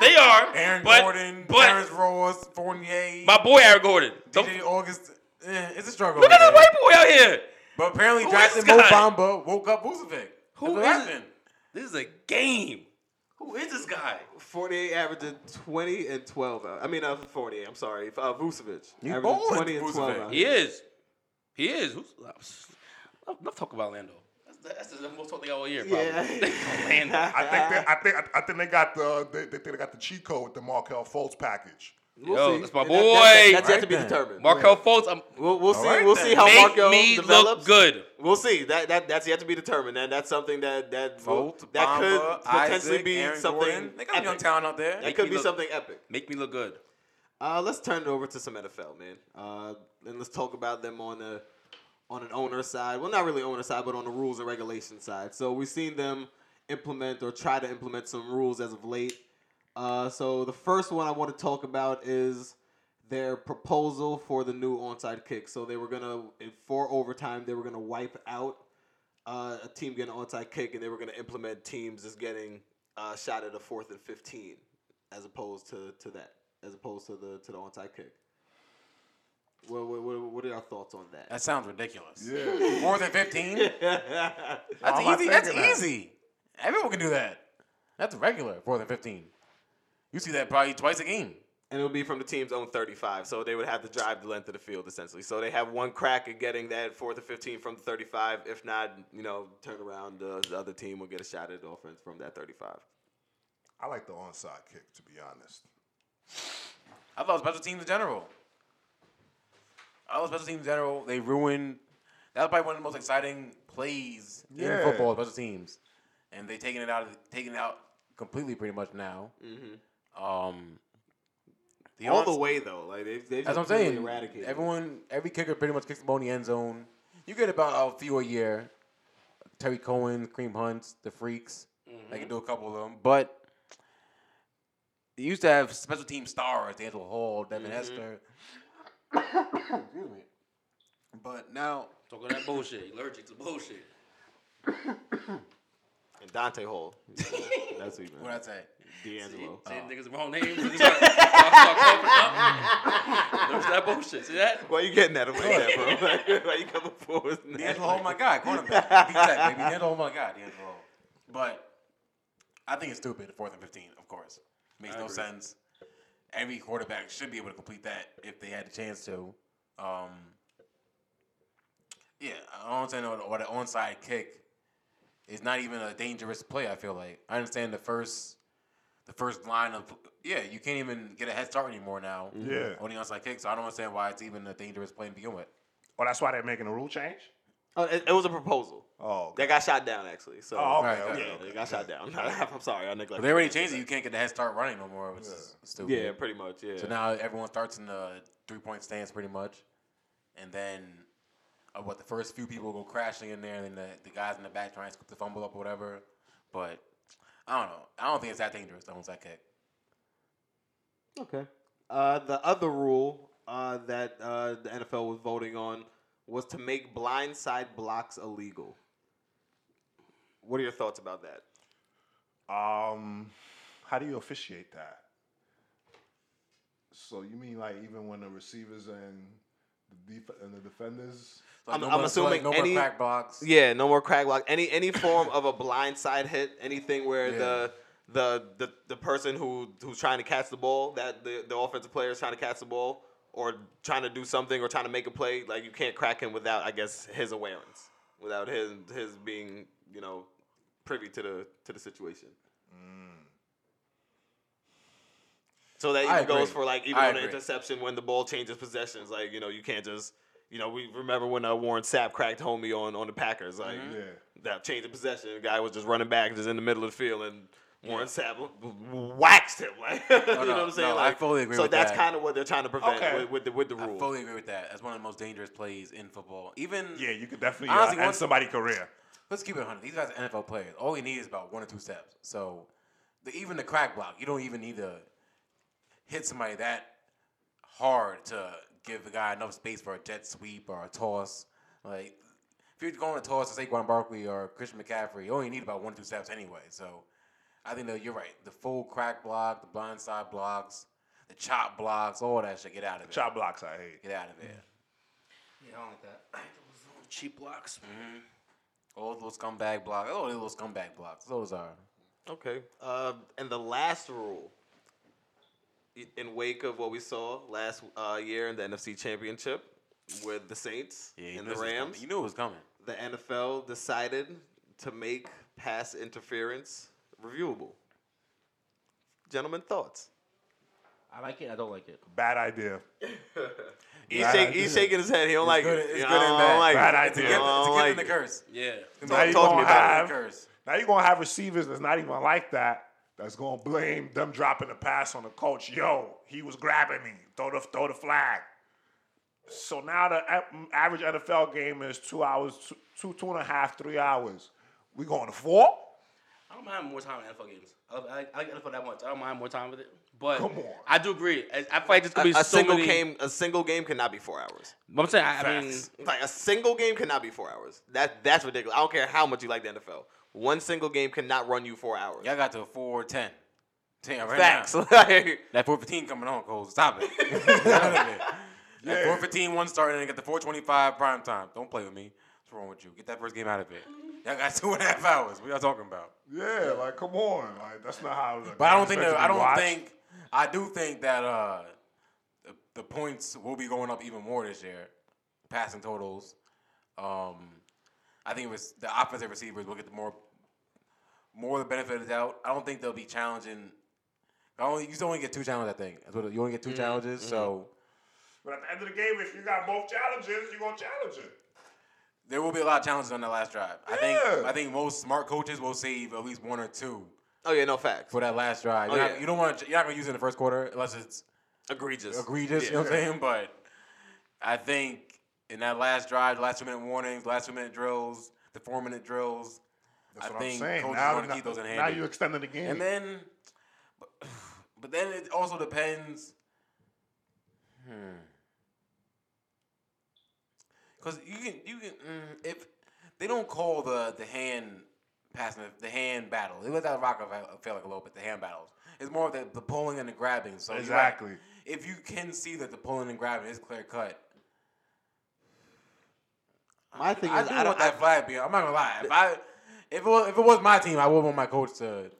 [SPEAKER 3] they are.
[SPEAKER 5] Aaron
[SPEAKER 3] but,
[SPEAKER 5] Gordon,
[SPEAKER 3] but
[SPEAKER 5] Terrence Ross, Fournier,
[SPEAKER 3] my boy Aaron Gordon. Don't,
[SPEAKER 5] DJ August. Eh, it's a struggle.
[SPEAKER 3] look at
[SPEAKER 5] out
[SPEAKER 3] this
[SPEAKER 5] there.
[SPEAKER 3] white boy out here.
[SPEAKER 5] But apparently,
[SPEAKER 3] Who
[SPEAKER 5] Jackson
[SPEAKER 3] is this
[SPEAKER 5] Mo
[SPEAKER 3] guy?
[SPEAKER 5] Bamba woke up Vucevic.
[SPEAKER 3] Who
[SPEAKER 5] That's
[SPEAKER 3] is
[SPEAKER 5] what
[SPEAKER 3] it?
[SPEAKER 5] happened.
[SPEAKER 3] This is a game. Who is this guy?
[SPEAKER 2] 48 averaging 20 and 12. out- I mean, uh, 48. I'm sorry. Uh, Vucevic.
[SPEAKER 5] You
[SPEAKER 2] averaging
[SPEAKER 5] bowling,
[SPEAKER 2] 20 and 12.
[SPEAKER 5] Vucevic.
[SPEAKER 2] out.
[SPEAKER 3] He is. He is. Who's, let's, let's talk about Oh, Orlando. That's, that's the most talk they got all year, probably.
[SPEAKER 2] Yeah.
[SPEAKER 3] Orlando.
[SPEAKER 4] I think, they, I think, I, I think they got the, they, they, think they got the cheat code with the Markel Fultz package.
[SPEAKER 2] We'll
[SPEAKER 3] Yo,
[SPEAKER 2] see.
[SPEAKER 3] that's my
[SPEAKER 2] That- that- that's
[SPEAKER 3] boy.
[SPEAKER 2] yet to
[SPEAKER 5] Right
[SPEAKER 2] be
[SPEAKER 5] then.
[SPEAKER 2] determined.
[SPEAKER 3] Markel Fultz, um,
[SPEAKER 2] We'll, we'll see.
[SPEAKER 5] right
[SPEAKER 2] we'll
[SPEAKER 5] then.
[SPEAKER 2] see how
[SPEAKER 3] make
[SPEAKER 2] Marco
[SPEAKER 3] me
[SPEAKER 2] develops.
[SPEAKER 3] look good.
[SPEAKER 2] We'll see. That that that's yet to be determined. And that's something that that will-
[SPEAKER 5] Volt,
[SPEAKER 2] that
[SPEAKER 5] Bamba,
[SPEAKER 2] could potentially
[SPEAKER 5] Isaac,
[SPEAKER 2] be
[SPEAKER 5] Aaron
[SPEAKER 2] something.
[SPEAKER 5] Gordon. They got a young
[SPEAKER 2] epic.
[SPEAKER 5] talent out there.
[SPEAKER 2] That
[SPEAKER 3] Make
[SPEAKER 2] could
[SPEAKER 3] me
[SPEAKER 2] be
[SPEAKER 3] look-
[SPEAKER 2] something epic.
[SPEAKER 3] Make me look good.
[SPEAKER 2] Uh, let's turn it over to some NFL, man. Uh, and let's talk about them on the on an owner side. Well, not really owner side, but on the rules and regulation side. So we've seen them implement or try to implement some rules as of late. Uh, so the first one I want to talk about is their proposal for the new onside kick. So they were gonna in four overtime, they were gonna wipe out uh, a team getting an onside kick, and they were gonna implement teams just getting uh, shot at a fourth and fifteen, as opposed to, to that, as opposed to the to the onside kick. What what, what, what are your thoughts on that?
[SPEAKER 5] That sounds ridiculous.
[SPEAKER 4] Yeah.
[SPEAKER 5] More than 15?
[SPEAKER 4] Why
[SPEAKER 5] That's
[SPEAKER 4] am I
[SPEAKER 5] easy. That's
[SPEAKER 4] thinking that?
[SPEAKER 5] easy. Everyone can do that. That's regular, more than 15. You see that probably twice a game.
[SPEAKER 2] and it would be from the team's own 35. So they would have to drive the length of the field essentially. So they have one crack at getting that fourth and 15 from the 35. If not, you know, turn around, uh, the other team will get a shot at the offense from that 35.
[SPEAKER 4] I like the onside kick, to be honest.
[SPEAKER 5] I love special teams in general. I love special teams in general. They ruined. That was probably one of the most exciting plays
[SPEAKER 4] Yeah.
[SPEAKER 5] in football, special teams, and they taking it out, of, taking it out completely, pretty much now. Um, the
[SPEAKER 2] Mm-hmm. All the
[SPEAKER 5] ons-
[SPEAKER 2] way though, like they've, they've
[SPEAKER 5] That's
[SPEAKER 2] just
[SPEAKER 5] what I'm saying.
[SPEAKER 2] completely eradicated. it.
[SPEAKER 5] Everyone, every kicker pretty much kicks the ball in the end zone. You get about a few a year. Terry Cohen, Cream Hunts, the Freaks. I
[SPEAKER 2] Mm-hmm.
[SPEAKER 5] can do a couple of them, but they used to have special team stars: D'Angelo Hall,
[SPEAKER 2] Mm-hmm.
[SPEAKER 5] Devin Hester. Excuse me. But now,
[SPEAKER 3] Talking that bullshit. You Allergic to bullshit.
[SPEAKER 2] and Dante Hall, that's who you
[SPEAKER 5] what I say?
[SPEAKER 2] D'Angelo.
[SPEAKER 3] Same niggas wrong name. Start- start- start coughing up. There's that bullshit. See that?
[SPEAKER 2] Why you getting at him like that, bro? Like, Why you coming forward? with that?
[SPEAKER 5] D'Angelo, Hall, oh my God, cornerback, big tech, baby. D'Angelo, Hall, oh my God, D'Angelo. Hall. But I think it's stupid. Fourth and fifteen, of course, makes no sense. Every quarterback should be able to complete that if they had the chance to. Um, yeah, I don't understand what, what an onside kick is. Not even a dangerous play. I feel like I understand the first, the first line of yeah. You can't even get a head start anymore now.
[SPEAKER 4] Yeah.
[SPEAKER 5] on the onside kick. So I don't understand why it's even a dangerous play to begin with.
[SPEAKER 4] Oh, that's why they're making a rule change?
[SPEAKER 2] Oh, it, it was a proposal.
[SPEAKER 4] Oh,
[SPEAKER 2] They
[SPEAKER 4] okay.
[SPEAKER 2] got shot down actually. So
[SPEAKER 4] Oh, okay,
[SPEAKER 5] Alright,
[SPEAKER 4] okay,
[SPEAKER 2] yeah,
[SPEAKER 4] okay.
[SPEAKER 2] they got shot down. I'm sorry, I neglected.
[SPEAKER 5] But they already
[SPEAKER 2] that.
[SPEAKER 5] changed it. You can't get the head start running no more, which is stupid.
[SPEAKER 2] Yeah, pretty much. Yeah.
[SPEAKER 5] So now everyone starts in the three point stance pretty much, and then uh, what the first few people go crashing in there, and then the, the guys in the back trying to scoop the fumble up or whatever. But I don't know. I don't think it's that dangerous. The onside kick.
[SPEAKER 2] Okay. Uh, the other rule uh, that uh, the NFL was voting on was to make blindside blocks illegal. What are your thoughts about that?
[SPEAKER 4] Um, how do you officiate that? So you mean like even when the receivers and the def- and the defenders?
[SPEAKER 5] So, like,
[SPEAKER 2] I'm-
[SPEAKER 5] no
[SPEAKER 2] I'm
[SPEAKER 5] more- so, like,
[SPEAKER 2] assuming
[SPEAKER 5] no more
[SPEAKER 2] any-
[SPEAKER 5] crack blocks.
[SPEAKER 2] Yeah, no more crack block. Any any form of a blindside hit, anything where
[SPEAKER 5] Yeah.
[SPEAKER 2] the the the the person who who's trying to catch the ball, that the, the offensive player is trying to catch the ball or trying to do something or trying to make a play, like you can't crack him without I guess his awareness, without his his being, you know, privy to the to the situation. So that
[SPEAKER 5] Mm. I
[SPEAKER 2] even goes
[SPEAKER 5] agree.
[SPEAKER 2] for like even
[SPEAKER 5] I
[SPEAKER 2] on an
[SPEAKER 5] agree.
[SPEAKER 2] interception when the ball changes possessions, like you know you can't just you know we remember when uh, Warren Sapp cracked homie on on the Packers, like
[SPEAKER 5] Mm-hmm.
[SPEAKER 4] Yeah.
[SPEAKER 2] that change of possession, the guy was just running back just in the middle of the field and. Warren Sapp w- w- waxed him, like you know
[SPEAKER 5] Oh, no,
[SPEAKER 2] what I'm saying.
[SPEAKER 5] no, I
[SPEAKER 2] like,
[SPEAKER 5] fully agree
[SPEAKER 2] So
[SPEAKER 5] with
[SPEAKER 2] that's
[SPEAKER 5] that.
[SPEAKER 2] kind of what they're trying to prevent
[SPEAKER 4] Okay.
[SPEAKER 2] with, with the with the
[SPEAKER 5] I
[SPEAKER 2] rule.
[SPEAKER 5] fully agree with that. That's one of the most dangerous plays in football. Even
[SPEAKER 4] Yeah, you could definitely
[SPEAKER 5] Honestly,
[SPEAKER 4] uh, end
[SPEAKER 5] once-
[SPEAKER 4] somebody's career.
[SPEAKER 5] Let's keep it 100. These guys are NFL players. All you need is about one or two steps. So the, even the crack block, you don't even need to hit somebody that hard to give the guy enough space for a jet sweep or a toss. Like, if you're going to toss to Saquon Barkley or Christian McCaffrey, you only need about one or two steps anyway. So I think that you're right. The full crack block, the blind side blocks, the chop blocks, all that shit, get out of it.
[SPEAKER 4] Chop blocks, I hate.
[SPEAKER 5] Get out of it.
[SPEAKER 3] Yeah, I don't like that. Those cheap blocks.
[SPEAKER 5] Mm-hmm. All those little scumbag blocks. All those little scumbag blocks. Those are.
[SPEAKER 2] Okay. Uh, and the last rule, i- in wake of what we saw last uh, year in the NFC Championship with the Saints
[SPEAKER 5] Yeah, you
[SPEAKER 2] and
[SPEAKER 5] knew
[SPEAKER 2] the
[SPEAKER 5] this was coming.
[SPEAKER 2] Rams,
[SPEAKER 5] You knew it was coming.
[SPEAKER 2] the NFL decided to make pass interference reviewable. Gentlemen, thoughts?
[SPEAKER 3] I like it. I don't like it.
[SPEAKER 4] Bad idea.
[SPEAKER 2] He's,
[SPEAKER 4] Bad
[SPEAKER 2] shake, he's
[SPEAKER 4] idea.
[SPEAKER 2] shaking his head. He don't like
[SPEAKER 5] good-
[SPEAKER 2] it.
[SPEAKER 5] it's
[SPEAKER 2] He
[SPEAKER 5] good
[SPEAKER 2] don't
[SPEAKER 5] and bad.
[SPEAKER 2] like it.
[SPEAKER 4] Bad
[SPEAKER 5] It's a
[SPEAKER 4] idea.
[SPEAKER 2] I
[SPEAKER 5] gift, it's a
[SPEAKER 2] don't
[SPEAKER 5] gift
[SPEAKER 2] like
[SPEAKER 5] and a
[SPEAKER 2] it.
[SPEAKER 5] curse.
[SPEAKER 3] Yeah.
[SPEAKER 5] It's
[SPEAKER 4] Now
[SPEAKER 5] a
[SPEAKER 4] you
[SPEAKER 5] gift
[SPEAKER 2] talk to
[SPEAKER 4] gonna
[SPEAKER 2] me about it.
[SPEAKER 5] and a
[SPEAKER 4] have
[SPEAKER 5] curse.
[SPEAKER 4] now you gonna have receivers that's not even like that that's gonna blame them dropping the pass on the coach. Yo, he was grabbing me. Throw the throw the flag. So now the a- average NFL game is two hours, two two two and a half, three hours. We going to four?
[SPEAKER 3] I don't mind more time in NFL games. I, love- I, I like NFL that much. I don't mind more time with it. But
[SPEAKER 4] Come on.
[SPEAKER 3] I do agree. I, I feel like there's
[SPEAKER 2] A,
[SPEAKER 3] gonna be
[SPEAKER 2] a
[SPEAKER 3] so
[SPEAKER 2] single
[SPEAKER 3] many.
[SPEAKER 2] game, a single game cannot be four hours.
[SPEAKER 3] But I'm saying, I, I mean,
[SPEAKER 5] Facts.
[SPEAKER 2] Like a single game cannot be four hours. That that's ridiculous. I don't care how much you like the NFL. One single game cannot run you four hours.
[SPEAKER 5] Y'all got to 410. Damn, right
[SPEAKER 2] Facts.
[SPEAKER 5] now.
[SPEAKER 2] Like,
[SPEAKER 5] That 415 coming on, Cole. Stop it. Get out of it. That 415 one start and then get the 425 prime time. Don't play with me. What's wrong with you? Get that first game out of it. Y'all got two and a half hours. What y'all talking about?
[SPEAKER 4] Yeah, like come on, like that's not how. the
[SPEAKER 5] But I
[SPEAKER 4] game
[SPEAKER 5] don't
[SPEAKER 4] is
[SPEAKER 5] think
[SPEAKER 4] meant to
[SPEAKER 5] that
[SPEAKER 4] be
[SPEAKER 5] I don't
[SPEAKER 4] watched.
[SPEAKER 5] think I do think that uh the, the points will be going up even more this year. Passing totals. Um I think it was the offensive receivers will get the more more of the benefit of the doubt. I don't think they'll be challenging I only you still only get two challenges, I think. That's what you only get 2
[SPEAKER 2] Mm-hmm,
[SPEAKER 5] challenges, so
[SPEAKER 4] But at the end of the game, if you got both challenges, you're gonna challenge it.
[SPEAKER 2] mm-hmm.
[SPEAKER 5] there will be a lot of challenges on that last drive. I think
[SPEAKER 4] Yeah.
[SPEAKER 5] I think most smart coaches will save at least one or two
[SPEAKER 2] oh yeah, no facts.
[SPEAKER 5] for that last drive.
[SPEAKER 2] Oh,
[SPEAKER 5] You're not-
[SPEAKER 2] yeah.
[SPEAKER 5] You don't want to, you're not going to use it in the first quarter unless it's
[SPEAKER 2] Egregious.
[SPEAKER 5] egregious. You know what I'm saying? But I think in that last drive, last two minute warnings, last two minute drills, the four minute drills,
[SPEAKER 4] That's
[SPEAKER 5] I
[SPEAKER 4] what
[SPEAKER 5] think
[SPEAKER 4] I'm saying.
[SPEAKER 5] coaches
[SPEAKER 4] Now,
[SPEAKER 5] wanna
[SPEAKER 4] now,
[SPEAKER 5] keep those in
[SPEAKER 4] now
[SPEAKER 5] handy.
[SPEAKER 4] you extending the game.
[SPEAKER 5] and then, but, but then it also depends. Hmm. Because you can you can mm, if they don't call the the hand passing the, the hand battle. It was that rock I feel like a little bit the hand battles. It's more of the, the pulling and the grabbing. So you're right.
[SPEAKER 4] Exactly.
[SPEAKER 5] if you can see that the pulling and grabbing is clear cut,
[SPEAKER 2] My thing
[SPEAKER 5] I
[SPEAKER 2] is,
[SPEAKER 5] do
[SPEAKER 2] I
[SPEAKER 5] want
[SPEAKER 2] don't, I,
[SPEAKER 5] that flag being. I'm not gonna lie. If I if it was, if it was my team, I would want my coach to.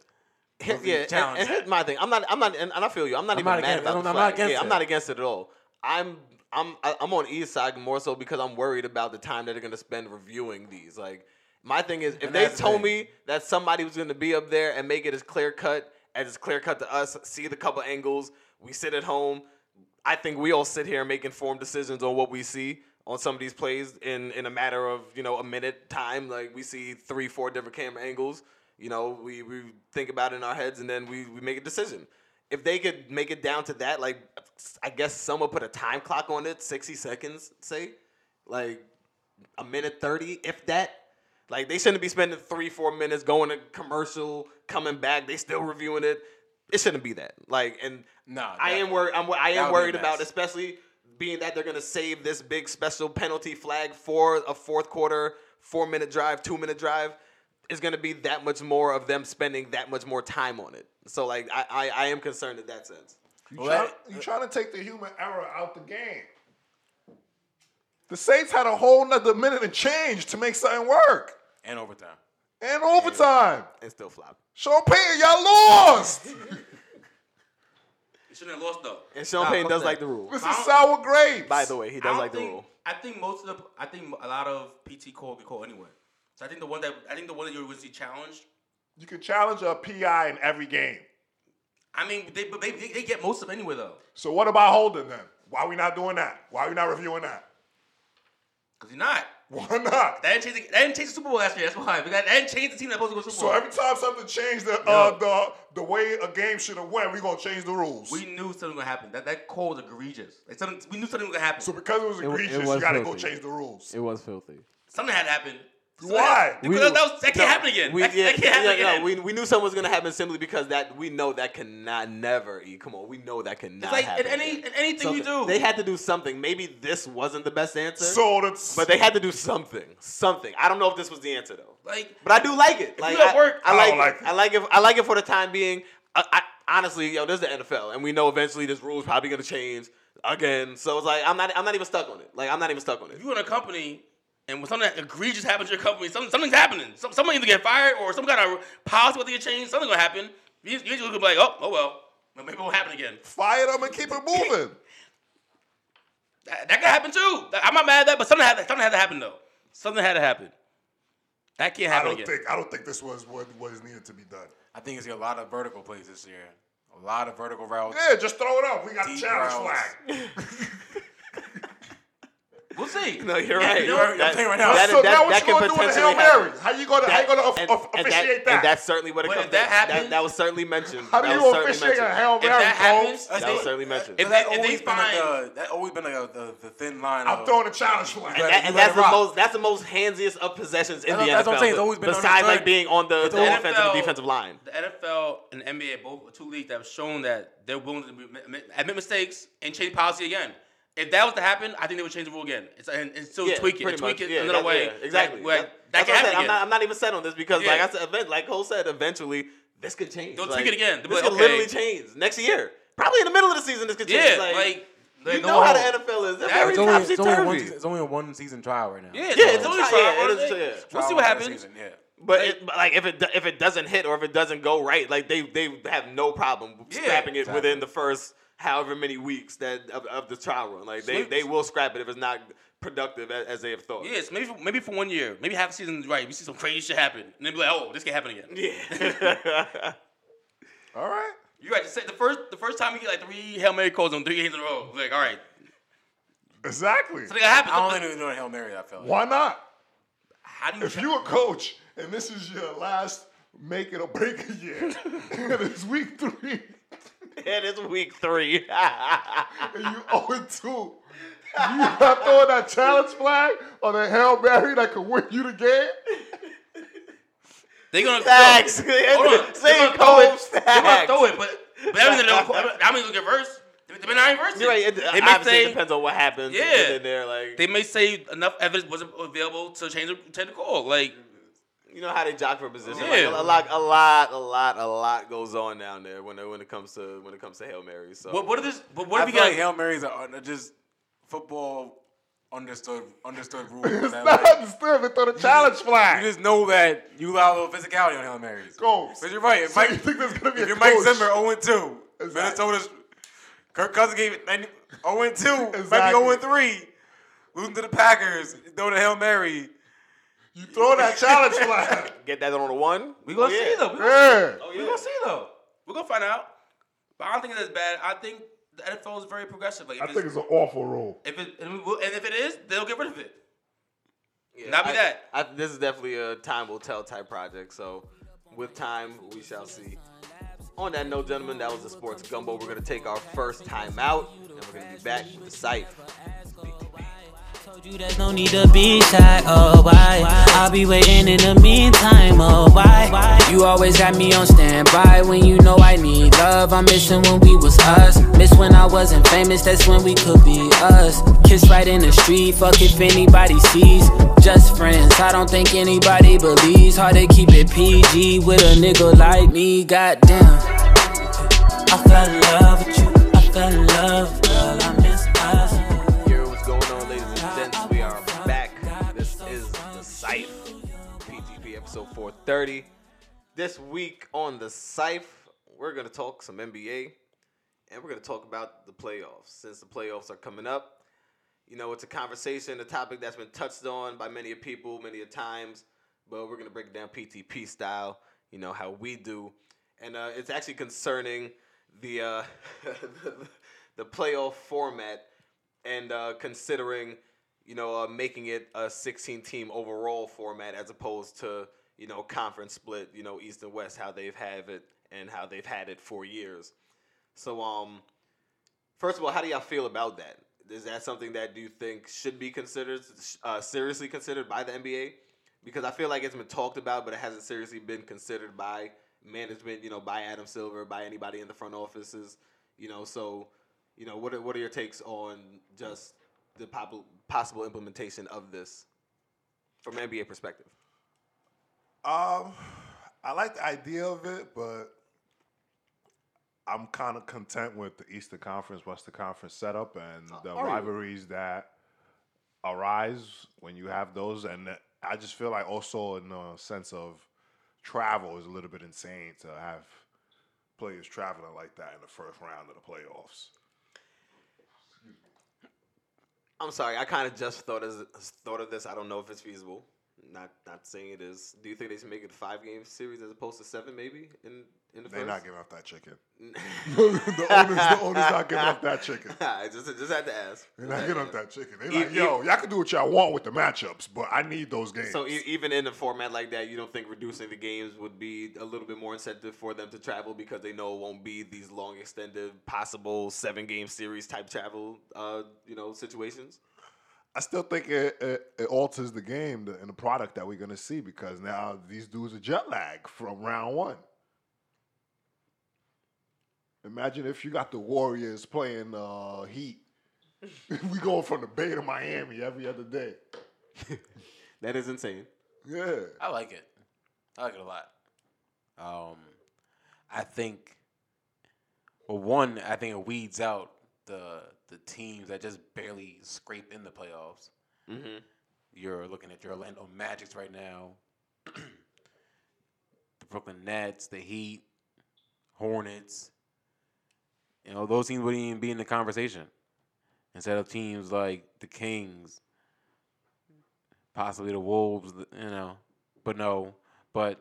[SPEAKER 2] Here- yeah, and-
[SPEAKER 5] challenge
[SPEAKER 2] and
[SPEAKER 5] that.
[SPEAKER 2] here's my thing. I'm not. I'm not. And, and I feel you. I'm not
[SPEAKER 5] I'm
[SPEAKER 2] even
[SPEAKER 5] not
[SPEAKER 2] mad
[SPEAKER 5] against-
[SPEAKER 2] about the
[SPEAKER 5] I'm not
[SPEAKER 2] flag.
[SPEAKER 5] against
[SPEAKER 2] yeah, I'm
[SPEAKER 5] it.
[SPEAKER 2] not against it at all. I'm. I'm. I- I'm on East side more so because I'm worried about the time that they're gonna spend reviewing these. Like my thing is, if
[SPEAKER 5] And
[SPEAKER 2] they
[SPEAKER 5] that's the
[SPEAKER 2] told
[SPEAKER 5] thing.
[SPEAKER 2] me that somebody was gonna be up there and make it as clear cut as it's clear cut to us, see the couple angles. We sit at home. I think we all sit here and make informed decisions on what we see on some of these plays in in a matter of you know a minute time. Like we see three, four different camera angles. You know, we we think about it in our heads and then we we make a decision. If they could make it down to that, like I guess someone put a time clock on it, sixty seconds, say, like a minute thirty, if that. Like they shouldn't be spending three, four minutes going to commercial, coming back. They still reviewing it. It shouldn't be that. Like, and
[SPEAKER 5] No,
[SPEAKER 2] I am
[SPEAKER 5] definitely.
[SPEAKER 2] worried. I'm, I
[SPEAKER 5] That would
[SPEAKER 2] am
[SPEAKER 5] be
[SPEAKER 2] worried
[SPEAKER 5] a
[SPEAKER 2] about,
[SPEAKER 5] mess.
[SPEAKER 2] especially being that they're gonna save this big special penalty flag for a fourth quarter, four minute drive, two minute drive. Is gonna be that much more of them spending that much more time on it. So like, I I, I am concerned in that sense.
[SPEAKER 4] You
[SPEAKER 5] Well,
[SPEAKER 4] trying, you trying to take the human error out the game. The Saints had a whole nother minute and change to make something work.
[SPEAKER 5] And overtime.
[SPEAKER 4] And overtime.
[SPEAKER 2] And still flop.
[SPEAKER 4] Sean Payton, y'all lost.
[SPEAKER 3] you shouldn't have lost though.
[SPEAKER 2] And Sean
[SPEAKER 3] Nah,
[SPEAKER 2] Payton
[SPEAKER 3] fuck
[SPEAKER 2] does
[SPEAKER 3] that.
[SPEAKER 2] like the rule.
[SPEAKER 4] This is sour grapes.
[SPEAKER 2] By the way, he
[SPEAKER 3] I
[SPEAKER 2] does
[SPEAKER 3] don't
[SPEAKER 2] like the
[SPEAKER 3] think-
[SPEAKER 2] rule.
[SPEAKER 3] I think most of the I think a lot of PT call get called anyway. So I think the one that I think the one that you would see challenged.
[SPEAKER 4] you can challenge a PI in every game.
[SPEAKER 3] I mean, they but they, they, they get most of it anyway though,
[SPEAKER 4] So what about holding them? Why we not doing that? Why we not reviewing that?
[SPEAKER 3] cause you're not.
[SPEAKER 4] Why
[SPEAKER 3] That
[SPEAKER 4] not?
[SPEAKER 3] didn't change. The, that didn't change the Super Bowl last year. That's why. Because that didn't change the team that supposed to go to the Super
[SPEAKER 4] So
[SPEAKER 3] Bowl.
[SPEAKER 4] every time something changed the uh, the the way a game should have went, we gonna change the rules.
[SPEAKER 3] we knew something was gonna happen. That that call was egregious. Like something, we knew something was gonna happen.
[SPEAKER 4] so because it was
[SPEAKER 6] wa- it
[SPEAKER 4] egregious,
[SPEAKER 6] was
[SPEAKER 4] you gotta
[SPEAKER 6] filthy.
[SPEAKER 4] go change the rules.
[SPEAKER 6] was filthy.
[SPEAKER 3] something had happened. Something
[SPEAKER 4] Why?
[SPEAKER 3] had- Because that, was, that can't
[SPEAKER 2] No,
[SPEAKER 3] happen again.
[SPEAKER 2] We,
[SPEAKER 3] that,
[SPEAKER 2] yeah,
[SPEAKER 3] that can't happen
[SPEAKER 2] yeah,
[SPEAKER 3] again.
[SPEAKER 2] No, we, we knew something was gonna happen simply because that we know that cannot never. e- Come on, we know that cannot.
[SPEAKER 3] it's like
[SPEAKER 2] happen
[SPEAKER 3] in any
[SPEAKER 2] again.
[SPEAKER 3] in anything you
[SPEAKER 2] Something-
[SPEAKER 3] do.
[SPEAKER 2] They had to do something. Maybe this wasn't the best answer.
[SPEAKER 4] so that's
[SPEAKER 2] but they had to do something. Something. I don't know if this was the answer though.
[SPEAKER 3] like
[SPEAKER 2] But I do like it. Like
[SPEAKER 3] you at
[SPEAKER 2] I,
[SPEAKER 3] work-
[SPEAKER 2] I,
[SPEAKER 4] I
[SPEAKER 2] like,
[SPEAKER 4] don't like
[SPEAKER 2] it.
[SPEAKER 4] it.
[SPEAKER 2] I like it. I like it for the time being. I, I honestly, yo, this is the NFL, and we know eventually this rule is probably gonna change again. So it's like I'm not. I'm not even stuck on it. Like I'm not even stuck on it.
[SPEAKER 3] if you in a company and when something egregious happens to your company, something, something's happening. Some, someone either get fired or some kind of policy will get changed. Something's gonna happen. You, you just gonna be like, oh, oh well, maybe it won't happen again.
[SPEAKER 4] fire them and keep it moving.
[SPEAKER 3] That, that could happen too. I'm not mad at that, but something had, something had to happen though. Something had to happen. That can't
[SPEAKER 4] I
[SPEAKER 3] happen
[SPEAKER 4] don't
[SPEAKER 3] again.
[SPEAKER 4] think I don't think this was what was needed to be done.
[SPEAKER 5] I think you see a lot of vertical plays this year. A lot of vertical routes.
[SPEAKER 4] Yeah, just throw it up. We got the
[SPEAKER 5] Deep
[SPEAKER 4] challenge
[SPEAKER 5] routes.
[SPEAKER 4] flag.
[SPEAKER 3] We'll see.
[SPEAKER 2] No, you're right.
[SPEAKER 5] you're- you're
[SPEAKER 2] That-
[SPEAKER 5] playing right now.
[SPEAKER 2] that-
[SPEAKER 4] so
[SPEAKER 2] that-
[SPEAKER 4] now what
[SPEAKER 2] that
[SPEAKER 4] you
[SPEAKER 2] can
[SPEAKER 4] gonna do with the Hail
[SPEAKER 2] potentially
[SPEAKER 4] Mary?
[SPEAKER 2] happen.
[SPEAKER 4] How you gonna how you gonna
[SPEAKER 2] and-
[SPEAKER 4] off- off-
[SPEAKER 2] and
[SPEAKER 4] officiate
[SPEAKER 2] that?
[SPEAKER 4] that?
[SPEAKER 2] And that's certainly what it
[SPEAKER 3] But
[SPEAKER 2] comes
[SPEAKER 3] if that
[SPEAKER 2] down-
[SPEAKER 3] happens-
[SPEAKER 2] that was certainly mentioned.
[SPEAKER 4] how do
[SPEAKER 2] That
[SPEAKER 4] you
[SPEAKER 2] was certainly
[SPEAKER 4] officiate a
[SPEAKER 2] mentioned.
[SPEAKER 4] Hail
[SPEAKER 3] If
[SPEAKER 4] Mary?
[SPEAKER 3] that happens,
[SPEAKER 4] folks?
[SPEAKER 5] That's
[SPEAKER 2] That was
[SPEAKER 5] the-
[SPEAKER 2] certainly mentioned.
[SPEAKER 5] But
[SPEAKER 3] If they-
[SPEAKER 5] that
[SPEAKER 3] if
[SPEAKER 5] always
[SPEAKER 3] they
[SPEAKER 5] been like
[SPEAKER 3] find-
[SPEAKER 5] the that always been like a, the, the thin line.
[SPEAKER 4] I'm
[SPEAKER 5] of,
[SPEAKER 4] throwing a challenge flag.
[SPEAKER 5] You
[SPEAKER 2] And,
[SPEAKER 5] better-
[SPEAKER 2] that, and
[SPEAKER 5] you better
[SPEAKER 2] that's the
[SPEAKER 5] rock.
[SPEAKER 2] most that's the most handsiest of possessions in the
[SPEAKER 5] That's what-
[SPEAKER 2] NFL.
[SPEAKER 5] that's what I'm saying. It's always been
[SPEAKER 2] besides
[SPEAKER 5] underdone.
[SPEAKER 2] like being on the,
[SPEAKER 5] It's
[SPEAKER 2] the
[SPEAKER 5] always-
[SPEAKER 2] offensive and defensive line.
[SPEAKER 3] The NFL and NBA, both two leagues, have shown that they're willing to admit- admit mistakes and change policy again. If that was to happen, I think they would change the rule again It's- and, and still tweak it,
[SPEAKER 2] pretty
[SPEAKER 3] tweak
[SPEAKER 2] much.
[SPEAKER 3] it
[SPEAKER 2] Yeah,
[SPEAKER 3] another
[SPEAKER 2] that-
[SPEAKER 3] way.
[SPEAKER 2] yeah, exactly.
[SPEAKER 3] That, where-
[SPEAKER 2] That-
[SPEAKER 3] that
[SPEAKER 2] that's
[SPEAKER 3] can
[SPEAKER 2] what I'm
[SPEAKER 3] happen
[SPEAKER 2] saying. I'm
[SPEAKER 3] again.
[SPEAKER 2] not, I'm not even set on this because,
[SPEAKER 3] Yeah.
[SPEAKER 2] like I said, event, like Cole said, eventually this could change.
[SPEAKER 3] They'll
[SPEAKER 2] like,
[SPEAKER 3] tweak it again. They'll be
[SPEAKER 2] This
[SPEAKER 3] like,
[SPEAKER 2] could literally
[SPEAKER 3] okay.
[SPEAKER 2] change next year. Probably in the middle of the season, this could change.
[SPEAKER 3] yeah, like, like,
[SPEAKER 2] you
[SPEAKER 3] no
[SPEAKER 2] know how the
[SPEAKER 3] hope.
[SPEAKER 2] NFL is. They're
[SPEAKER 3] It's
[SPEAKER 2] very
[SPEAKER 5] It's only,
[SPEAKER 2] topsy
[SPEAKER 5] it's, only one,
[SPEAKER 2] turvy.
[SPEAKER 5] season- it's only a one season trial right now.
[SPEAKER 3] Yeah,
[SPEAKER 2] Yeah,
[SPEAKER 3] it's
[SPEAKER 2] it's
[SPEAKER 3] only
[SPEAKER 2] a-
[SPEAKER 3] trial.
[SPEAKER 2] yeah, it is
[SPEAKER 3] We'll
[SPEAKER 2] a
[SPEAKER 3] see-
[SPEAKER 5] Trial
[SPEAKER 3] We'll see
[SPEAKER 5] one
[SPEAKER 3] what happens.
[SPEAKER 5] season, yeah.
[SPEAKER 2] But,
[SPEAKER 3] Like-
[SPEAKER 2] it, but like if it do- if it doesn't hit or if it doesn't go right, like they they have no problem
[SPEAKER 3] Yeah,
[SPEAKER 2] scrapping it
[SPEAKER 5] exactly.
[SPEAKER 2] within the first however many weeks that of, of the trial run. Like they,
[SPEAKER 3] Sweet.
[SPEAKER 2] they will scrap it if it's not productive as, as they have thought.
[SPEAKER 3] Yes, maybe for, maybe for one year, maybe half a season. Right, we see some crazy shit happen, and then be like, "Oh, this can happen again."
[SPEAKER 2] Yeah.
[SPEAKER 4] All right.
[SPEAKER 3] You're right. The se- the first the first time we get like three hail mary calls on three games in a row, like, all right,
[SPEAKER 4] Exactly.
[SPEAKER 3] something happens.
[SPEAKER 5] I don't think they're doing Hail Mary. I feel. Like.
[SPEAKER 4] Why not?
[SPEAKER 3] How do you?
[SPEAKER 4] If you're a coach and this is your last make it or break it year, and it's week three,
[SPEAKER 2] it is week three.
[SPEAKER 4] and you owe it two, you not throwing that challenge flag on a Hail Mary that could win you the game?
[SPEAKER 3] They're gonna
[SPEAKER 2] Facts.
[SPEAKER 3] Yo, hold on. They're
[SPEAKER 2] Saying
[SPEAKER 3] gonna throw
[SPEAKER 2] cold
[SPEAKER 3] it. They're gonna
[SPEAKER 2] facts.
[SPEAKER 3] throw it, but but that means that they'll- that means they'll get versed. They they may not even verse it.
[SPEAKER 2] You're right. It, uh,
[SPEAKER 3] They may
[SPEAKER 2] obviously, it
[SPEAKER 3] say
[SPEAKER 2] depends on what happens.
[SPEAKER 3] Yeah.
[SPEAKER 2] within there, like
[SPEAKER 3] they may say enough evidence wasn't available to change the, change the call. Like
[SPEAKER 2] you know how they jock for position. Like,
[SPEAKER 3] Yeah.
[SPEAKER 2] a lot, a lot, a lot, a lot goes on down there when it, when it comes to when it comes to hail marys. So
[SPEAKER 3] what what if this? But
[SPEAKER 5] I
[SPEAKER 3] what if
[SPEAKER 5] feel
[SPEAKER 3] we got?
[SPEAKER 5] like Hail Marys are are just football understood understood rules.
[SPEAKER 4] It's
[SPEAKER 5] that,
[SPEAKER 4] not
[SPEAKER 5] like,
[SPEAKER 4] understood. They throw the challenge
[SPEAKER 5] you
[SPEAKER 4] flag.
[SPEAKER 5] just know that you allow a little physicality on Hail Marys.
[SPEAKER 4] Goals.
[SPEAKER 5] But you're right. If
[SPEAKER 4] So
[SPEAKER 5] Mike,
[SPEAKER 4] you think there's gonna be
[SPEAKER 5] if
[SPEAKER 4] a
[SPEAKER 5] you're Mike
[SPEAKER 4] coach?
[SPEAKER 5] Zimmer 0 2,
[SPEAKER 4] Exactly.
[SPEAKER 5] Minnesota's Kirk Cousins gave it 90 0 2,
[SPEAKER 4] Exactly.
[SPEAKER 5] might be 0 3, losing to the Packers, throwing a Hail Mary.
[SPEAKER 4] You throw that challenge flag.
[SPEAKER 2] get that on a one.
[SPEAKER 3] We gonna
[SPEAKER 2] Oh,
[SPEAKER 3] see
[SPEAKER 2] yeah.
[SPEAKER 3] though. We gonna,
[SPEAKER 4] Yeah.
[SPEAKER 3] we gonna see though. We're gonna find out. But I don't think it's as bad. I think the NFL is very progressive. Like if
[SPEAKER 4] I
[SPEAKER 3] it's,
[SPEAKER 4] think it's an awful rule.
[SPEAKER 3] if it and, we'll, and if it is, they'll get rid of it.
[SPEAKER 2] Yeah,
[SPEAKER 3] Not be
[SPEAKER 2] I-
[SPEAKER 3] that.
[SPEAKER 2] I, this is definitely a time will tell type project. So, with time, we shall see. On that note, gentlemen, that was the sports gumbo. We're gonna take our first time out, and we're gonna be back with the site.
[SPEAKER 1] oh, Told you there's no need to be shy, oh why? I'll be waiting in the meantime, oh why? You always got me on standby when you know I need love. I'm missing when we was us. Miss when I wasn't famous, that's when we could be us. Kiss right in the street, fuck if anybody sees. Just friends, I don't think anybody believes how they keep it PG with a nigga like me, goddamn. I fell in love with you, I fell in love, girl, I miss us.
[SPEAKER 2] Here, what's going on, ladies and gents? We are back. This is the site. PGP episode 430. This week on the site, we're gonna talk some NBA, and we're gonna talk about the playoffs since the playoffs are coming up. you know, it's a conversation, a topic that's been touched on by many of people, many of times, but we're gonna break it down PTP style, you know, how we do. And uh, it's actually concerning the, uh, the the playoff format and uh, considering, you know, uh, making it a 16 team overall format as opposed to, you know, conference split, you know, East and West, how they've had it and how they've had it for years. So, um, First of all, how do y'all feel about that? Is that something that you think should be considered uh, seriously considered by the NBA? Because I feel like it's been talked about, but it hasn't seriously been considered by management. You know, by Adam Silver, by anybody in the front offices. You know, so you know, what are, what are your takes on just the pop- possible implementation of this from an NBA perspective?
[SPEAKER 4] Um, I like the idea of it, but I'm kind of content with the Eastern Conference, Western Conference setup, and the
[SPEAKER 2] Uh, are you?
[SPEAKER 4] rivalries that arise when you have those. And I just feel like also in the sense of travel is a little bit insane to have players traveling like that in the first round of the playoffs.
[SPEAKER 2] I'm sorry, I kind of just thought as thought of this. I don't know if it's feasible. Not not saying it is. Do you think they should make it a five game series as opposed to seven, maybe in in the
[SPEAKER 4] They're
[SPEAKER 2] first.
[SPEAKER 4] not giving up that chicken. the, owners, the owners not giving up that chicken.
[SPEAKER 2] I just, just had to ask. Just had
[SPEAKER 4] They're not
[SPEAKER 2] to
[SPEAKER 4] giving
[SPEAKER 2] ask.
[SPEAKER 4] up that chicken. They're
[SPEAKER 2] E-
[SPEAKER 4] like, yo, y'all can do what y'all want with the matchups, but I need those games.
[SPEAKER 2] So e- even in a format like that, you don't think reducing the games would be a little bit more incentive for them to travel because they know it won't be these long, extended, possible seven-game series type travel, uh, you know, situations.
[SPEAKER 4] I still think it, it, it alters the game the, and the product that we're going to see because now these dudes are jet lag from round one. Imagine if you got the Warriors playing uh, Heat. we going from the Bay to Miami every other day.
[SPEAKER 2] That is insane.
[SPEAKER 4] Yeah.
[SPEAKER 5] I like it. I like it a lot. Um, I think. Well, one, I think it weeds out the the teams that just barely scrape in the playoffs.
[SPEAKER 2] Mm-hmm.
[SPEAKER 5] You're looking at your Orlando Magics right now, the Brooklyn Nets, the Heat, Hornets. You know those teams wouldn't even be in the conversation. Instead of teams like the Kings, possibly the Wolves, th- you know, but no, but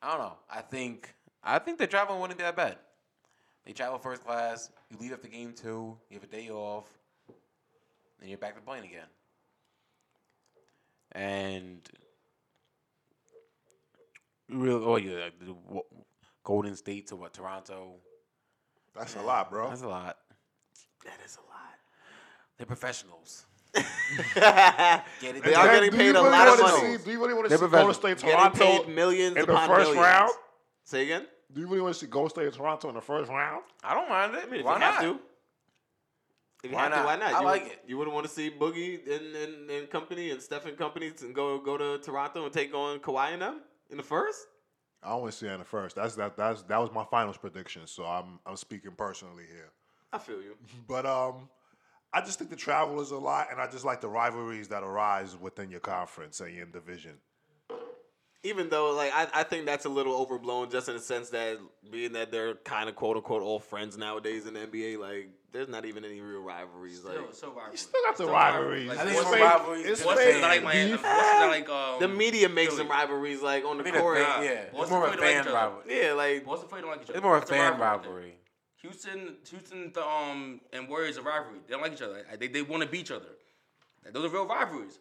[SPEAKER 5] I don't know. I think I think the traveling wouldn't be that bad. They travel first class. You leave after game two. You have a day off, and you're back to playing again. And real, oh yeah, like, the Wo- Golden State to what Toronto.
[SPEAKER 4] That's a lot,
[SPEAKER 2] Oh.
[SPEAKER 4] bro.
[SPEAKER 5] That's a lot.
[SPEAKER 2] That is a lot.
[SPEAKER 5] They're professionals. Get it
[SPEAKER 2] they are
[SPEAKER 5] done.
[SPEAKER 2] getting
[SPEAKER 4] Do
[SPEAKER 2] paid
[SPEAKER 4] you
[SPEAKER 2] a
[SPEAKER 4] really
[SPEAKER 2] lot of
[SPEAKER 4] wanna
[SPEAKER 2] money.
[SPEAKER 4] See, do you really want to
[SPEAKER 5] They're
[SPEAKER 4] see Golden
[SPEAKER 5] professional.
[SPEAKER 4] State
[SPEAKER 2] Getting
[SPEAKER 4] Toronto
[SPEAKER 2] paid millions
[SPEAKER 4] in the
[SPEAKER 2] upon
[SPEAKER 4] first
[SPEAKER 2] millions.
[SPEAKER 4] round?
[SPEAKER 2] Say again.
[SPEAKER 4] Do you really want to see Golden State and Toronto in the first round?
[SPEAKER 5] I don't mind it.
[SPEAKER 2] If
[SPEAKER 5] Why
[SPEAKER 2] you have
[SPEAKER 5] not?
[SPEAKER 2] to. If you
[SPEAKER 5] Why
[SPEAKER 2] have to,
[SPEAKER 5] not?
[SPEAKER 2] why not?
[SPEAKER 5] I
[SPEAKER 2] you
[SPEAKER 5] like
[SPEAKER 2] would,
[SPEAKER 5] it.
[SPEAKER 2] You wouldn't want to see Boogie and, and, and company and Stephen company and go go to Toronto and take on Kawhi and them in the first.
[SPEAKER 4] I want to see that in the first. That's that. That's that was my finals prediction. So I'm I'm speaking personally here.
[SPEAKER 2] I feel you.
[SPEAKER 4] But um, I just think the travel is a lot, and I just like the rivalries that arise within your conference and your division.
[SPEAKER 2] Even though, like, I, I think that's a little overblown, just in the sense that being that they're kind of quote unquote all friends nowadays in the NBA, like, there's not even any real rivalries. Like,
[SPEAKER 3] Still, still rivalry.
[SPEAKER 4] You still got the
[SPEAKER 3] Still
[SPEAKER 4] rivalries.
[SPEAKER 3] Like,
[SPEAKER 5] I think
[SPEAKER 3] Boston-
[SPEAKER 5] it's more rivalries
[SPEAKER 4] It's
[SPEAKER 5] than
[SPEAKER 3] Boston's
[SPEAKER 5] fans.
[SPEAKER 4] fans.
[SPEAKER 3] not like Miami.
[SPEAKER 4] You-
[SPEAKER 3] Boston's not like um.
[SPEAKER 2] the media makes them
[SPEAKER 3] Philly.
[SPEAKER 2] rivalries, like on
[SPEAKER 5] I
[SPEAKER 2] the
[SPEAKER 5] mean, a
[SPEAKER 2] court.
[SPEAKER 5] fan,
[SPEAKER 2] yeah.
[SPEAKER 5] yeah,
[SPEAKER 3] Boston
[SPEAKER 5] it's more of a
[SPEAKER 3] really like
[SPEAKER 5] fan
[SPEAKER 3] the-
[SPEAKER 5] rivalry.
[SPEAKER 2] like
[SPEAKER 3] Boston Philly don't like each other.
[SPEAKER 5] It's more of a
[SPEAKER 3] That's a
[SPEAKER 5] fan
[SPEAKER 3] rivalry.
[SPEAKER 5] rivalry.
[SPEAKER 3] Houston, Houston, the, um, and Warriors are rivalry. They don't like each other. They, they want to beat each other. Like, those are real rivalries.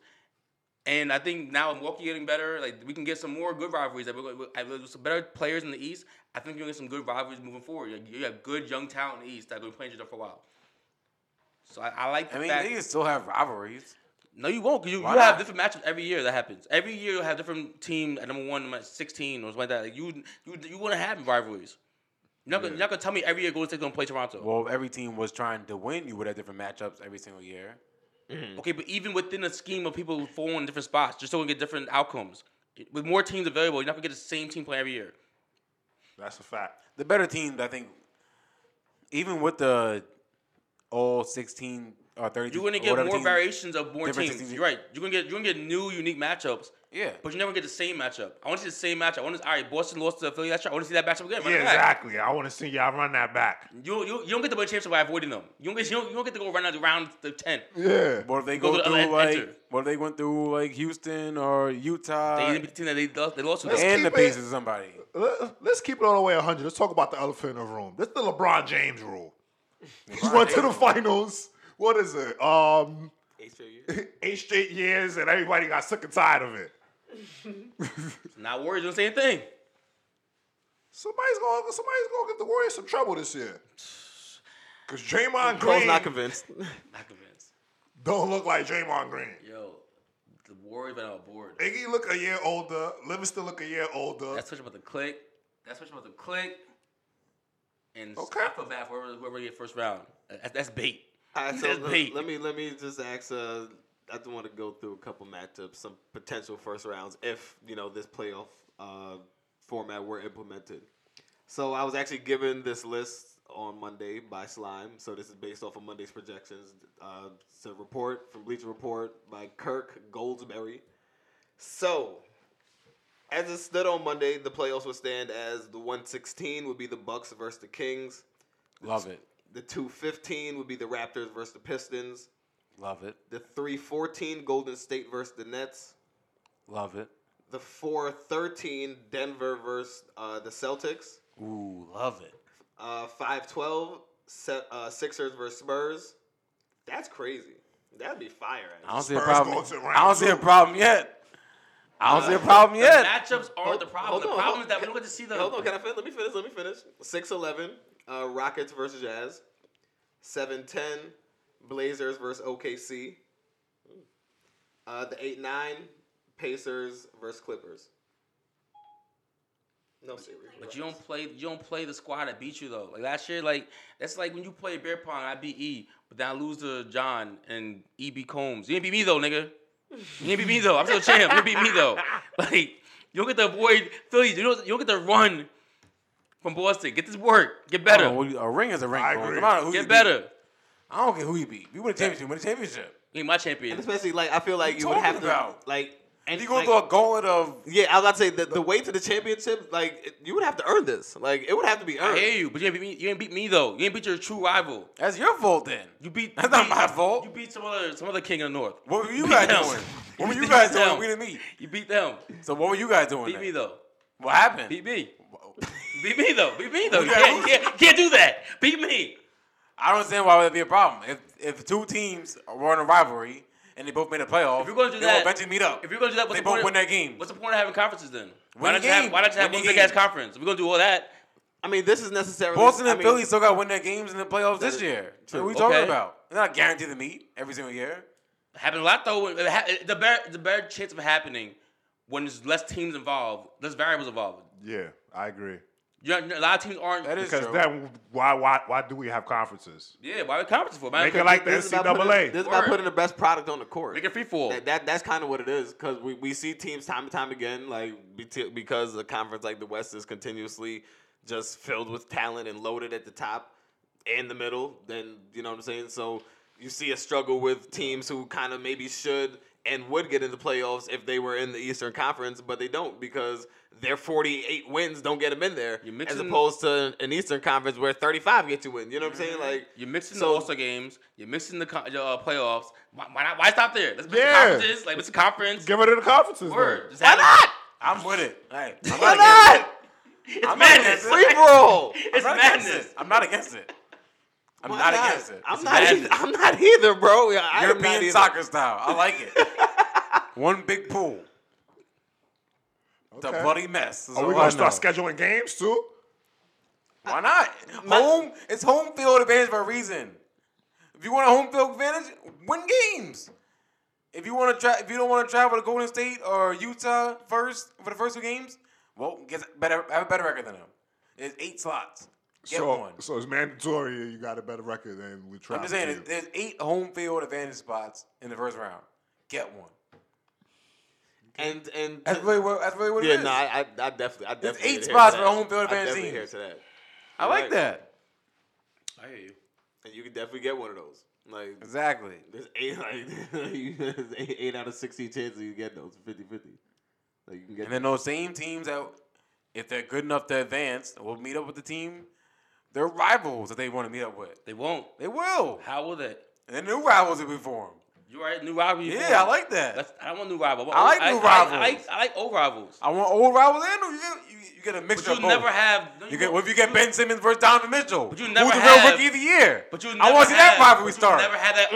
[SPEAKER 3] And I think now Milwaukee getting better. Like we can get some more good rivalries. That we're, we with some better players in the East. I think you're gonna get some good rivalries moving forward. Like, you have good young talent in the East that been playing each other for a while. So I, I like the
[SPEAKER 5] I mean,
[SPEAKER 3] fact.
[SPEAKER 5] they can still have rivalries.
[SPEAKER 3] No, you won't. 'cause you, you
[SPEAKER 5] Why
[SPEAKER 3] have
[SPEAKER 5] not?
[SPEAKER 3] different matchups every year. That happens every year. You have different team at number one, number sixteen, or something like that. Like, you you you want to have rivalries. You're not, gonna, you're not gonna tell me every year Golden State's gonna play Toronto.
[SPEAKER 5] Well, if every team was trying to win. You would have different matchups every single year.
[SPEAKER 3] Okay, but even within a scheme of people falling in different spots, just so we get different outcomes. With more teams available, you're not gonna get the same team play every year.
[SPEAKER 4] That's a fact.
[SPEAKER 5] The better teams, I think, even with the all sixteen or thirty,
[SPEAKER 3] You're gonna get more variations of more
[SPEAKER 5] different
[SPEAKER 3] teams.
[SPEAKER 5] teams.
[SPEAKER 3] You're right. You're gonna get you're gonna get new unique matchups.
[SPEAKER 5] Yeah,
[SPEAKER 3] But you never get the same matchup. I want to see the same matchup. I want to all right. Boston lost to Philly. That's right. I want to see that matchup again.
[SPEAKER 4] Yeah,
[SPEAKER 3] Run it back.
[SPEAKER 4] exactly. I want to see y'all run that back.
[SPEAKER 3] You, you, you don't get to win a championship by avoiding them. You don't get you don't, you don't get to go run out around the ten.
[SPEAKER 4] Yeah.
[SPEAKER 5] What if they
[SPEAKER 3] Go
[SPEAKER 5] go,
[SPEAKER 3] to
[SPEAKER 5] through
[SPEAKER 3] Atlanta-
[SPEAKER 5] like?
[SPEAKER 3] enter.
[SPEAKER 5] What if they went through like Houston or Utah
[SPEAKER 3] They didn't beat the team that they lost, they lost to.
[SPEAKER 4] Let's
[SPEAKER 3] though.
[SPEAKER 5] and the
[SPEAKER 4] keep it-
[SPEAKER 5] bases of somebody?
[SPEAKER 4] Let- Let's keep it all the way 100. Let's talk about the elephant in the room. This is the LeBron James rule. He went to the finals. What is it? Um,
[SPEAKER 2] eight straight years.
[SPEAKER 4] eight straight years, and everybody got sick and tired of it.
[SPEAKER 3] Not Warriors doing the same thing.
[SPEAKER 4] Somebody's gonna somebody's gonna give the Warriors some trouble this year. Cause Draymond
[SPEAKER 2] Cole's
[SPEAKER 4] Green
[SPEAKER 2] not convinced.
[SPEAKER 3] Not convinced.
[SPEAKER 4] don't look like Draymond Green.
[SPEAKER 3] Yo, the Warriors been on board.
[SPEAKER 4] Iggy look a year older. Livingston look a year older.
[SPEAKER 3] That's what about the click. That's what about the click. And
[SPEAKER 4] Okay.
[SPEAKER 3] I feel bad for whoever, whoever get first round. That- that's bait.
[SPEAKER 2] All right, so
[SPEAKER 3] That's
[SPEAKER 2] let,
[SPEAKER 3] bait.
[SPEAKER 2] let me let me just ask. Uh, I do want to go through a couple matchups, some potential first rounds, if you know this playoff uh, format were implemented. So I was actually given this list on Monday by Slime. So this is based off of Monday's projections. Uh, it's a report from Bleacher Report by Kirk Goldsberry. So as it stood on Monday, the playoffs would stand as the 116 would be the Bucks versus the Kings.
[SPEAKER 5] Love it,
[SPEAKER 2] The 215 would be the Raptors versus the Pistons.
[SPEAKER 5] love it,
[SPEAKER 2] The 314 Golden State versus the Nets.
[SPEAKER 5] love it,
[SPEAKER 2] The 413 Denver versus uh, the Celtics.
[SPEAKER 1] Ooh, love it.
[SPEAKER 2] Uh, 5-12, se- uh, Sixers versus Spurs. That's crazy. That'd be fire.
[SPEAKER 5] I don't see a
[SPEAKER 4] Spurs
[SPEAKER 5] problem.
[SPEAKER 4] going to round
[SPEAKER 5] I don't see a
[SPEAKER 4] two.
[SPEAKER 5] problem yet. I don't see a problem
[SPEAKER 3] The
[SPEAKER 5] yet.
[SPEAKER 3] matchups are the problem. the problem is that we don't get to see the.
[SPEAKER 2] Hold on, can I finish? Let me finish. Let me finish. 6-11, uh, Rockets versus Jazz. 7-10, Blazers versus OKC. Uh, the 8-9, Pacers versus Clippers. No serious.
[SPEAKER 3] But you don't play. You don't play the squad that beat you though. Like last year, like that's like when you play beer pong. I beat E, but then I lose to John and E B Combs. You didn't beat me though, nigga. You didn't beat me though. I'm still champ. You didn't beat me though. Like you don't get to avoid Philly. You don't. You don't get to run from Boston. Get this work. Get better.
[SPEAKER 5] Oh, well, a ring is a ring.
[SPEAKER 4] I
[SPEAKER 5] bro.
[SPEAKER 4] agree.
[SPEAKER 5] No matter who you
[SPEAKER 3] get
[SPEAKER 5] beat.
[SPEAKER 3] better.
[SPEAKER 5] I don't care who you beat. You win a championship. Win a championship.
[SPEAKER 3] Be my champion.
[SPEAKER 2] And especially, like, I feel like
[SPEAKER 5] you
[SPEAKER 2] you would have
[SPEAKER 5] talking about?
[SPEAKER 2] to, like... And
[SPEAKER 5] You
[SPEAKER 2] like-
[SPEAKER 5] going through a gauntlet of
[SPEAKER 2] Yeah, I was about to say the, the way to the championship, like it- you would have to earn this. Like it would have to be
[SPEAKER 3] I
[SPEAKER 2] earned.
[SPEAKER 3] hear you, but you didn't beat me. You didn't beat me though. You didn't beat your true rival.
[SPEAKER 5] that's your fault then.
[SPEAKER 3] You beat.
[SPEAKER 5] That's
[SPEAKER 3] you
[SPEAKER 5] not
[SPEAKER 3] beat-
[SPEAKER 5] my fault.
[SPEAKER 3] You beat some other some other king in the north.
[SPEAKER 5] What were you
[SPEAKER 3] beat
[SPEAKER 5] guys
[SPEAKER 3] them.
[SPEAKER 5] doing? What were
[SPEAKER 3] You
[SPEAKER 5] you
[SPEAKER 3] beat
[SPEAKER 5] guys doing?
[SPEAKER 3] them.
[SPEAKER 5] We didn't meet.
[SPEAKER 3] You beat them.
[SPEAKER 5] So what were you guys doing?
[SPEAKER 3] Beat
[SPEAKER 5] then?
[SPEAKER 3] me though.
[SPEAKER 5] What happened?
[SPEAKER 3] Beat me. Beat me though. Beat me though. You
[SPEAKER 5] Yeah,
[SPEAKER 3] can't,
[SPEAKER 5] who's-
[SPEAKER 3] can't, can't do that. Beat me.
[SPEAKER 5] I don't understand why would that be a problem. If if two teams were in a rivalry and they both made a playoff,
[SPEAKER 3] If you're gonna do
[SPEAKER 5] they
[SPEAKER 3] that,
[SPEAKER 5] will eventually meet up.
[SPEAKER 3] If you're gonna do that, what's
[SPEAKER 5] they
[SPEAKER 3] the point?
[SPEAKER 5] both
[SPEAKER 3] of-
[SPEAKER 5] win their game.
[SPEAKER 3] What's the point of having conferences then? why
[SPEAKER 5] Win
[SPEAKER 3] not
[SPEAKER 5] the
[SPEAKER 3] just have,
[SPEAKER 5] game.
[SPEAKER 3] why not just have
[SPEAKER 5] Win the
[SPEAKER 3] one big ass
[SPEAKER 5] game.
[SPEAKER 3] conference? If we're gonna do all that.
[SPEAKER 2] I mean, this is necessarily
[SPEAKER 5] Boston and
[SPEAKER 2] I mean,
[SPEAKER 5] Philly still got to win their games in the playoffs
[SPEAKER 2] is
[SPEAKER 5] this year.
[SPEAKER 2] true.
[SPEAKER 5] What are we talking
[SPEAKER 3] Okay.
[SPEAKER 5] about? They're not guaranteed to meet every single year.
[SPEAKER 3] Happen a lot though. It ha- The better the better chance of happening when there's less teams involved, less variables involved.
[SPEAKER 4] Yeah, I agree.
[SPEAKER 3] You're, a lot of teams aren't.
[SPEAKER 5] That is
[SPEAKER 4] Because
[SPEAKER 5] true.
[SPEAKER 4] then why why why do we have conferences?
[SPEAKER 3] yeah, why are conferences for? Why
[SPEAKER 4] Make
[SPEAKER 3] not
[SPEAKER 4] it like the
[SPEAKER 2] This is about putting, this
[SPEAKER 4] NCAA.
[SPEAKER 2] is about
[SPEAKER 3] Word.
[SPEAKER 2] putting the best product on the court.
[SPEAKER 3] make it free for all?
[SPEAKER 2] That, that- that's kind of what it is because we, we see teams time and time again like beti- because a conference like the West is continuously just filled with talent and loaded at the top and the middle. Then you know what I'm saying. So you see a struggle with teams who kind of maybe should and would get into playoffs if they were in the Eastern Conference, but they don't because their 48 wins don't get them in there.
[SPEAKER 3] You're
[SPEAKER 2] as
[SPEAKER 3] mixing-
[SPEAKER 2] opposed to an Eastern Conference where 35 get you in. You know what I'm saying? Like
[SPEAKER 3] You're mixing
[SPEAKER 2] So-
[SPEAKER 3] the All Star games. You're mixing the con- uh, playoffs. Why, why not? Why stop there? Let's mix
[SPEAKER 4] Yeah.
[SPEAKER 3] the conferences. Like, it's a conference.
[SPEAKER 4] Give it to the conferences.
[SPEAKER 3] Word. Just
[SPEAKER 2] why
[SPEAKER 3] have it.
[SPEAKER 2] not?
[SPEAKER 5] I'm with it. Hey, I'm
[SPEAKER 2] Why
[SPEAKER 5] not against it.
[SPEAKER 2] not?
[SPEAKER 3] It's
[SPEAKER 5] I'm not
[SPEAKER 3] madness.
[SPEAKER 5] against it.
[SPEAKER 2] Free roll.
[SPEAKER 3] It's
[SPEAKER 5] I'm not against
[SPEAKER 3] madness.
[SPEAKER 5] it. I'm not against it. I'm
[SPEAKER 2] Why
[SPEAKER 5] not against it.
[SPEAKER 2] I'm
[SPEAKER 5] It's
[SPEAKER 2] not.
[SPEAKER 5] madness.
[SPEAKER 2] Either, I'm not either, bro. Yeah, I am not
[SPEAKER 5] European
[SPEAKER 2] either.
[SPEAKER 5] soccer style. I like it. One big pool. It's a
[SPEAKER 4] Okay.
[SPEAKER 5] bloody mess. is
[SPEAKER 4] Though. Are
[SPEAKER 5] all
[SPEAKER 4] we
[SPEAKER 5] I
[SPEAKER 4] gonna start
[SPEAKER 5] know.
[SPEAKER 4] scheduling games too?
[SPEAKER 5] Why not? home. It's home field advantage for a reason. If you want a home field advantage, win games. If you want to try, if you don't want to travel to Golden State or Utah first for the first two games, well, get better have a better record than them. It's eight slots. Get
[SPEAKER 4] so,
[SPEAKER 5] one.
[SPEAKER 4] so it's mandatory. You got a better record than we try.
[SPEAKER 5] I'm just saying,
[SPEAKER 4] to.
[SPEAKER 5] there's- there's eight home field advantage spots in the first round. Get one.
[SPEAKER 2] And and
[SPEAKER 5] That's really what. That's really what
[SPEAKER 2] yeah,
[SPEAKER 5] it is.
[SPEAKER 2] no, I, I, I definitely, I definitely
[SPEAKER 5] eight
[SPEAKER 2] adhere to
[SPEAKER 5] spots for
[SPEAKER 2] that.
[SPEAKER 5] home field
[SPEAKER 2] I
[SPEAKER 5] advantage
[SPEAKER 2] definitely
[SPEAKER 5] teams.
[SPEAKER 2] adhere to that.
[SPEAKER 5] I like
[SPEAKER 2] Right.
[SPEAKER 5] that.
[SPEAKER 3] I hear you.
[SPEAKER 2] And you can definitely get one of those. Like
[SPEAKER 5] Exactly.
[SPEAKER 2] there's eight, like you- there's eight, eight out of sixty chances you get those 50-50. Like you can get.
[SPEAKER 5] And then those same teams that, if they're good enough to advance, will meet up with the team, their rivals that they want to meet up with.
[SPEAKER 3] They won't.
[SPEAKER 5] They will.
[SPEAKER 3] How will that?
[SPEAKER 5] And then new rivals will be formed.
[SPEAKER 3] You right? New rivalry.
[SPEAKER 5] Yeah,
[SPEAKER 3] form.
[SPEAKER 5] I like that.
[SPEAKER 3] That's, I don't want new rival. want
[SPEAKER 5] I like
[SPEAKER 3] old-
[SPEAKER 5] new
[SPEAKER 3] I,
[SPEAKER 5] rivals.
[SPEAKER 3] like, I like old rivals.
[SPEAKER 5] I want old rivals and new. You get, you, you get a
[SPEAKER 3] But
[SPEAKER 5] mixture
[SPEAKER 3] you
[SPEAKER 5] of both.
[SPEAKER 3] never have.
[SPEAKER 5] you get, what if you get Ben Simmons versus Donovan Mitchell? But
[SPEAKER 3] you never
[SPEAKER 5] Who's the
[SPEAKER 3] have-
[SPEAKER 5] real rookie of the year?
[SPEAKER 3] But you. Never
[SPEAKER 5] I want to see
[SPEAKER 3] have,
[SPEAKER 5] that rivalry
[SPEAKER 3] but you
[SPEAKER 5] start. Mm.
[SPEAKER 3] Never had that.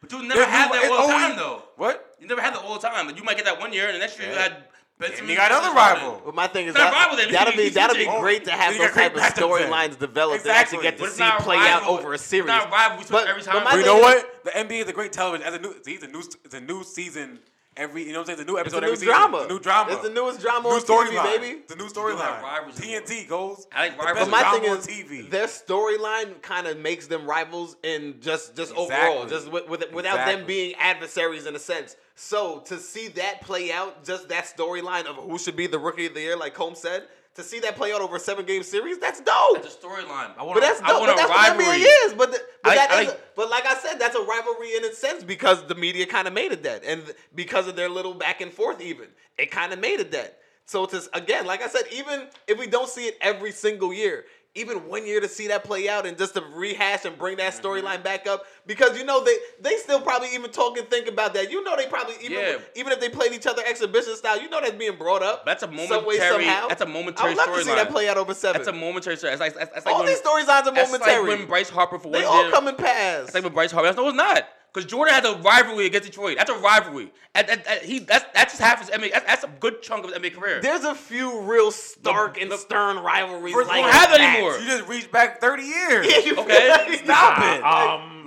[SPEAKER 3] But you never
[SPEAKER 5] There's
[SPEAKER 3] had
[SPEAKER 5] new-
[SPEAKER 3] that
[SPEAKER 5] it's
[SPEAKER 3] all the
[SPEAKER 5] always-
[SPEAKER 3] time though.
[SPEAKER 5] E What?
[SPEAKER 3] You never had the all the time. Like, you might get that one year, and the next year you
[SPEAKER 5] Yeah.
[SPEAKER 3] had. Ben
[SPEAKER 5] And you
[SPEAKER 3] Simmons
[SPEAKER 5] got another
[SPEAKER 3] versus
[SPEAKER 5] rival.
[SPEAKER 2] But my thing is
[SPEAKER 3] They're
[SPEAKER 2] that,
[SPEAKER 3] rival then.
[SPEAKER 2] that'll be that'll be
[SPEAKER 3] Oh,
[SPEAKER 2] great to have
[SPEAKER 5] you
[SPEAKER 2] those
[SPEAKER 5] got great
[SPEAKER 2] type of
[SPEAKER 5] matchups then.
[SPEAKER 2] storylines developed
[SPEAKER 5] Exactly.
[SPEAKER 2] that you get
[SPEAKER 5] But
[SPEAKER 2] to
[SPEAKER 3] it's
[SPEAKER 2] see
[SPEAKER 3] not
[SPEAKER 2] play
[SPEAKER 3] rival-
[SPEAKER 2] out over a
[SPEAKER 3] it's
[SPEAKER 2] series.
[SPEAKER 3] not rivalry switch every time.
[SPEAKER 2] my
[SPEAKER 5] You
[SPEAKER 3] You
[SPEAKER 2] thing
[SPEAKER 5] know
[SPEAKER 2] is-
[SPEAKER 5] what? The NBA is a great television. As a new, it's a new, it's a new season every. You know what I'm saying? It's a new
[SPEAKER 2] It's
[SPEAKER 5] episode
[SPEAKER 2] a new
[SPEAKER 5] every season.
[SPEAKER 2] drama.
[SPEAKER 5] It's a new drama.
[SPEAKER 2] It's the newest drama
[SPEAKER 5] New
[SPEAKER 2] on TV,
[SPEAKER 5] storyline,
[SPEAKER 2] baby.
[SPEAKER 5] The new
[SPEAKER 3] have
[SPEAKER 5] storyline.
[SPEAKER 3] rivals anymore.
[SPEAKER 5] TNT goes.
[SPEAKER 3] I like
[SPEAKER 5] the
[SPEAKER 3] rivals anymore.
[SPEAKER 5] best
[SPEAKER 2] But my
[SPEAKER 5] drama
[SPEAKER 2] thing
[SPEAKER 5] on
[SPEAKER 2] is,
[SPEAKER 5] TV.
[SPEAKER 2] their storyline kind of makes them rivals in just just overall,
[SPEAKER 5] Exactly.
[SPEAKER 2] just with, with, without them
[SPEAKER 5] Exactly.
[SPEAKER 2] being adversaries in a sense. So to see that play out, just that storyline of who should be the rookie of the year, like Combs said, to see that play out over a seven game series, that's dope.
[SPEAKER 3] That's a storyline. I want.
[SPEAKER 2] But that's
[SPEAKER 3] I
[SPEAKER 2] dope.
[SPEAKER 3] want
[SPEAKER 2] But
[SPEAKER 3] a
[SPEAKER 2] that's
[SPEAKER 3] rivalry.
[SPEAKER 2] what NBA is. But, the, but
[SPEAKER 3] I-
[SPEAKER 2] that
[SPEAKER 3] I
[SPEAKER 2] is a-
[SPEAKER 3] like-
[SPEAKER 2] but like I said, that's a rivalry in a sense because the media kind of made it that, and th- because of their little back and forth, even it kind of made it that. So to s- again, like I said, even if we don't see it every single year, even one year to see that play out and just to rehash and bring that
[SPEAKER 3] Mm-hmm.
[SPEAKER 2] storyline back up because you know they they still probably even talk and think about that. You know they probably even
[SPEAKER 3] Yeah.
[SPEAKER 2] even if they played each other exhibition style, you know that's being brought up.
[SPEAKER 3] That's a
[SPEAKER 2] some way,
[SPEAKER 3] momentary-
[SPEAKER 2] somehow.
[SPEAKER 3] that's a momentary
[SPEAKER 2] I would love to see that
[SPEAKER 3] storyline.
[SPEAKER 2] play out over seven.
[SPEAKER 3] That's a momentary story. That's like, that's, that's like
[SPEAKER 2] All
[SPEAKER 3] when,
[SPEAKER 2] these storylines are
[SPEAKER 3] that's
[SPEAKER 2] momentary.
[SPEAKER 3] like when Bryce Harper for
[SPEAKER 2] they
[SPEAKER 3] one
[SPEAKER 2] all
[SPEAKER 3] year.
[SPEAKER 2] come and pass.
[SPEAKER 3] That's like when Bryce Harper. No, it's not. Because Jordan has a rivalry against Detroit. That's a rivalry. That, that, that- he, that's, that's just half his NBA. That's, that's a good chunk of his NBA career.
[SPEAKER 2] There's a few real stark and stern rivalries.
[SPEAKER 3] Spurs
[SPEAKER 2] like
[SPEAKER 3] don't have that
[SPEAKER 2] that.
[SPEAKER 3] anymore.
[SPEAKER 5] You just reached back 30 years.
[SPEAKER 2] Yeah, you
[SPEAKER 3] Okay. uh,
[SPEAKER 2] stop it.
[SPEAKER 4] Um,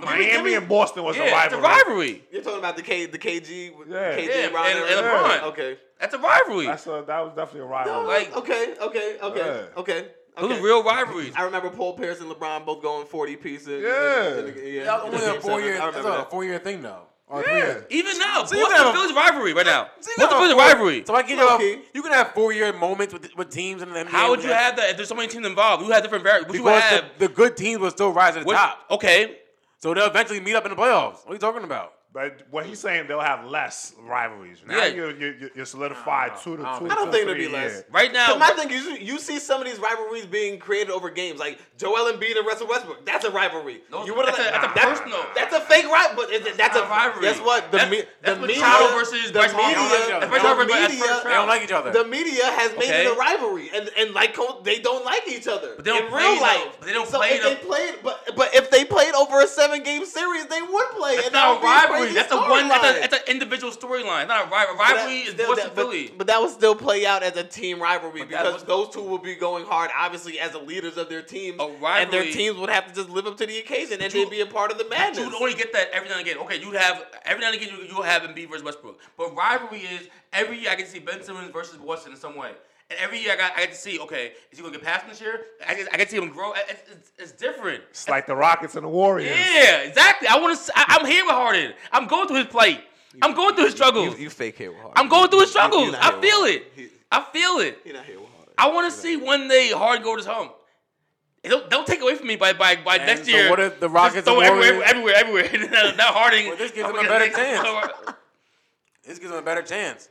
[SPEAKER 2] me- give
[SPEAKER 4] Miami
[SPEAKER 2] me-
[SPEAKER 4] and Boston was
[SPEAKER 3] yeah,
[SPEAKER 4] a
[SPEAKER 3] it's a
[SPEAKER 4] rivalry.
[SPEAKER 3] rivalry.
[SPEAKER 2] You're talking about the K, the KG, with
[SPEAKER 4] Yeah.
[SPEAKER 2] KG
[SPEAKER 3] Yeah,
[SPEAKER 2] and Ron
[SPEAKER 3] and- and
[SPEAKER 2] Rivera?
[SPEAKER 3] LeBron.
[SPEAKER 2] Okay,
[SPEAKER 3] That's a rivalry.
[SPEAKER 4] That's a, that was definitely a rivalry.
[SPEAKER 3] Like-
[SPEAKER 2] okay, okay, okay,
[SPEAKER 4] Yeah.
[SPEAKER 2] okay.
[SPEAKER 3] Those
[SPEAKER 2] okay.
[SPEAKER 3] are real rivalries.
[SPEAKER 2] I remember Paul Pierce and LeBron both going 40 pieces.
[SPEAKER 4] Yeah.
[SPEAKER 2] yeah.
[SPEAKER 5] That was only a
[SPEAKER 2] Game
[SPEAKER 5] four
[SPEAKER 2] seven.
[SPEAKER 5] year.
[SPEAKER 2] I
[SPEAKER 5] That's
[SPEAKER 2] remember
[SPEAKER 5] a
[SPEAKER 2] that.
[SPEAKER 5] four year thing though. Or
[SPEAKER 4] Yeah.
[SPEAKER 5] three years.
[SPEAKER 3] Even now,
[SPEAKER 5] So
[SPEAKER 3] so
[SPEAKER 5] you
[SPEAKER 3] Boston
[SPEAKER 5] have-
[SPEAKER 3] Phillies rivalry right now.
[SPEAKER 5] So
[SPEAKER 3] Boston
[SPEAKER 5] you got a
[SPEAKER 3] Phillies
[SPEAKER 5] four-
[SPEAKER 3] rivalry.
[SPEAKER 5] So I can you have,
[SPEAKER 2] Okay.
[SPEAKER 5] you can have four year moments with with teams in the NBA.
[SPEAKER 3] How would you have that if there's so many teams involved? You have different variables. What you
[SPEAKER 5] Because
[SPEAKER 3] have?
[SPEAKER 5] the, the good teams will still rise to the
[SPEAKER 3] what-
[SPEAKER 5] top.
[SPEAKER 3] Okay.
[SPEAKER 5] So they'll eventually meet up in the playoffs. What are you talking about?
[SPEAKER 4] But what he's saying, they'll have less rivalries. Now
[SPEAKER 3] Yeah.
[SPEAKER 4] you're, you're, you're solidified two to
[SPEAKER 5] I
[SPEAKER 4] two.
[SPEAKER 5] don't
[SPEAKER 2] I
[SPEAKER 4] to
[SPEAKER 2] don't think it'll
[SPEAKER 4] three,
[SPEAKER 2] be less.
[SPEAKER 4] yeah.
[SPEAKER 3] Right now-
[SPEAKER 2] But my thing is, you, you see some of these rivalries being created over games, like Joel Embiid and Russell Westbrook. That's a rivalry.
[SPEAKER 3] No,
[SPEAKER 2] you would've
[SPEAKER 3] that's a-
[SPEAKER 2] let-
[SPEAKER 3] that's a
[SPEAKER 2] that-
[SPEAKER 3] personal.
[SPEAKER 2] That's a fake rivalry, but it, that's
[SPEAKER 3] not
[SPEAKER 2] a
[SPEAKER 3] a rivalry.
[SPEAKER 2] Guess what? The,
[SPEAKER 3] That's-
[SPEAKER 2] me,
[SPEAKER 3] that's
[SPEAKER 2] the
[SPEAKER 3] what
[SPEAKER 2] media
[SPEAKER 3] Charlo versus
[SPEAKER 2] the
[SPEAKER 3] Bryce Harper.
[SPEAKER 2] media,
[SPEAKER 5] They don't like each
[SPEAKER 2] the
[SPEAKER 5] other. Bryce Harper
[SPEAKER 3] versus
[SPEAKER 2] media-
[SPEAKER 3] first round.
[SPEAKER 5] They don't like each other.
[SPEAKER 2] The media has made
[SPEAKER 3] Okay.
[SPEAKER 2] it a rivalry, and and like co- they don't like each other.
[SPEAKER 3] But they don't
[SPEAKER 2] in
[SPEAKER 3] play,
[SPEAKER 2] real
[SPEAKER 3] though.
[SPEAKER 2] life.
[SPEAKER 3] But they don't
[SPEAKER 2] so
[SPEAKER 3] play,
[SPEAKER 2] If they
[SPEAKER 3] though.
[SPEAKER 2] played, but but if they played over a seven game series, they would play.
[SPEAKER 3] That's
[SPEAKER 2] and
[SPEAKER 3] not
[SPEAKER 2] that would
[SPEAKER 3] a
[SPEAKER 2] be a
[SPEAKER 3] rivalry.
[SPEAKER 2] crazy
[SPEAKER 3] That's a one. That's,
[SPEAKER 2] storyline.
[SPEAKER 3] a, that's an individual storyline. It's Not a rivalry.
[SPEAKER 2] But
[SPEAKER 3] Rivalry
[SPEAKER 2] that-
[SPEAKER 3] is
[SPEAKER 2] still-
[SPEAKER 3] Boston
[SPEAKER 2] that- but-
[SPEAKER 3] Philly.
[SPEAKER 2] But, that would still play out as a team rivalry
[SPEAKER 3] But that
[SPEAKER 2] because
[SPEAKER 3] was-
[SPEAKER 2] those two will be going hard, obviously, as the leaders of their teams.
[SPEAKER 3] A
[SPEAKER 2] And their
[SPEAKER 3] rivalry-
[SPEAKER 2] teams would have to just live up to the occasion and
[SPEAKER 3] you-
[SPEAKER 2] they'd be a part of the madness.
[SPEAKER 3] You would only get that every now and again. Okay, you have every now and again you you have Embiid versus Westbrook. But rivalry is every year I get to see Ben Simmons versus Boston in some way. And every year I got I get to see okay is he gonna get past him this year? I get, I get to see him grow. It's, it's, it's different.
[SPEAKER 4] It's like the Rockets and the Warriors.
[SPEAKER 3] Yeah, exactly. I want to. I'm here with Harden. I'm going through his plight. I'm going through his struggles.
[SPEAKER 2] fake Hayward Harden.
[SPEAKER 3] I'm going through his struggles.
[SPEAKER 2] not
[SPEAKER 3] I
[SPEAKER 2] Hayward
[SPEAKER 3] feel
[SPEAKER 2] Harden.
[SPEAKER 3] it.
[SPEAKER 2] He-
[SPEAKER 3] I feel it.
[SPEAKER 2] You're not Hayward Harden.
[SPEAKER 3] I want to see one day Harden go to his home. Don't, don't take away from me by by, by
[SPEAKER 5] And
[SPEAKER 3] next
[SPEAKER 5] so
[SPEAKER 3] year.
[SPEAKER 5] what if the
[SPEAKER 3] just
[SPEAKER 5] Rockets
[SPEAKER 3] throw
[SPEAKER 5] and
[SPEAKER 3] everywhere,
[SPEAKER 5] Warriors-
[SPEAKER 3] everywhere, everywhere, Now- now Harding.
[SPEAKER 5] Well, this gives
[SPEAKER 3] I'm
[SPEAKER 5] them a
[SPEAKER 3] gonna
[SPEAKER 5] better
[SPEAKER 3] get-
[SPEAKER 5] chance. This gives them a better chance.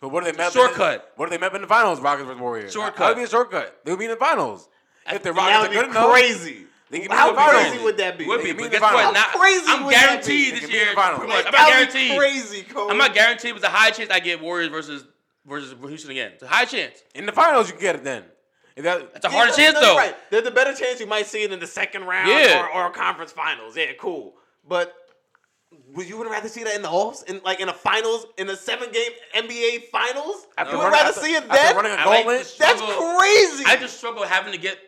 [SPEAKER 5] But what do they map?
[SPEAKER 3] Shortcut.
[SPEAKER 5] What do they map in the finals? Rockets versus Warriors.
[SPEAKER 3] Shortcut.
[SPEAKER 5] That would be a shortcut. They would be in the finals. If
[SPEAKER 2] That
[SPEAKER 5] the Rockets
[SPEAKER 2] would
[SPEAKER 5] are
[SPEAKER 2] be
[SPEAKER 5] good enough,
[SPEAKER 2] crazy.
[SPEAKER 5] They can be
[SPEAKER 2] How
[SPEAKER 5] in the finals.
[SPEAKER 2] crazy would that be?
[SPEAKER 3] Would
[SPEAKER 5] They
[SPEAKER 3] be,
[SPEAKER 5] can be
[SPEAKER 3] but
[SPEAKER 5] in
[SPEAKER 3] guess
[SPEAKER 5] the
[SPEAKER 3] what?
[SPEAKER 5] finals.
[SPEAKER 3] Now,
[SPEAKER 2] How crazy
[SPEAKER 3] I'm
[SPEAKER 2] would that be?
[SPEAKER 3] guaranteed
[SPEAKER 5] They
[SPEAKER 3] this
[SPEAKER 5] can be in
[SPEAKER 3] year.
[SPEAKER 5] the finals.
[SPEAKER 3] pretty
[SPEAKER 5] Like,
[SPEAKER 3] much. I'm
[SPEAKER 2] That
[SPEAKER 3] not
[SPEAKER 2] would be
[SPEAKER 3] guaranteed.
[SPEAKER 2] crazy, Cole.
[SPEAKER 3] I'm not guaranteed, but it's a high chance I get Warriors versus versus Houston again. It's a high chance.
[SPEAKER 5] in the finals you can get it then. If that-
[SPEAKER 3] It's a harder chance
[SPEAKER 2] no, you're
[SPEAKER 3] though.
[SPEAKER 2] Right. There's a better chance you might see it in the second round
[SPEAKER 3] Yeah.
[SPEAKER 2] or, or conference finals. Yeah, cool. But would you would rather see that in the offs, in like in a finals, in a seven game NBA finals?
[SPEAKER 5] After
[SPEAKER 2] you would
[SPEAKER 5] running-
[SPEAKER 2] rather
[SPEAKER 5] after-
[SPEAKER 2] see it
[SPEAKER 5] after
[SPEAKER 2] then.
[SPEAKER 5] running a
[SPEAKER 3] I like
[SPEAKER 5] gauntlet?
[SPEAKER 3] the
[SPEAKER 2] That's
[SPEAKER 3] struggle.
[SPEAKER 2] crazy.
[SPEAKER 3] I just struggle having to get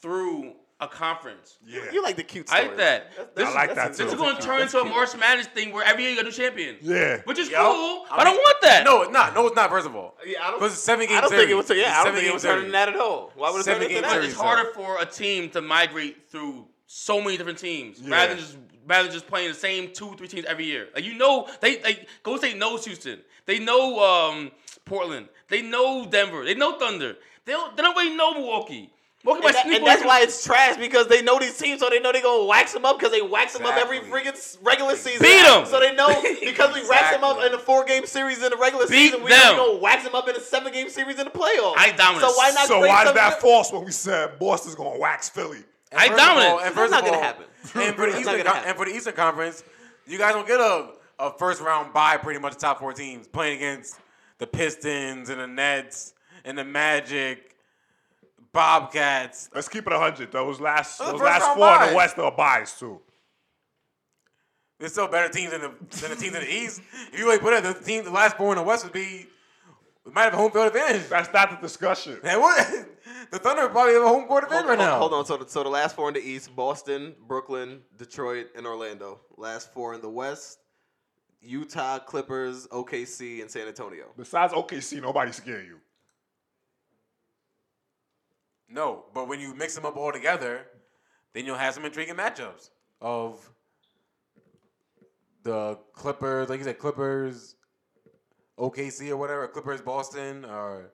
[SPEAKER 3] through a conference.
[SPEAKER 4] Yeah.
[SPEAKER 2] you like the cute
[SPEAKER 3] I
[SPEAKER 2] story.
[SPEAKER 3] like that. This
[SPEAKER 4] I
[SPEAKER 3] is-
[SPEAKER 4] like that
[SPEAKER 3] This is
[SPEAKER 4] too.
[SPEAKER 3] going to turn into a March Madness thing where every year you got a new champion.
[SPEAKER 4] Yeah.
[SPEAKER 3] Which is
[SPEAKER 5] Yup.
[SPEAKER 3] cool.
[SPEAKER 5] I
[SPEAKER 3] I, don't
[SPEAKER 5] mean-
[SPEAKER 3] want that.
[SPEAKER 5] No, it's not. No, it's not. First of all,
[SPEAKER 2] Yeah, I don't-
[SPEAKER 5] Because it's a seven game.
[SPEAKER 2] I don't think it was.
[SPEAKER 5] series. It's
[SPEAKER 2] Yeah,
[SPEAKER 5] a
[SPEAKER 2] I don't think it
[SPEAKER 5] seven-game
[SPEAKER 2] was turning
[SPEAKER 5] series.
[SPEAKER 2] that at all. Why would it turn
[SPEAKER 5] Seven-game
[SPEAKER 2] into that?
[SPEAKER 3] But
[SPEAKER 5] series.
[SPEAKER 3] it's harder for a team to migrate through so many different teams
[SPEAKER 4] Yeah.
[SPEAKER 3] rather than just rather than just playing the same two three teams every year. Like you know, they like Golden State knows Houston, they know um, Portland, they know Denver, they know Thunder. They don't they don't really know Milwaukee. Milwaukee
[SPEAKER 2] And,
[SPEAKER 3] might
[SPEAKER 2] that-
[SPEAKER 3] sneak
[SPEAKER 2] and
[SPEAKER 3] one
[SPEAKER 2] that's
[SPEAKER 3] through.
[SPEAKER 2] why it's trash because they know these teams, so they know they're gonna wax them up because they wax them up every
[SPEAKER 5] Exactly.
[SPEAKER 2] freaking s- regular season.
[SPEAKER 3] Beat 'em.
[SPEAKER 2] So they know because we wax them up
[SPEAKER 5] Exactly.
[SPEAKER 2] in a four game series in the regular
[SPEAKER 3] Beat
[SPEAKER 2] season, we know
[SPEAKER 3] them.
[SPEAKER 2] we're gonna wax them up in a seven game series in the playoffs.
[SPEAKER 3] I dominate.
[SPEAKER 2] So why not?
[SPEAKER 4] So
[SPEAKER 2] create
[SPEAKER 4] why is
[SPEAKER 2] something
[SPEAKER 4] that
[SPEAKER 2] new?
[SPEAKER 4] false when we said Boston's gonna wax Philly?
[SPEAKER 5] And
[SPEAKER 3] I
[SPEAKER 5] first of
[SPEAKER 3] dominate.
[SPEAKER 5] all- and
[SPEAKER 2] That's
[SPEAKER 5] first
[SPEAKER 2] not
[SPEAKER 5] of
[SPEAKER 2] gonna
[SPEAKER 5] all-
[SPEAKER 2] happen.
[SPEAKER 5] And for, the
[SPEAKER 2] That's not
[SPEAKER 5] Eastern,
[SPEAKER 2] gonna
[SPEAKER 5] Con-
[SPEAKER 2] happen.
[SPEAKER 5] and for the Eastern Conference, you guys don't get a, a first round bye pretty much the top four teams playing against the Pistons and the Nets and the Magic, Bobcats.
[SPEAKER 4] Let's keep it hundred. Those last
[SPEAKER 5] Those
[SPEAKER 4] those
[SPEAKER 5] first
[SPEAKER 4] last
[SPEAKER 5] round
[SPEAKER 4] four in
[SPEAKER 5] buys.
[SPEAKER 4] the West are buys too.
[SPEAKER 5] There's still better teams than the, than the teams in the East. If you really put it, the team, the last four in the West would be, we might have a home field advantage.
[SPEAKER 4] That's not the discussion.
[SPEAKER 5] Man, what? The Thunder would probably have a home court advantage
[SPEAKER 2] Hold,
[SPEAKER 5] right
[SPEAKER 2] hold-
[SPEAKER 5] now.
[SPEAKER 2] hold on. So the, so the last four in the East: Boston, Brooklyn, Detroit, and Orlando. Last four in the West: Utah, Clippers, OKC, and San Antonio.
[SPEAKER 4] Besides OKC, nobody's scaring you.
[SPEAKER 5] No, but when you mix them up all together, then you'll have some intriguing matchups of the Clippers, like you said, Clippers, OKC or whatever, Clippers, Boston, or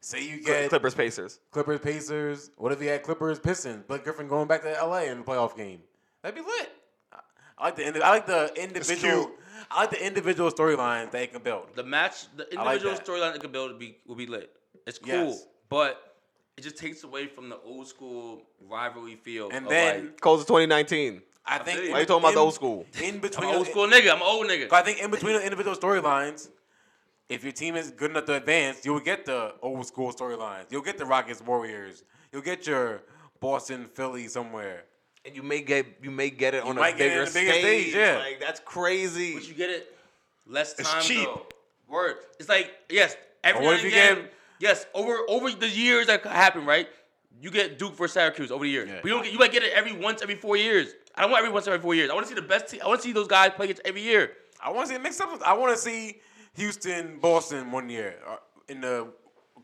[SPEAKER 5] say you get
[SPEAKER 2] Clippers, Pacers.
[SPEAKER 5] Clippers, Pacers. What if you had Clippers, Pistons? Blake Griffin going back to LA in the playoff game. That'd be lit. I- I like the indi- I like the individual.
[SPEAKER 4] cute.
[SPEAKER 5] I like the individual storylines they can build.
[SPEAKER 3] The match, the
[SPEAKER 5] like
[SPEAKER 3] individual
[SPEAKER 5] that.
[SPEAKER 3] storyline it could build would be will be lit. It's cool,
[SPEAKER 5] Yes.
[SPEAKER 3] but it just takes away from the old school rivalry feel.
[SPEAKER 5] And
[SPEAKER 3] of,
[SPEAKER 5] then
[SPEAKER 3] Oh, like,
[SPEAKER 2] Coles of 2019.
[SPEAKER 5] I
[SPEAKER 3] feel
[SPEAKER 5] think.
[SPEAKER 3] you.
[SPEAKER 2] Why you talking about the old school?
[SPEAKER 5] In
[SPEAKER 3] I'm
[SPEAKER 5] between
[SPEAKER 3] an old school nigga. I'm an old nigga.
[SPEAKER 5] I think in between the individual storylines, if your team is good enough to advance, you will get the old school storylines. You'll get the Rockets Warriors. You'll get your Boston Philly somewhere.
[SPEAKER 2] And you may get you may get it on a
[SPEAKER 5] might get it
[SPEAKER 2] bigger
[SPEAKER 5] on a bigger
[SPEAKER 2] stage.
[SPEAKER 5] stage, yeah.
[SPEAKER 2] Like that's crazy.
[SPEAKER 3] But you get it less time.
[SPEAKER 4] It's cheap.
[SPEAKER 3] Though. Word. It's like yes, every
[SPEAKER 5] Or
[SPEAKER 3] now and
[SPEAKER 5] if you
[SPEAKER 3] again.
[SPEAKER 5] get-
[SPEAKER 3] yes, over over the years that happen, right? You get Duke versus Syracuse over the years.
[SPEAKER 5] Yeah.
[SPEAKER 3] But you don't get you might get it every once every four years. I don't want every once every four years. I want to see the best team. I want to see those guys play against every year.
[SPEAKER 5] I want to see it mixed up. I want to see Houston, Boston one year uh, in the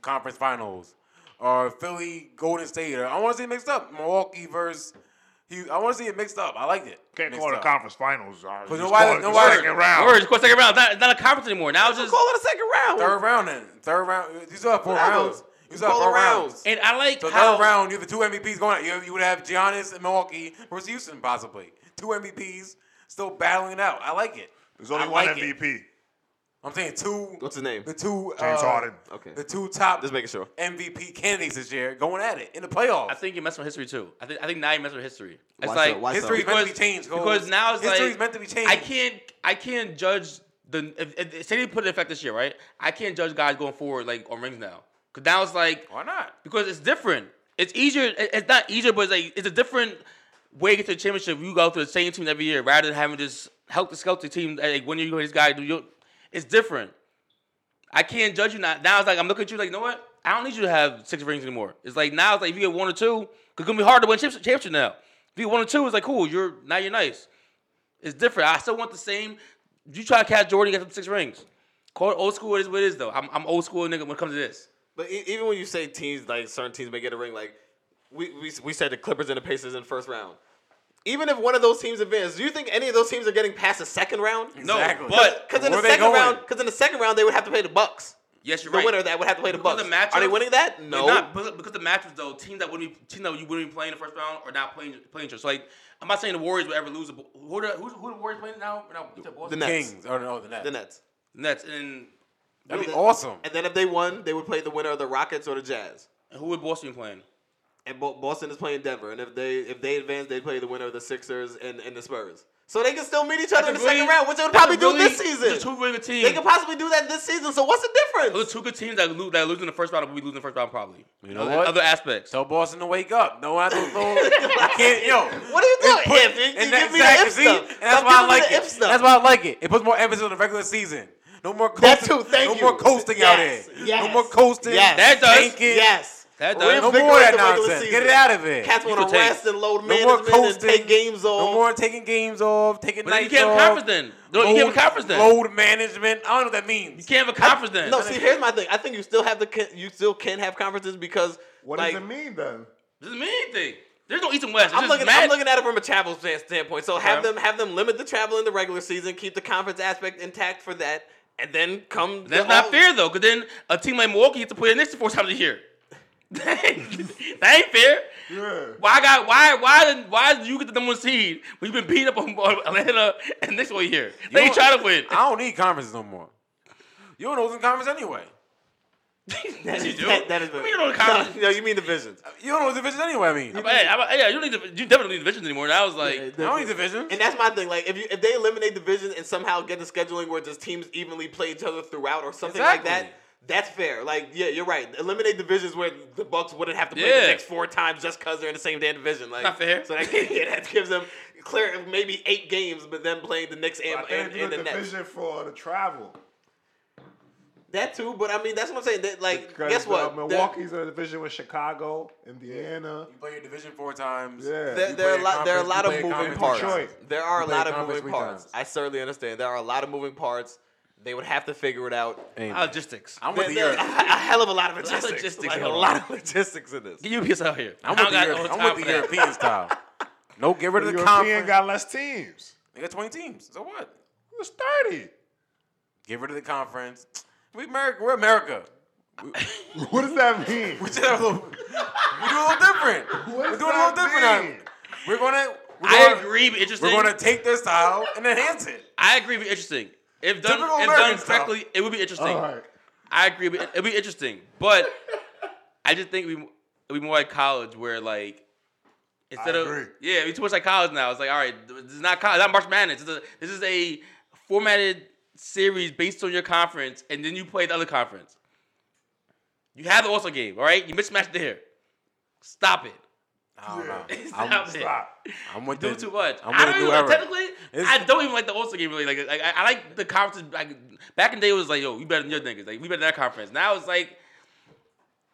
[SPEAKER 5] conference finals, or Philly, Golden State. Or I want to see it mixed up. Milwaukee versus. Hu- I want to see it mixed up. I like it.
[SPEAKER 4] Can't
[SPEAKER 5] mixed
[SPEAKER 4] call it a
[SPEAKER 5] up.
[SPEAKER 4] conference finals. But
[SPEAKER 5] nobody- nobody-
[SPEAKER 4] second round.
[SPEAKER 3] Word. It's called second round. It's not, it's not a conference anymore. Now it's
[SPEAKER 2] Just
[SPEAKER 3] just
[SPEAKER 2] call it a second round.
[SPEAKER 5] Third round then. Third round. You still have four
[SPEAKER 2] Whatever.
[SPEAKER 5] rounds. You still have
[SPEAKER 2] Call it
[SPEAKER 5] four
[SPEAKER 2] rounds.
[SPEAKER 5] rounds.
[SPEAKER 3] and I like
[SPEAKER 5] So
[SPEAKER 3] how
[SPEAKER 5] third round, you have the two MVPs going out. You, you would have Giannis and Milwaukee versus Houston possibly. Two MVPs still battling it out. I like it.
[SPEAKER 4] There's only
[SPEAKER 5] I
[SPEAKER 4] one
[SPEAKER 5] like It.
[SPEAKER 4] MVP.
[SPEAKER 5] I'm saying two.
[SPEAKER 2] What's his name?
[SPEAKER 5] The two.
[SPEAKER 4] James
[SPEAKER 5] uh,
[SPEAKER 4] Harden.
[SPEAKER 2] Okay.
[SPEAKER 5] The two top
[SPEAKER 2] Just making sure.
[SPEAKER 5] MVP candidates this year going at it in the playoffs.
[SPEAKER 3] I think you mess with history too. I think I think now you mess with history. It's
[SPEAKER 2] Why so?
[SPEAKER 3] like
[SPEAKER 2] Why so?
[SPEAKER 5] History's meant to be
[SPEAKER 3] Because-
[SPEAKER 5] changed. Coles.
[SPEAKER 3] because now it's
[SPEAKER 5] History's
[SPEAKER 3] like-
[SPEAKER 5] meant to be changed.
[SPEAKER 3] I can't I can't judge the if, if, if say they put it in effect this year, right? I can't judge guys going forward like on rings now. Cause now it's like
[SPEAKER 5] Why not?
[SPEAKER 3] because it's different. It's easier. it- It's not easier, but it's like it's a different way to get to the championship. You go through the same team every year rather than having this help the scout the team. Like when you go, this guy do you? It's different. I can't judge you now. Now it's like I'm looking at you like, you know what? I don't need you to have six rings anymore. It's like now it's like if you get one or two, 'cause it's gonna be hard to win champs- championship now. If you get one or two, it's like cool. You're now you're nice. It's different. I still want the same. You try to catch Jordan, you got some six rings. Call it old school. It is what it is though. I'm, I'm old school nigga when it comes to this.
[SPEAKER 2] But e- even when you say teams, like certain teams may get a ring, like we, we, we said the Clippers and the Pacers in the first round. Even if one of those teams advances, do you think any of those teams are getting past the second round?
[SPEAKER 3] No,
[SPEAKER 5] Exactly.
[SPEAKER 3] but
[SPEAKER 2] Because in the
[SPEAKER 5] Where they
[SPEAKER 2] second
[SPEAKER 5] going?
[SPEAKER 2] round, because in the second round they would have to play the Bucks.
[SPEAKER 3] yes, you're
[SPEAKER 2] The
[SPEAKER 3] right.
[SPEAKER 2] winner of that would have to play the
[SPEAKER 3] Because
[SPEAKER 2] Bucks.
[SPEAKER 3] of
[SPEAKER 2] are they
[SPEAKER 3] matchups?
[SPEAKER 2] winning that?
[SPEAKER 3] They're
[SPEAKER 2] No.
[SPEAKER 3] Not, because because the matchups though, teams that wouldn't team that you wouldn't be playing the first round or not playing playing each other. So like, I'm not saying the Warriors would ever lose. A, who the who, who the Warriors playing now? now
[SPEAKER 2] The
[SPEAKER 3] the
[SPEAKER 2] Nets.
[SPEAKER 5] Kings. Oh, no, the Nets.
[SPEAKER 2] the Nets.
[SPEAKER 3] Nets and
[SPEAKER 5] That'd be
[SPEAKER 2] The-
[SPEAKER 5] awesome.
[SPEAKER 2] And then if they won, they would play the winner of the Rockets or the Jazz.
[SPEAKER 3] and who would Boston be playing?
[SPEAKER 2] And Bo- Boston is playing Denver. And if they if they advance, they play the winner of the Sixers and, and the Spurs. So they can still meet each other in the second round, which they would probably do this
[SPEAKER 3] The two
[SPEAKER 2] season.
[SPEAKER 3] really good teams.
[SPEAKER 2] They could possibly do that this season. So what's the
[SPEAKER 3] Those are
[SPEAKER 2] difference?
[SPEAKER 3] two good teams that lose that lose in the first round will be losing the first round probably. You
[SPEAKER 5] know what?
[SPEAKER 3] Other aspects.
[SPEAKER 5] Tell Boston to wake up. No, I don't know. I can't, yo.
[SPEAKER 2] What are you
[SPEAKER 5] It
[SPEAKER 2] doing?
[SPEAKER 5] put-
[SPEAKER 2] if, you
[SPEAKER 5] and
[SPEAKER 2] give
[SPEAKER 5] that-
[SPEAKER 2] me the if stuff.
[SPEAKER 5] exactly, see? And that's
[SPEAKER 2] Stop
[SPEAKER 5] why I
[SPEAKER 2] giving me
[SPEAKER 5] like
[SPEAKER 2] the if
[SPEAKER 5] it.
[SPEAKER 2] stuff.
[SPEAKER 5] That's why I like it. It puts more emphasis on the regular season. No more
[SPEAKER 2] That
[SPEAKER 5] coasting.
[SPEAKER 2] too, thank
[SPEAKER 5] no
[SPEAKER 2] you.
[SPEAKER 5] more coasting out here.
[SPEAKER 2] Yes, yes,
[SPEAKER 5] no more coasting.
[SPEAKER 2] yes.
[SPEAKER 3] That does.
[SPEAKER 5] tanking.
[SPEAKER 2] Yes.
[SPEAKER 3] That does.
[SPEAKER 2] Reinvigorate
[SPEAKER 5] No more
[SPEAKER 2] the
[SPEAKER 5] that
[SPEAKER 2] regular
[SPEAKER 5] nonsense.
[SPEAKER 2] season.
[SPEAKER 5] Get it out of it.
[SPEAKER 2] Cats
[SPEAKER 3] You
[SPEAKER 2] want
[SPEAKER 3] could
[SPEAKER 2] to
[SPEAKER 3] take-
[SPEAKER 2] rest and load
[SPEAKER 5] No more
[SPEAKER 2] management and
[SPEAKER 5] coasting.
[SPEAKER 2] take games off.
[SPEAKER 5] No more taking games off. Taking
[SPEAKER 3] But then you
[SPEAKER 5] nights
[SPEAKER 3] can't have
[SPEAKER 5] off.
[SPEAKER 3] a conference then. No, you can't have a conference then.
[SPEAKER 5] Load management. I don't know what that means.
[SPEAKER 3] you can't have a conference then.
[SPEAKER 2] No, see, here's my thing. I think you still have the con- you still can have conferences because
[SPEAKER 4] What
[SPEAKER 2] like,
[SPEAKER 4] does it mean then?
[SPEAKER 3] this is a mean thing. There's no East and West. It's
[SPEAKER 2] I'm
[SPEAKER 3] just
[SPEAKER 2] looking.
[SPEAKER 3] mad-
[SPEAKER 2] I'm looking at it from a travel stand- standpoint. So have
[SPEAKER 3] Okay.
[SPEAKER 2] them have them limit the travel in the regular season, keep the conference aspect intact for that, and then come.
[SPEAKER 3] That's
[SPEAKER 2] the
[SPEAKER 3] not
[SPEAKER 5] oh.
[SPEAKER 2] all-
[SPEAKER 3] fair though, because then a team like Milwaukee gets to play the Knicks four times a year. that ain't fair.
[SPEAKER 4] Yeah.
[SPEAKER 3] Why got why why did why did you get the number one seed when you've been beat up on, on Atlanta and Knicks all year?
[SPEAKER 5] You
[SPEAKER 3] They
[SPEAKER 5] don't-
[SPEAKER 3] try to win.
[SPEAKER 5] I don't need conferences no more. You don't know what's in conference anyway.
[SPEAKER 3] Yes, you do.
[SPEAKER 2] That, that is.
[SPEAKER 3] What do you mean you don't count?
[SPEAKER 2] No, no, you mean divisions.
[SPEAKER 5] You don't know what divisions anyway. I mean,
[SPEAKER 3] But, hey, I, yeah, you don't need to, you definitely don't need divisions anymore. And I was like,
[SPEAKER 5] I don't need divisions.
[SPEAKER 2] And that's my thing. Like if you if they eliminate divisions and somehow get the scheduling where just teams evenly play each other throughout or something like that.
[SPEAKER 5] Exactly.
[SPEAKER 2] That's fair. Like, yeah, you're right. Eliminate divisions where the Bucks wouldn't have to play
[SPEAKER 3] Yeah.
[SPEAKER 2] the next four times just because they're in the same damn division. Like,
[SPEAKER 3] Not fair.
[SPEAKER 2] So that, yeah, that gives them clear maybe eight games, but then playing the Knicks and,
[SPEAKER 4] I
[SPEAKER 2] and,
[SPEAKER 4] think
[SPEAKER 2] and
[SPEAKER 4] the
[SPEAKER 2] the Nets.
[SPEAKER 4] division for the travel.
[SPEAKER 2] That too, but I mean that's what I'm saying. That, like,
[SPEAKER 4] Because
[SPEAKER 2] guess what?
[SPEAKER 4] Uh,
[SPEAKER 2] There-
[SPEAKER 4] Milwaukee's in a division with Chicago, Indiana.
[SPEAKER 5] You play your division four times.
[SPEAKER 4] Yeah.
[SPEAKER 2] there,
[SPEAKER 5] You
[SPEAKER 2] there are
[SPEAKER 5] play
[SPEAKER 2] a
[SPEAKER 5] a
[SPEAKER 2] lot. There are a
[SPEAKER 5] conference-
[SPEAKER 2] lot
[SPEAKER 5] you
[SPEAKER 2] of
[SPEAKER 5] play a
[SPEAKER 2] moving
[SPEAKER 5] conference
[SPEAKER 2] parts.
[SPEAKER 4] three times.
[SPEAKER 2] There are a
[SPEAKER 5] You play a
[SPEAKER 2] lot of
[SPEAKER 5] conference
[SPEAKER 2] moving
[SPEAKER 5] three
[SPEAKER 2] parts.
[SPEAKER 5] times.
[SPEAKER 2] I certainly understand. There are a lot of moving parts. They would have to figure it out.
[SPEAKER 5] Hey, man.
[SPEAKER 3] logistics.
[SPEAKER 5] I'm
[SPEAKER 2] There-
[SPEAKER 5] with the
[SPEAKER 2] there- a,
[SPEAKER 5] Europe.
[SPEAKER 2] hell of a lot of logistics.
[SPEAKER 3] logistics
[SPEAKER 2] Like, a
[SPEAKER 3] going on.
[SPEAKER 2] lot of logistics in this.
[SPEAKER 3] Get your piece out here.
[SPEAKER 5] I'm
[SPEAKER 3] I
[SPEAKER 5] with
[SPEAKER 3] don't
[SPEAKER 5] the,
[SPEAKER 3] got
[SPEAKER 5] Europe.
[SPEAKER 3] no
[SPEAKER 5] I'm
[SPEAKER 3] time
[SPEAKER 5] with
[SPEAKER 3] for
[SPEAKER 5] the
[SPEAKER 3] that.
[SPEAKER 5] European style. No, get rid
[SPEAKER 4] The
[SPEAKER 5] of the
[SPEAKER 4] European
[SPEAKER 5] conference.
[SPEAKER 4] got less teams.
[SPEAKER 5] they got 20 teams. So what?
[SPEAKER 4] It's 30.
[SPEAKER 5] Get rid of the conference. We America. We're America.
[SPEAKER 4] What does that mean?
[SPEAKER 5] We just have a little, we do a little different.
[SPEAKER 4] What
[SPEAKER 5] We're
[SPEAKER 4] does
[SPEAKER 5] doing a
[SPEAKER 4] that
[SPEAKER 5] little different. out
[SPEAKER 4] mean?
[SPEAKER 5] here. We're gonna. We're
[SPEAKER 3] I
[SPEAKER 5] gonna-
[SPEAKER 3] agree, but interesting.
[SPEAKER 5] We're gonna take their style and enhance it.
[SPEAKER 3] I agree, but interesting. If done,
[SPEAKER 5] Typical
[SPEAKER 3] if
[SPEAKER 5] American
[SPEAKER 3] done
[SPEAKER 5] style.
[SPEAKER 3] correctly, it would be interesting.
[SPEAKER 4] All right.
[SPEAKER 3] I agree. But it'd be interesting, but I just think we it'd be more like college where like instead
[SPEAKER 4] agree.
[SPEAKER 3] of yeah, it'd be too much like college now. It's like all right, this is not college, not March Madness. This is a, this is a formatted series based on your conference, and then you play the other conference. You have the All Star game, all right? You mismatched there. Stop it.
[SPEAKER 5] I don't know.
[SPEAKER 3] Stop
[SPEAKER 5] I'm,
[SPEAKER 3] it.
[SPEAKER 4] Stop.
[SPEAKER 5] I'm with
[SPEAKER 3] Do
[SPEAKER 5] the-
[SPEAKER 3] too much.
[SPEAKER 5] I'm
[SPEAKER 3] I'm
[SPEAKER 5] with
[SPEAKER 3] I do
[SPEAKER 5] the
[SPEAKER 3] not
[SPEAKER 5] new
[SPEAKER 3] even like,
[SPEAKER 5] era.
[SPEAKER 3] technically.
[SPEAKER 5] It's-
[SPEAKER 3] I don't even like the All Star game really. Like, like I, I like the conferences. Like, back in the day, it was like, yo, we better than your niggas. Like, we better than that conference. Now it's like,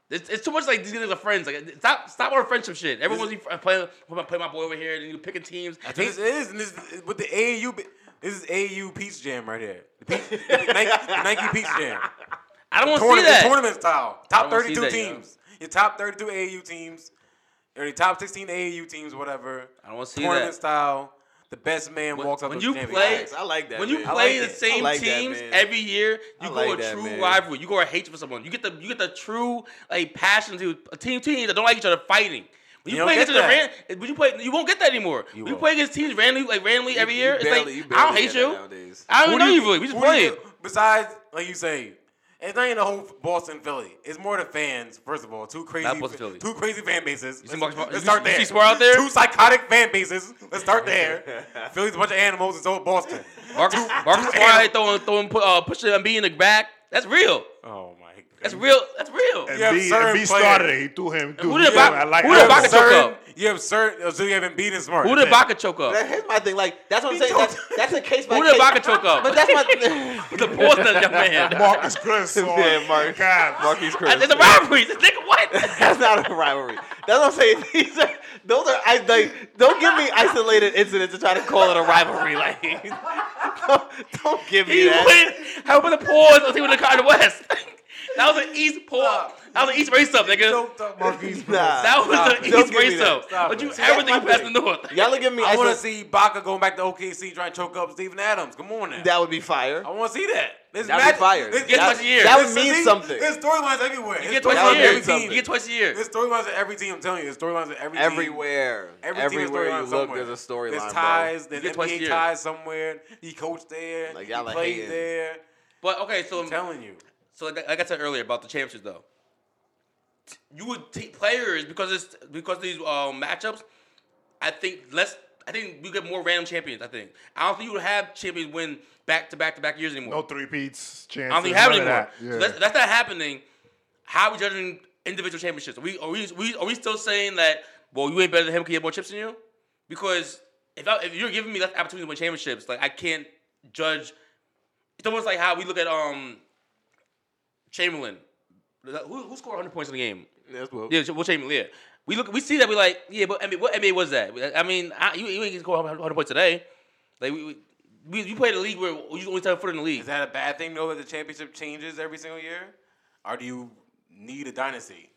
[SPEAKER 3] it's, it's too much. Like these niggas are friends. Like, stop, stop our friendship shit. Everyone's playing, play my boy over here, and you picking teams.
[SPEAKER 5] That's what this is. And this with the AAU. bi- This is AAU Peach Jam right here. The Peach, the Nike, the Nike Peach Jam.
[SPEAKER 3] I don't want to see
[SPEAKER 5] Tournament,
[SPEAKER 3] that.
[SPEAKER 5] tournament style. Top
[SPEAKER 3] I wanna see
[SPEAKER 5] 32
[SPEAKER 3] that, yo.
[SPEAKER 5] teams. Your top 32 AAU teams. Or your top 16 AAU teams, whatever.
[SPEAKER 3] I don't want to see
[SPEAKER 5] tournament
[SPEAKER 3] that.
[SPEAKER 5] style. The best man
[SPEAKER 3] When-
[SPEAKER 5] walks out
[SPEAKER 3] when
[SPEAKER 5] the
[SPEAKER 3] you
[SPEAKER 5] gym.
[SPEAKER 3] play-
[SPEAKER 5] Nice.
[SPEAKER 2] Facts. I like that.
[SPEAKER 3] when you
[SPEAKER 2] man.
[SPEAKER 5] I
[SPEAKER 3] play
[SPEAKER 5] like
[SPEAKER 3] the
[SPEAKER 5] it.
[SPEAKER 3] same
[SPEAKER 2] I like that,
[SPEAKER 3] teams
[SPEAKER 2] man.
[SPEAKER 3] every year,
[SPEAKER 2] I
[SPEAKER 3] you go
[SPEAKER 2] like
[SPEAKER 3] a
[SPEAKER 2] that,
[SPEAKER 3] true
[SPEAKER 2] man.
[SPEAKER 3] rivalry. You go a hatred for someone. You get the you get the true like passion to a team two teams that don't like each other fighting. When
[SPEAKER 5] You
[SPEAKER 3] you,
[SPEAKER 5] don't
[SPEAKER 3] play
[SPEAKER 5] get
[SPEAKER 3] against the
[SPEAKER 5] that.
[SPEAKER 3] ran, when you play, you won't get that anymore.
[SPEAKER 5] You
[SPEAKER 3] When you
[SPEAKER 5] won't.
[SPEAKER 3] play against teams randomly, like randomly every
[SPEAKER 2] you
[SPEAKER 3] year. It's
[SPEAKER 2] barely- you
[SPEAKER 3] like I don't
[SPEAKER 2] barely
[SPEAKER 3] hate
[SPEAKER 2] get that
[SPEAKER 3] you.
[SPEAKER 2] nowdays.
[SPEAKER 3] I don't
[SPEAKER 5] Who
[SPEAKER 3] even
[SPEAKER 5] do
[SPEAKER 3] know you really. We
[SPEAKER 5] who
[SPEAKER 3] just
[SPEAKER 5] do
[SPEAKER 3] play
[SPEAKER 5] you-
[SPEAKER 3] it.
[SPEAKER 5] Besides, like you say, it's not even the whole Boston Philly. It's more the fans. First of all, two crazy,
[SPEAKER 3] Not Boston, Philly.
[SPEAKER 5] two crazy fan bases.
[SPEAKER 3] see
[SPEAKER 5] Let's,
[SPEAKER 3] Marcus Smart-
[SPEAKER 5] let's
[SPEAKER 3] you-
[SPEAKER 5] start
[SPEAKER 3] you
[SPEAKER 5] there.
[SPEAKER 3] see Smart out there?
[SPEAKER 5] Two psychotic fan bases. Let's start there. Philly's a bunch of animals, and so is Boston.
[SPEAKER 3] Marcus, Marcus Smart throwing throwing pu- uh, pushing MB in the back. That's real.
[SPEAKER 5] Oh my god.
[SPEAKER 3] That's real. That's real.
[SPEAKER 4] And
[SPEAKER 5] You have
[SPEAKER 4] B,
[SPEAKER 5] certain
[SPEAKER 4] and B
[SPEAKER 5] players.
[SPEAKER 4] started it. He threw him. Threw
[SPEAKER 3] who
[SPEAKER 4] him.
[SPEAKER 3] did Ibaka-
[SPEAKER 4] I like
[SPEAKER 3] who
[SPEAKER 5] You
[SPEAKER 3] did
[SPEAKER 4] that.
[SPEAKER 5] have
[SPEAKER 3] Ibaka choke
[SPEAKER 5] certain.
[SPEAKER 3] up?
[SPEAKER 5] You have certain. oh, So you haven't beaten smart.
[SPEAKER 3] Who did
[SPEAKER 5] That's
[SPEAKER 3] Baca choke up?
[SPEAKER 2] That- Here's my thing. Like that's what I'm saying.
[SPEAKER 5] told
[SPEAKER 2] That's, that's a case by
[SPEAKER 3] Who
[SPEAKER 2] case.
[SPEAKER 3] did Baca choke up?
[SPEAKER 2] But that's my.
[SPEAKER 3] the Boston young man.
[SPEAKER 4] Marcus Chris. on-
[SPEAKER 2] Yeah, Mark-
[SPEAKER 4] God,
[SPEAKER 2] Marquise Chris.
[SPEAKER 3] It's a rivalry. This nigga what?
[SPEAKER 2] That's not a rivalry. That's what I'm saying. These are those are I like. Don't give me isolated incidents and try to call it a rivalry. Like, don't, don't give me
[SPEAKER 3] He
[SPEAKER 2] that.
[SPEAKER 3] went helping the pause on team in the Cotton West. that was an East pause. That was an East race up, nigga.
[SPEAKER 5] Choked up Marquise Chris.
[SPEAKER 2] Nah.
[SPEAKER 3] That was
[SPEAKER 2] Stop
[SPEAKER 3] an
[SPEAKER 2] it. Don't
[SPEAKER 3] East
[SPEAKER 2] give me
[SPEAKER 3] race
[SPEAKER 2] that.
[SPEAKER 3] up.
[SPEAKER 5] Stop
[SPEAKER 3] But
[SPEAKER 5] it.
[SPEAKER 3] you
[SPEAKER 5] See,
[SPEAKER 3] everything you
[SPEAKER 2] that's my
[SPEAKER 3] passed the North.
[SPEAKER 2] Y'all are giving me.
[SPEAKER 5] I want to
[SPEAKER 2] isol-
[SPEAKER 5] see Baca going back to OKC trying to choke up Steven Adams. Come on now.
[SPEAKER 2] That would be fire.
[SPEAKER 5] I want to see that. This
[SPEAKER 2] That'd be
[SPEAKER 5] magic-
[SPEAKER 2] fire.
[SPEAKER 5] This,
[SPEAKER 3] Get
[SPEAKER 2] that,
[SPEAKER 3] twice a year.
[SPEAKER 2] That
[SPEAKER 5] this-
[SPEAKER 2] would mean
[SPEAKER 5] see,
[SPEAKER 2] something.
[SPEAKER 5] There's storylines everywhere.
[SPEAKER 3] You
[SPEAKER 5] There's
[SPEAKER 3] get twice
[SPEAKER 2] That
[SPEAKER 3] a
[SPEAKER 2] would mean
[SPEAKER 5] storylines
[SPEAKER 3] year.
[SPEAKER 5] every
[SPEAKER 2] something.
[SPEAKER 5] team.
[SPEAKER 3] You get twice a year.
[SPEAKER 5] There's storylines at every team. I'm telling you, there's storylines at every team.
[SPEAKER 2] Everywhere,
[SPEAKER 5] Every team has
[SPEAKER 2] everywhere
[SPEAKER 5] storylines
[SPEAKER 2] you look,
[SPEAKER 5] somewhere.
[SPEAKER 2] there's a storyline.
[SPEAKER 5] There's
[SPEAKER 2] bro.
[SPEAKER 5] ties. There's
[SPEAKER 3] get twice a
[SPEAKER 5] NBA
[SPEAKER 3] year.
[SPEAKER 5] ties somewhere. He coached there.
[SPEAKER 2] Like, y'all
[SPEAKER 5] he
[SPEAKER 2] are
[SPEAKER 5] played
[SPEAKER 2] hating. Um,
[SPEAKER 5] there.
[SPEAKER 3] But okay, so
[SPEAKER 5] I'm telling you.
[SPEAKER 3] so like I said earlier about the championships though. You would take players because it's because these um, matchups. I think less. I think we get more random champions. I think I don't think you would have champions win back to back to back years anymore.
[SPEAKER 4] No three peats. Chances.
[SPEAKER 3] I don't think you have
[SPEAKER 4] none of
[SPEAKER 3] anymore.
[SPEAKER 4] that.
[SPEAKER 3] So
[SPEAKER 4] Yeah.
[SPEAKER 3] that's, that's not happening. How are we judging individual championships? Are we are we, we are we still saying that? Well, you ain't better than him. Can you have more chips than you? Because if I, if you're giving me that opportunity to win championships, like I can't judge. It's almost like how we look at um Chamberlain. Who, who scored 100 points in the game?
[SPEAKER 2] That's what-
[SPEAKER 3] Yeah, Will Chamberlain. Yeah, we look, we see that. We're like, yeah, but I mean, what NBA was that? I mean, I, you, you ain't gonna score 100 points today. Like we, we, we you played a league where you only set foot in the league.
[SPEAKER 5] Is that a bad thing though that the championship changes every single year, or do you need a dynasty?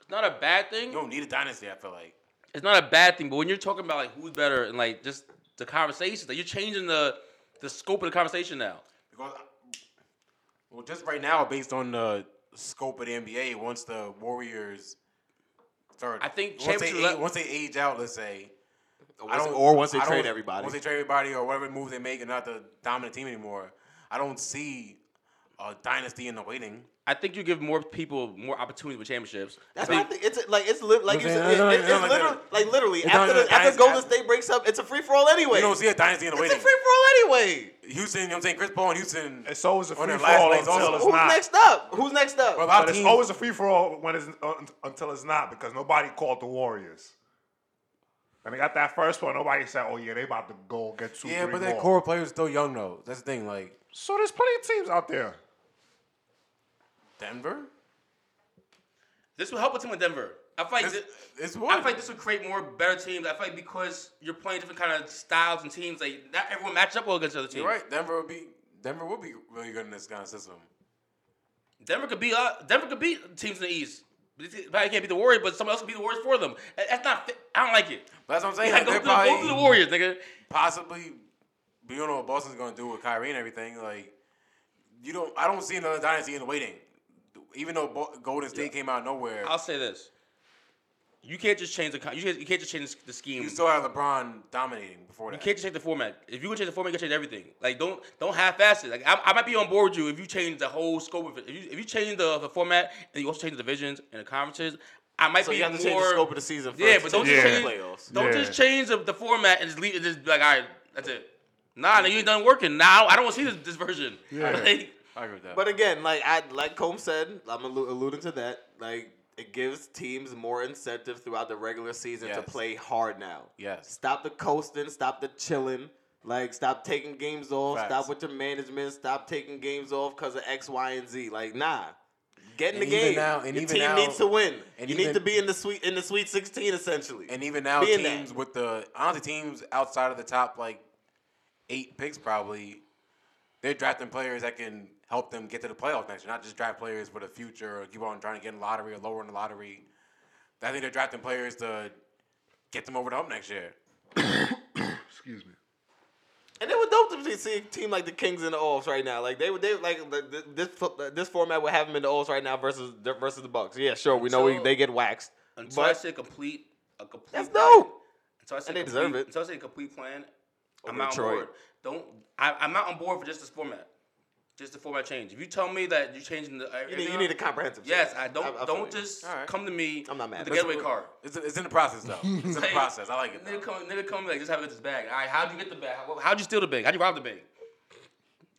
[SPEAKER 3] It's not a bad thing.
[SPEAKER 5] You don't need a dynasty. I feel like.
[SPEAKER 3] it's not a bad thing, but when you're talking about like who's better and like just the conversation, like you're changing the the scope of the conversation now.
[SPEAKER 5] Because, well, just right now, based on the scope of the NBA, once the Warriors start,
[SPEAKER 3] I think
[SPEAKER 5] once they,
[SPEAKER 3] championship-
[SPEAKER 5] age, once they age out, let's say, I don't-
[SPEAKER 2] or once they
[SPEAKER 5] I don't-
[SPEAKER 2] trade everybody.
[SPEAKER 5] once they trade everybody or whatever move they make, and not the dominant team anymore, I don't see a dynasty in the waiting.
[SPEAKER 3] I think you give more people more opportunities with championships.
[SPEAKER 2] That's
[SPEAKER 3] I
[SPEAKER 2] what I
[SPEAKER 3] think,
[SPEAKER 2] think. It's like it's lit, like you
[SPEAKER 5] Okay,
[SPEAKER 2] said,
[SPEAKER 5] no,
[SPEAKER 2] it, it,
[SPEAKER 5] no, no,
[SPEAKER 2] it's
[SPEAKER 5] no,
[SPEAKER 2] literally
[SPEAKER 5] no.
[SPEAKER 2] like literally
[SPEAKER 5] No, no,
[SPEAKER 2] after
[SPEAKER 5] no,
[SPEAKER 2] the, after
[SPEAKER 5] guys,
[SPEAKER 2] Golden
[SPEAKER 5] guys.
[SPEAKER 2] State breaks up, it's a free for all anyway.
[SPEAKER 5] You don't see a dynasty in the
[SPEAKER 2] it's a
[SPEAKER 5] waiting.
[SPEAKER 2] free for all anyway.
[SPEAKER 5] Houston, you know what I'm saying? Chris Paul and Houston.
[SPEAKER 4] It's always a
[SPEAKER 5] on
[SPEAKER 4] free
[SPEAKER 5] their
[SPEAKER 4] for
[SPEAKER 5] last
[SPEAKER 4] all
[SPEAKER 5] legs
[SPEAKER 4] until
[SPEAKER 5] also.
[SPEAKER 4] it's
[SPEAKER 2] Who's
[SPEAKER 4] not.
[SPEAKER 2] next up? Who's next up?
[SPEAKER 5] But a lot
[SPEAKER 4] But
[SPEAKER 5] of
[SPEAKER 4] it's
[SPEAKER 5] teams,
[SPEAKER 4] always a free for all when it's uh, until it's not because nobody called the Warriors. And they got that first one. Nobody said, "Oh yeah, they about to go get two,
[SPEAKER 5] yeah,
[SPEAKER 4] three
[SPEAKER 5] but that
[SPEAKER 4] more."
[SPEAKER 5] core players still young though. That's the thing. Like
[SPEAKER 4] so there's plenty of teams out there.
[SPEAKER 5] Denver.
[SPEAKER 3] this will help a team with Denver. I feel like
[SPEAKER 5] This,
[SPEAKER 3] thi-
[SPEAKER 5] this
[SPEAKER 3] I
[SPEAKER 5] one.
[SPEAKER 3] feel like this would create more better teams. I feel like because you're playing different kind of styles and teams, like not everyone matches up well against the other team.
[SPEAKER 5] You're right. Denver would be Denver would be really good in this kind of system.
[SPEAKER 3] Denver could beat uh, Denver could beat teams in the East. But they probably can't beat the Warriors, but someone else can beat the Warriors for them. That- That's not. Fit. I don't like it.
[SPEAKER 5] That's what I'm saying.
[SPEAKER 3] Like,
[SPEAKER 5] Like,
[SPEAKER 3] go,
[SPEAKER 5] they're
[SPEAKER 3] to, go to the
[SPEAKER 5] probably
[SPEAKER 3] Warriors, nigga.
[SPEAKER 5] possibly. But you don't know what Boston's gonna do with Kyrie and everything. Like you don't. I don't see another dynasty in the waiting. Even though Bo- Golden State came out of nowhere,
[SPEAKER 3] I'll say this: you can't just change the con- you can't, you can't just change the scheme.
[SPEAKER 5] you
[SPEAKER 3] You,
[SPEAKER 5] still have LeBron dominating before that.
[SPEAKER 3] can't just change the format. If you can change the format, you can change everything. Like don't don't half-ass it. Like I, I might be on board with you if you change the whole scope of it. If you, if you change the, the format and you also change the divisions and the conferences, I might
[SPEAKER 2] So
[SPEAKER 3] be
[SPEAKER 2] you have to
[SPEAKER 3] more.
[SPEAKER 2] change the scope of the season. First
[SPEAKER 3] Yeah, but don't
[SPEAKER 2] to
[SPEAKER 3] just
[SPEAKER 2] get
[SPEAKER 3] change,
[SPEAKER 2] the playoffs.
[SPEAKER 3] don't
[SPEAKER 4] Yeah.
[SPEAKER 3] just change the, the format and just leave it. Just be like, all right, that's it. Nah, nigga, you ain't done working. Now I don't want to see this, this version.
[SPEAKER 4] Yeah.
[SPEAKER 3] Like,
[SPEAKER 5] I agree with that.
[SPEAKER 2] But
[SPEAKER 5] But
[SPEAKER 2] again, like I like Combs said, I'm allu- alluding to that. Like it gives teams more incentive throughout the regular season to
[SPEAKER 5] Yes.
[SPEAKER 2] play hard now.
[SPEAKER 5] yes,
[SPEAKER 2] Stop the coasting. Stop the chilling. Like stop taking games off.
[SPEAKER 5] Facts.
[SPEAKER 2] Stop with your management. Stop taking games off because of X, Y, and Z. Like nah. Get in
[SPEAKER 5] And
[SPEAKER 2] the
[SPEAKER 5] even
[SPEAKER 2] game.
[SPEAKER 5] now- and
[SPEAKER 2] your
[SPEAKER 5] even
[SPEAKER 2] team
[SPEAKER 5] now-
[SPEAKER 2] needs to win.
[SPEAKER 5] and
[SPEAKER 2] you need
[SPEAKER 5] even-
[SPEAKER 2] to be in the sweet in the Sweet 16 essentially.
[SPEAKER 5] and even now
[SPEAKER 2] Being that.
[SPEAKER 5] teams with the honestly teams outside of the top like eight picks probably they're drafting players that can help them get to the playoffs next year, not just draft players for the future or keep on trying to get in the lottery or lower in the lottery. I think they're drafting players to get them over the hump next year.
[SPEAKER 4] Excuse me.
[SPEAKER 2] And it would dope to see a team like the Kings in the offs right now. Like they would, they like the- the- this fo- this format would have them in the offs right now versus the- versus the Bucks. Yeah, sure, we know we,
[SPEAKER 3] Until-
[SPEAKER 2] they get waxed,
[SPEAKER 3] until I
[SPEAKER 2] but
[SPEAKER 3] see a complete, a complete.
[SPEAKER 2] that's
[SPEAKER 3] plan-
[SPEAKER 2] dope.
[SPEAKER 3] Until I see
[SPEAKER 2] And
[SPEAKER 3] a
[SPEAKER 2] they deserve
[SPEAKER 3] complete-
[SPEAKER 2] it.
[SPEAKER 3] Until I see a complete plan, I'm
[SPEAKER 2] Over
[SPEAKER 3] not
[SPEAKER 2] Detroit.
[SPEAKER 3] on board. Don't. I, I'm not on board for just this format. Just the format change. If you tell me that you're changing the,
[SPEAKER 2] You need, you need a comprehensive.
[SPEAKER 3] Yes,
[SPEAKER 2] change.
[SPEAKER 3] I don't.
[SPEAKER 2] I- I feel
[SPEAKER 3] don't
[SPEAKER 2] you.
[SPEAKER 3] just
[SPEAKER 5] All right.
[SPEAKER 3] come to me.
[SPEAKER 2] I'm not mad.
[SPEAKER 3] With the getaway
[SPEAKER 5] Listen,
[SPEAKER 3] car.
[SPEAKER 5] It's, it's in the process though. It's in the
[SPEAKER 3] Like,
[SPEAKER 5] process. I like it.
[SPEAKER 3] Nigga
[SPEAKER 5] Though.
[SPEAKER 3] come, nigga come like just have to get this bag. All right, how'd you get the bag? How, how'd you steal the bag? How'd you rob the bag?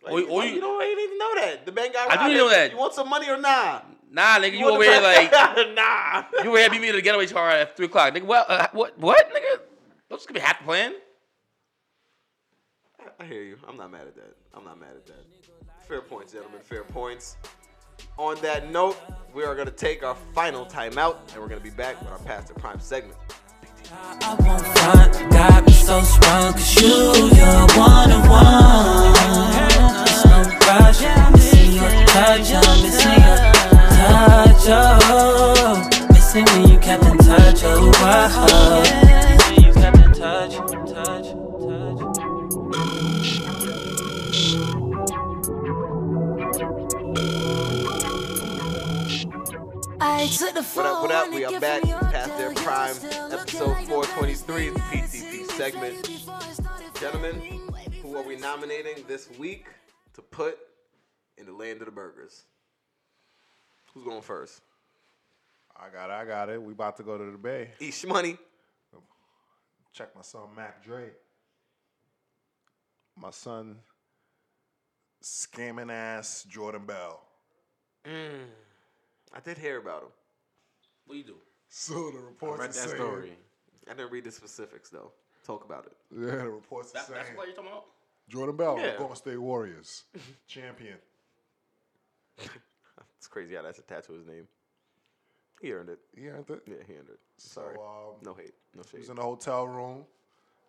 [SPEAKER 2] Like,
[SPEAKER 3] Or-
[SPEAKER 2] you,
[SPEAKER 3] or
[SPEAKER 2] don't-
[SPEAKER 3] you-
[SPEAKER 2] you don't you even know that the bank guy.
[SPEAKER 3] I do know that.
[SPEAKER 2] You want some money or nah?
[SPEAKER 3] Nah, nigga, you,
[SPEAKER 2] want
[SPEAKER 3] over
[SPEAKER 2] the
[SPEAKER 3] here like
[SPEAKER 2] bank- nah.
[SPEAKER 3] you over here beat me to the getaway car at three o'clock, nigga. Well, uh, what, what, nigga? Don't just give me half the plan.
[SPEAKER 2] I hear you. I'm not mad at that. I'm not mad at that. Fair points, gentlemen. Fair points. On that note, we are going to take our final timeout, and we're going to be back with our past the prime segment.
[SPEAKER 1] I won't front, got me so strong, cause you, you're one of one. It's no rush, I'm missing your touch, I'm missing your touch, oh. Missing when you kept in touch, oh, wow. Missing you kept in touch, touch, touch.
[SPEAKER 7] I took the
[SPEAKER 2] What up, what up? We are back past
[SPEAKER 7] past
[SPEAKER 2] their prime. Episode 423 is the PTP segment. Gentlemen, who are we nominating this week to put in the land of the burgers? Who's going first?
[SPEAKER 4] I got it. I got it. We about to go to the bay.
[SPEAKER 2] Ish Money.
[SPEAKER 4] Check my son Mac Dre. My son scamming ass Jordan Bell.
[SPEAKER 2] I did hear about him.
[SPEAKER 3] What you do?
[SPEAKER 4] So the reports
[SPEAKER 5] Read
[SPEAKER 4] are
[SPEAKER 5] that
[SPEAKER 4] saying-
[SPEAKER 5] story.
[SPEAKER 2] I didn't read the specifics though. Talk about it.
[SPEAKER 4] Yeah, the reports are
[SPEAKER 3] That,
[SPEAKER 4] saying
[SPEAKER 3] that's what you're talking about.
[SPEAKER 4] Jordan Bell,
[SPEAKER 2] Yeah.
[SPEAKER 4] Golden State Warriors champion.
[SPEAKER 2] It's crazy how that's attached to his name. He earned it.
[SPEAKER 4] He earned it.
[SPEAKER 2] Yeah, he earned it. Sorry.
[SPEAKER 4] So, um,
[SPEAKER 2] no hate. No
[SPEAKER 4] He
[SPEAKER 2] shade.
[SPEAKER 4] was in the hotel room.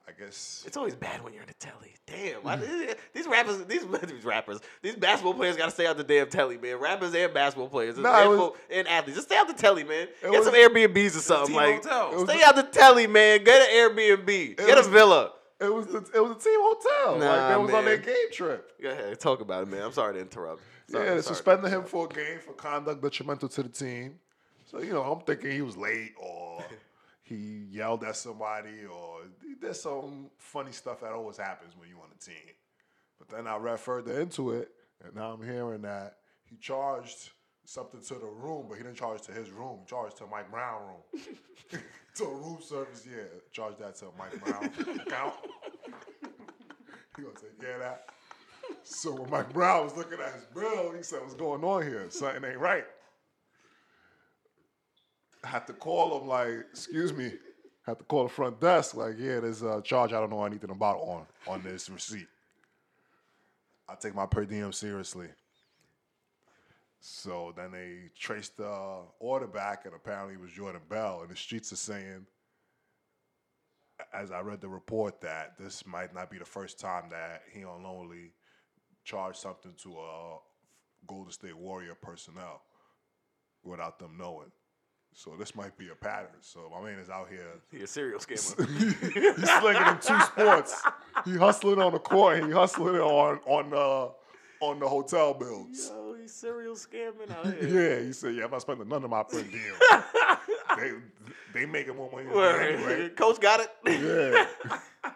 [SPEAKER 4] I guess
[SPEAKER 2] It's always bad when you're in the telly. Damn,
[SPEAKER 4] Mm-hmm.
[SPEAKER 2] I- these rappers, these, these rappers, these basketball players gotta stay out the damn telly, man. Rappers and basketball players,
[SPEAKER 4] Nah, it
[SPEAKER 2] and,
[SPEAKER 4] was-
[SPEAKER 2] fo- and athletes, just stay out the telly, man. Get
[SPEAKER 4] was-
[SPEAKER 2] some Airbnbs or something,
[SPEAKER 5] team
[SPEAKER 2] like
[SPEAKER 5] hotel. It was
[SPEAKER 2] stay out the telly, man. Get an Airbnb, get
[SPEAKER 4] was-
[SPEAKER 2] a villa.
[SPEAKER 4] it was the it was a team hotel.
[SPEAKER 2] Nah,
[SPEAKER 4] like that was on their
[SPEAKER 2] man.
[SPEAKER 4] game trip.
[SPEAKER 2] Go ahead, talk about it, man. I'm sorry to interrupt. Sorry,
[SPEAKER 4] yeah,
[SPEAKER 2] sorry.
[SPEAKER 4] suspended him for a game for conduct detrimental to the team. So you know, I'm thinking he was late or he yelled at somebody or he did some funny stuff that always happens when you on a team. But then I read further into it, and now I'm hearing that he charged something to the room, but he didn't charge to his room. He charged to Mike Brown room. to room service, yeah. Charge that to Mike Brown account. he gonna take care of that. So when Mike Brown was looking at his bill, he said, "What's going on here? Something ain't right." I had to call him like, "Excuse me." I had to call the front desk like, "Yeah, there's a charge I don't know anything about on on this receipt." I take my per diem seriously. So then they traced the order back, and apparently it was Jordan Bell. And the streets are saying, as I read the report, that this might not be the first time that he unknowingly charged something to a Golden State Warrior personnel without them knowing. So this might be a pattern. So my man is out here
[SPEAKER 2] He a serial scammer.
[SPEAKER 4] He's slinging in two sports. He hustling on the court. He hustling on on the on the hotel
[SPEAKER 2] Yo,
[SPEAKER 4] bills.
[SPEAKER 2] he's Oh, serial scamming out here.
[SPEAKER 4] Yeah, he said, "Yeah, I'm not spending none of my per deal. they they making more money than me
[SPEAKER 2] Word.
[SPEAKER 4] anyway."
[SPEAKER 2] Coach got it.
[SPEAKER 4] Yeah.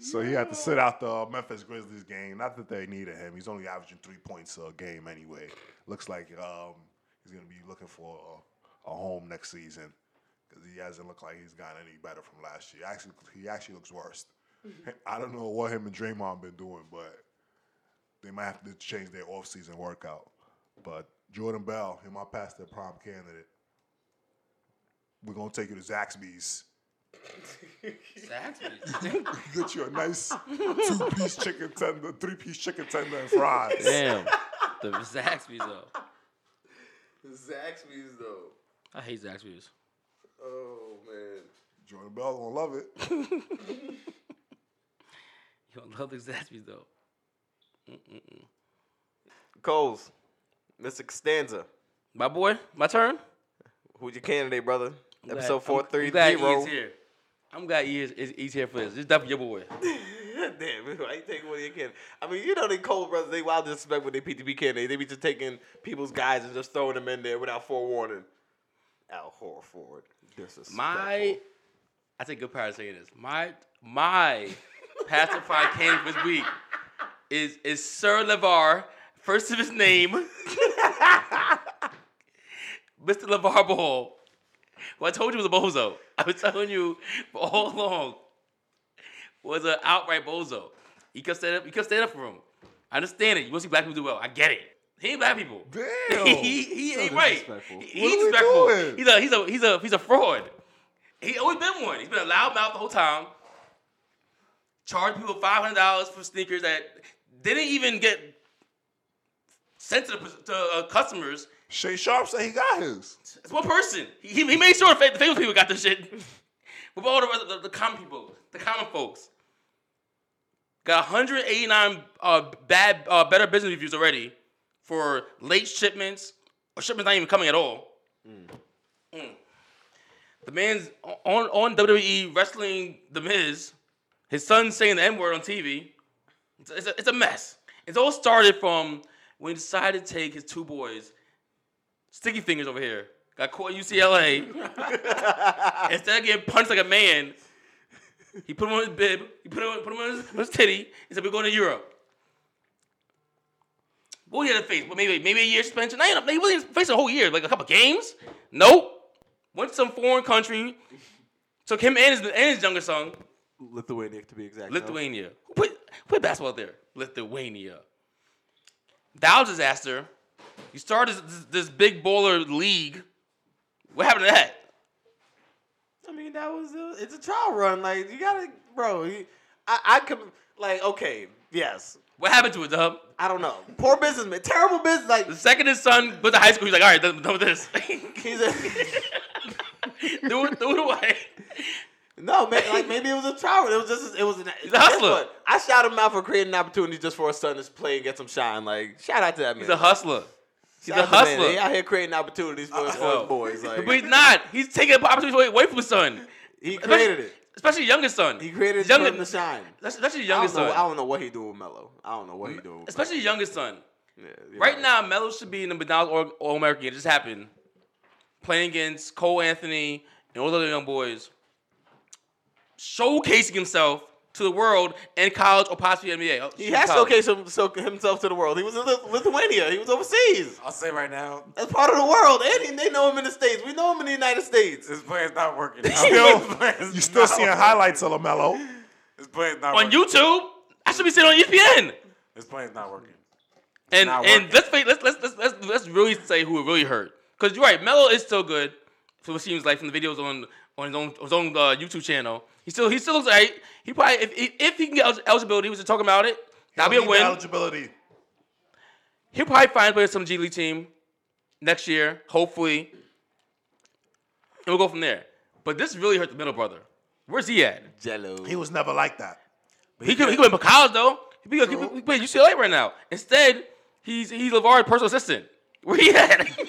[SPEAKER 4] so he had to sit out the uh, Memphis Grizzlies game. Not that they needed him. He's only averaging three points a game anyway. Looks like um, he's gonna be looking for a home next season because he hasn't looked like he's gotten any better from last year. Actually, he actually looks worse. I don't know what him and Draymond been doing, but they might have to change their offseason workout. But Jordan Bell, he might pass their prime candidate. We're gonna take you to Zaxby's.
[SPEAKER 3] Zaxby's.
[SPEAKER 4] Get you a nice two-piece chicken tender, three-piece chicken tender and fries.
[SPEAKER 3] Damn. The Zaxby's though.
[SPEAKER 6] Zaxby's though.
[SPEAKER 3] I hate Zaxby's.
[SPEAKER 6] Oh man.
[SPEAKER 4] Jordan Bell gonna love it.
[SPEAKER 3] You don't love the Zaxby's though.
[SPEAKER 2] Coles, Mr. Costanza,
[SPEAKER 3] My boy, my turn.
[SPEAKER 2] who's your candidate, brother?
[SPEAKER 3] I'm glad-
[SPEAKER 2] Episode
[SPEAKER 3] I'm-
[SPEAKER 2] four
[SPEAKER 3] I'm
[SPEAKER 2] three
[SPEAKER 3] glad E
[SPEAKER 2] zero.
[SPEAKER 3] is here. I'm glad E is, is E's here for this. This is definitely your boy.
[SPEAKER 2] Damn, why you taking one of your candidates? I mean, you know they Cole brothers, they wild disrespect with their PTP candidates. They be just taking people's guys and just throwing them in there without forewarning. Al Horford, disrespectful.
[SPEAKER 3] My, I take good pride in saying this. My my pacified candidate this week is is Sir Levar, first of his name, Mr. Levar Ball, who I told you was a bozo. I was telling you for all along was an outright bozo. He kept standing up. He kept standing up for him. I understand it. You want to see black people do well. I get it. He ain't black people.
[SPEAKER 4] Damn.
[SPEAKER 3] he he ain't right.
[SPEAKER 2] disrespectful.
[SPEAKER 3] He,
[SPEAKER 4] What
[SPEAKER 3] he's
[SPEAKER 4] are we
[SPEAKER 3] disrespectful.
[SPEAKER 4] doing?
[SPEAKER 3] He's a he's a he's a he's a fraud. He always been one. He's been a loud mouth the whole time. Charged people five hundred dollars for sneakers that didn't even get sent to, the, to uh, customers.
[SPEAKER 4] Shay Sharp said he got his.
[SPEAKER 3] It's one person. He, he he made sure the fa- the famous people got this shit. But all the rest of the, the common people, the common folks, got 189 uh, bad uh, better business reviews already for late shipments or shipments not even coming at all. Mm. The man's o- on on WWE wrestling The Miz. His son saying the N word on TV. It's a, it's, a, it's a mess. It's all started from when he decided to take his two boys sticky fingers over here. Got caught in UCLA. Instead of getting punched like a man, he put him on his bib. He put him, on- put him on, his, on his titty. He said, "We're going to Europe." We'll get a face, but maybe maybe a year suspension. Now, you know, he wasn't facing a whole year, like a couple games. Nope. Went to some foreign country. Took him and his, and his younger son,
[SPEAKER 2] Lithuania to be exact. no?
[SPEAKER 3] Lithuania. Who put, who put basketball there? Lithuania. That was a disaster. You started this, this big baller league. What happened to that?
[SPEAKER 2] I mean, that was a, it's a trial run. Like you gotta, bro. You, I I could like okay, yes.
[SPEAKER 3] What happened to it, Dub?
[SPEAKER 2] I don't know. Poor businessman, terrible business. Like
[SPEAKER 3] The second his son went to high school, he's like, all right, done, done with this.
[SPEAKER 2] he's a.
[SPEAKER 3] threw, it, threw it away.
[SPEAKER 2] No, man, like maybe it was a trial. It was just it was an
[SPEAKER 3] a
[SPEAKER 2] Guess
[SPEAKER 3] hustler.
[SPEAKER 2] what? I shout him out for creating an opportunity just for his son to play and get some shine. Like shout out to that man.
[SPEAKER 3] He's a hustler. He's
[SPEAKER 2] Shout
[SPEAKER 3] a
[SPEAKER 2] out to the man.
[SPEAKER 3] hustler.
[SPEAKER 2] He out here creating opportunities for his, for his
[SPEAKER 3] Yo.
[SPEAKER 2] boys. Like
[SPEAKER 3] But he's not. He's taking the opportunity away- away from his son.
[SPEAKER 2] he created it.
[SPEAKER 3] Especially youngest son.
[SPEAKER 2] He created it for
[SPEAKER 3] younger,
[SPEAKER 2] him to shine.
[SPEAKER 3] That's, that's your
[SPEAKER 2] I
[SPEAKER 3] youngest
[SPEAKER 2] don't, know, I
[SPEAKER 3] son.
[SPEAKER 2] don't know what he doing with Melo. I don't know what he doing. With
[SPEAKER 3] Especially your youngest son.
[SPEAKER 2] Melo. Yeah, you're
[SPEAKER 3] Right now, Melo should be in the McDonald's All American. It just happened. Playing against Cole Anthony and all the other young boys. Showcasing himself to the world and college or possibly NBA.
[SPEAKER 2] He has
[SPEAKER 3] Oh, College.
[SPEAKER 2] showcased him, so himself to the world. He was in Lith- Lithuania. He was overseas.
[SPEAKER 5] I'll say right now,
[SPEAKER 2] That's part of the world. And he, they know him in the states. We know him in the United States.
[SPEAKER 5] this plan's not working.
[SPEAKER 4] Yo,
[SPEAKER 5] this plan's
[SPEAKER 4] you still
[SPEAKER 5] not
[SPEAKER 4] seeing
[SPEAKER 5] working.
[SPEAKER 4] highlights of Lamelo?
[SPEAKER 5] This plan's not
[SPEAKER 3] On
[SPEAKER 5] working.
[SPEAKER 3] YouTube, I should be sitting on E ESPN.
[SPEAKER 5] This plan's not working.
[SPEAKER 3] And
[SPEAKER 5] not
[SPEAKER 3] and
[SPEAKER 5] working.
[SPEAKER 3] let's, face, let's let's let's let's let's really say who it really hurt. Cause you're right, Melo is still good. From what it seems like from the videos on on his own his own uh, YouTube channel, he still he still looks like he probably if if- if he can get el- eligibility, we should talk about it. That'll be a
[SPEAKER 4] Elite
[SPEAKER 3] win.
[SPEAKER 4] Eligibility.
[SPEAKER 3] He'll probably find play some G League team next year, hopefully, and we'll go from there. But this really hurt the middle brother. Where's he at?
[SPEAKER 2] Jello.
[SPEAKER 4] He was never like that.
[SPEAKER 3] He could he could went to college though. He could he
[SPEAKER 4] True.
[SPEAKER 3] could play at UCLA right now. Instead, he's he's LeVar's personal assistant. Where he at?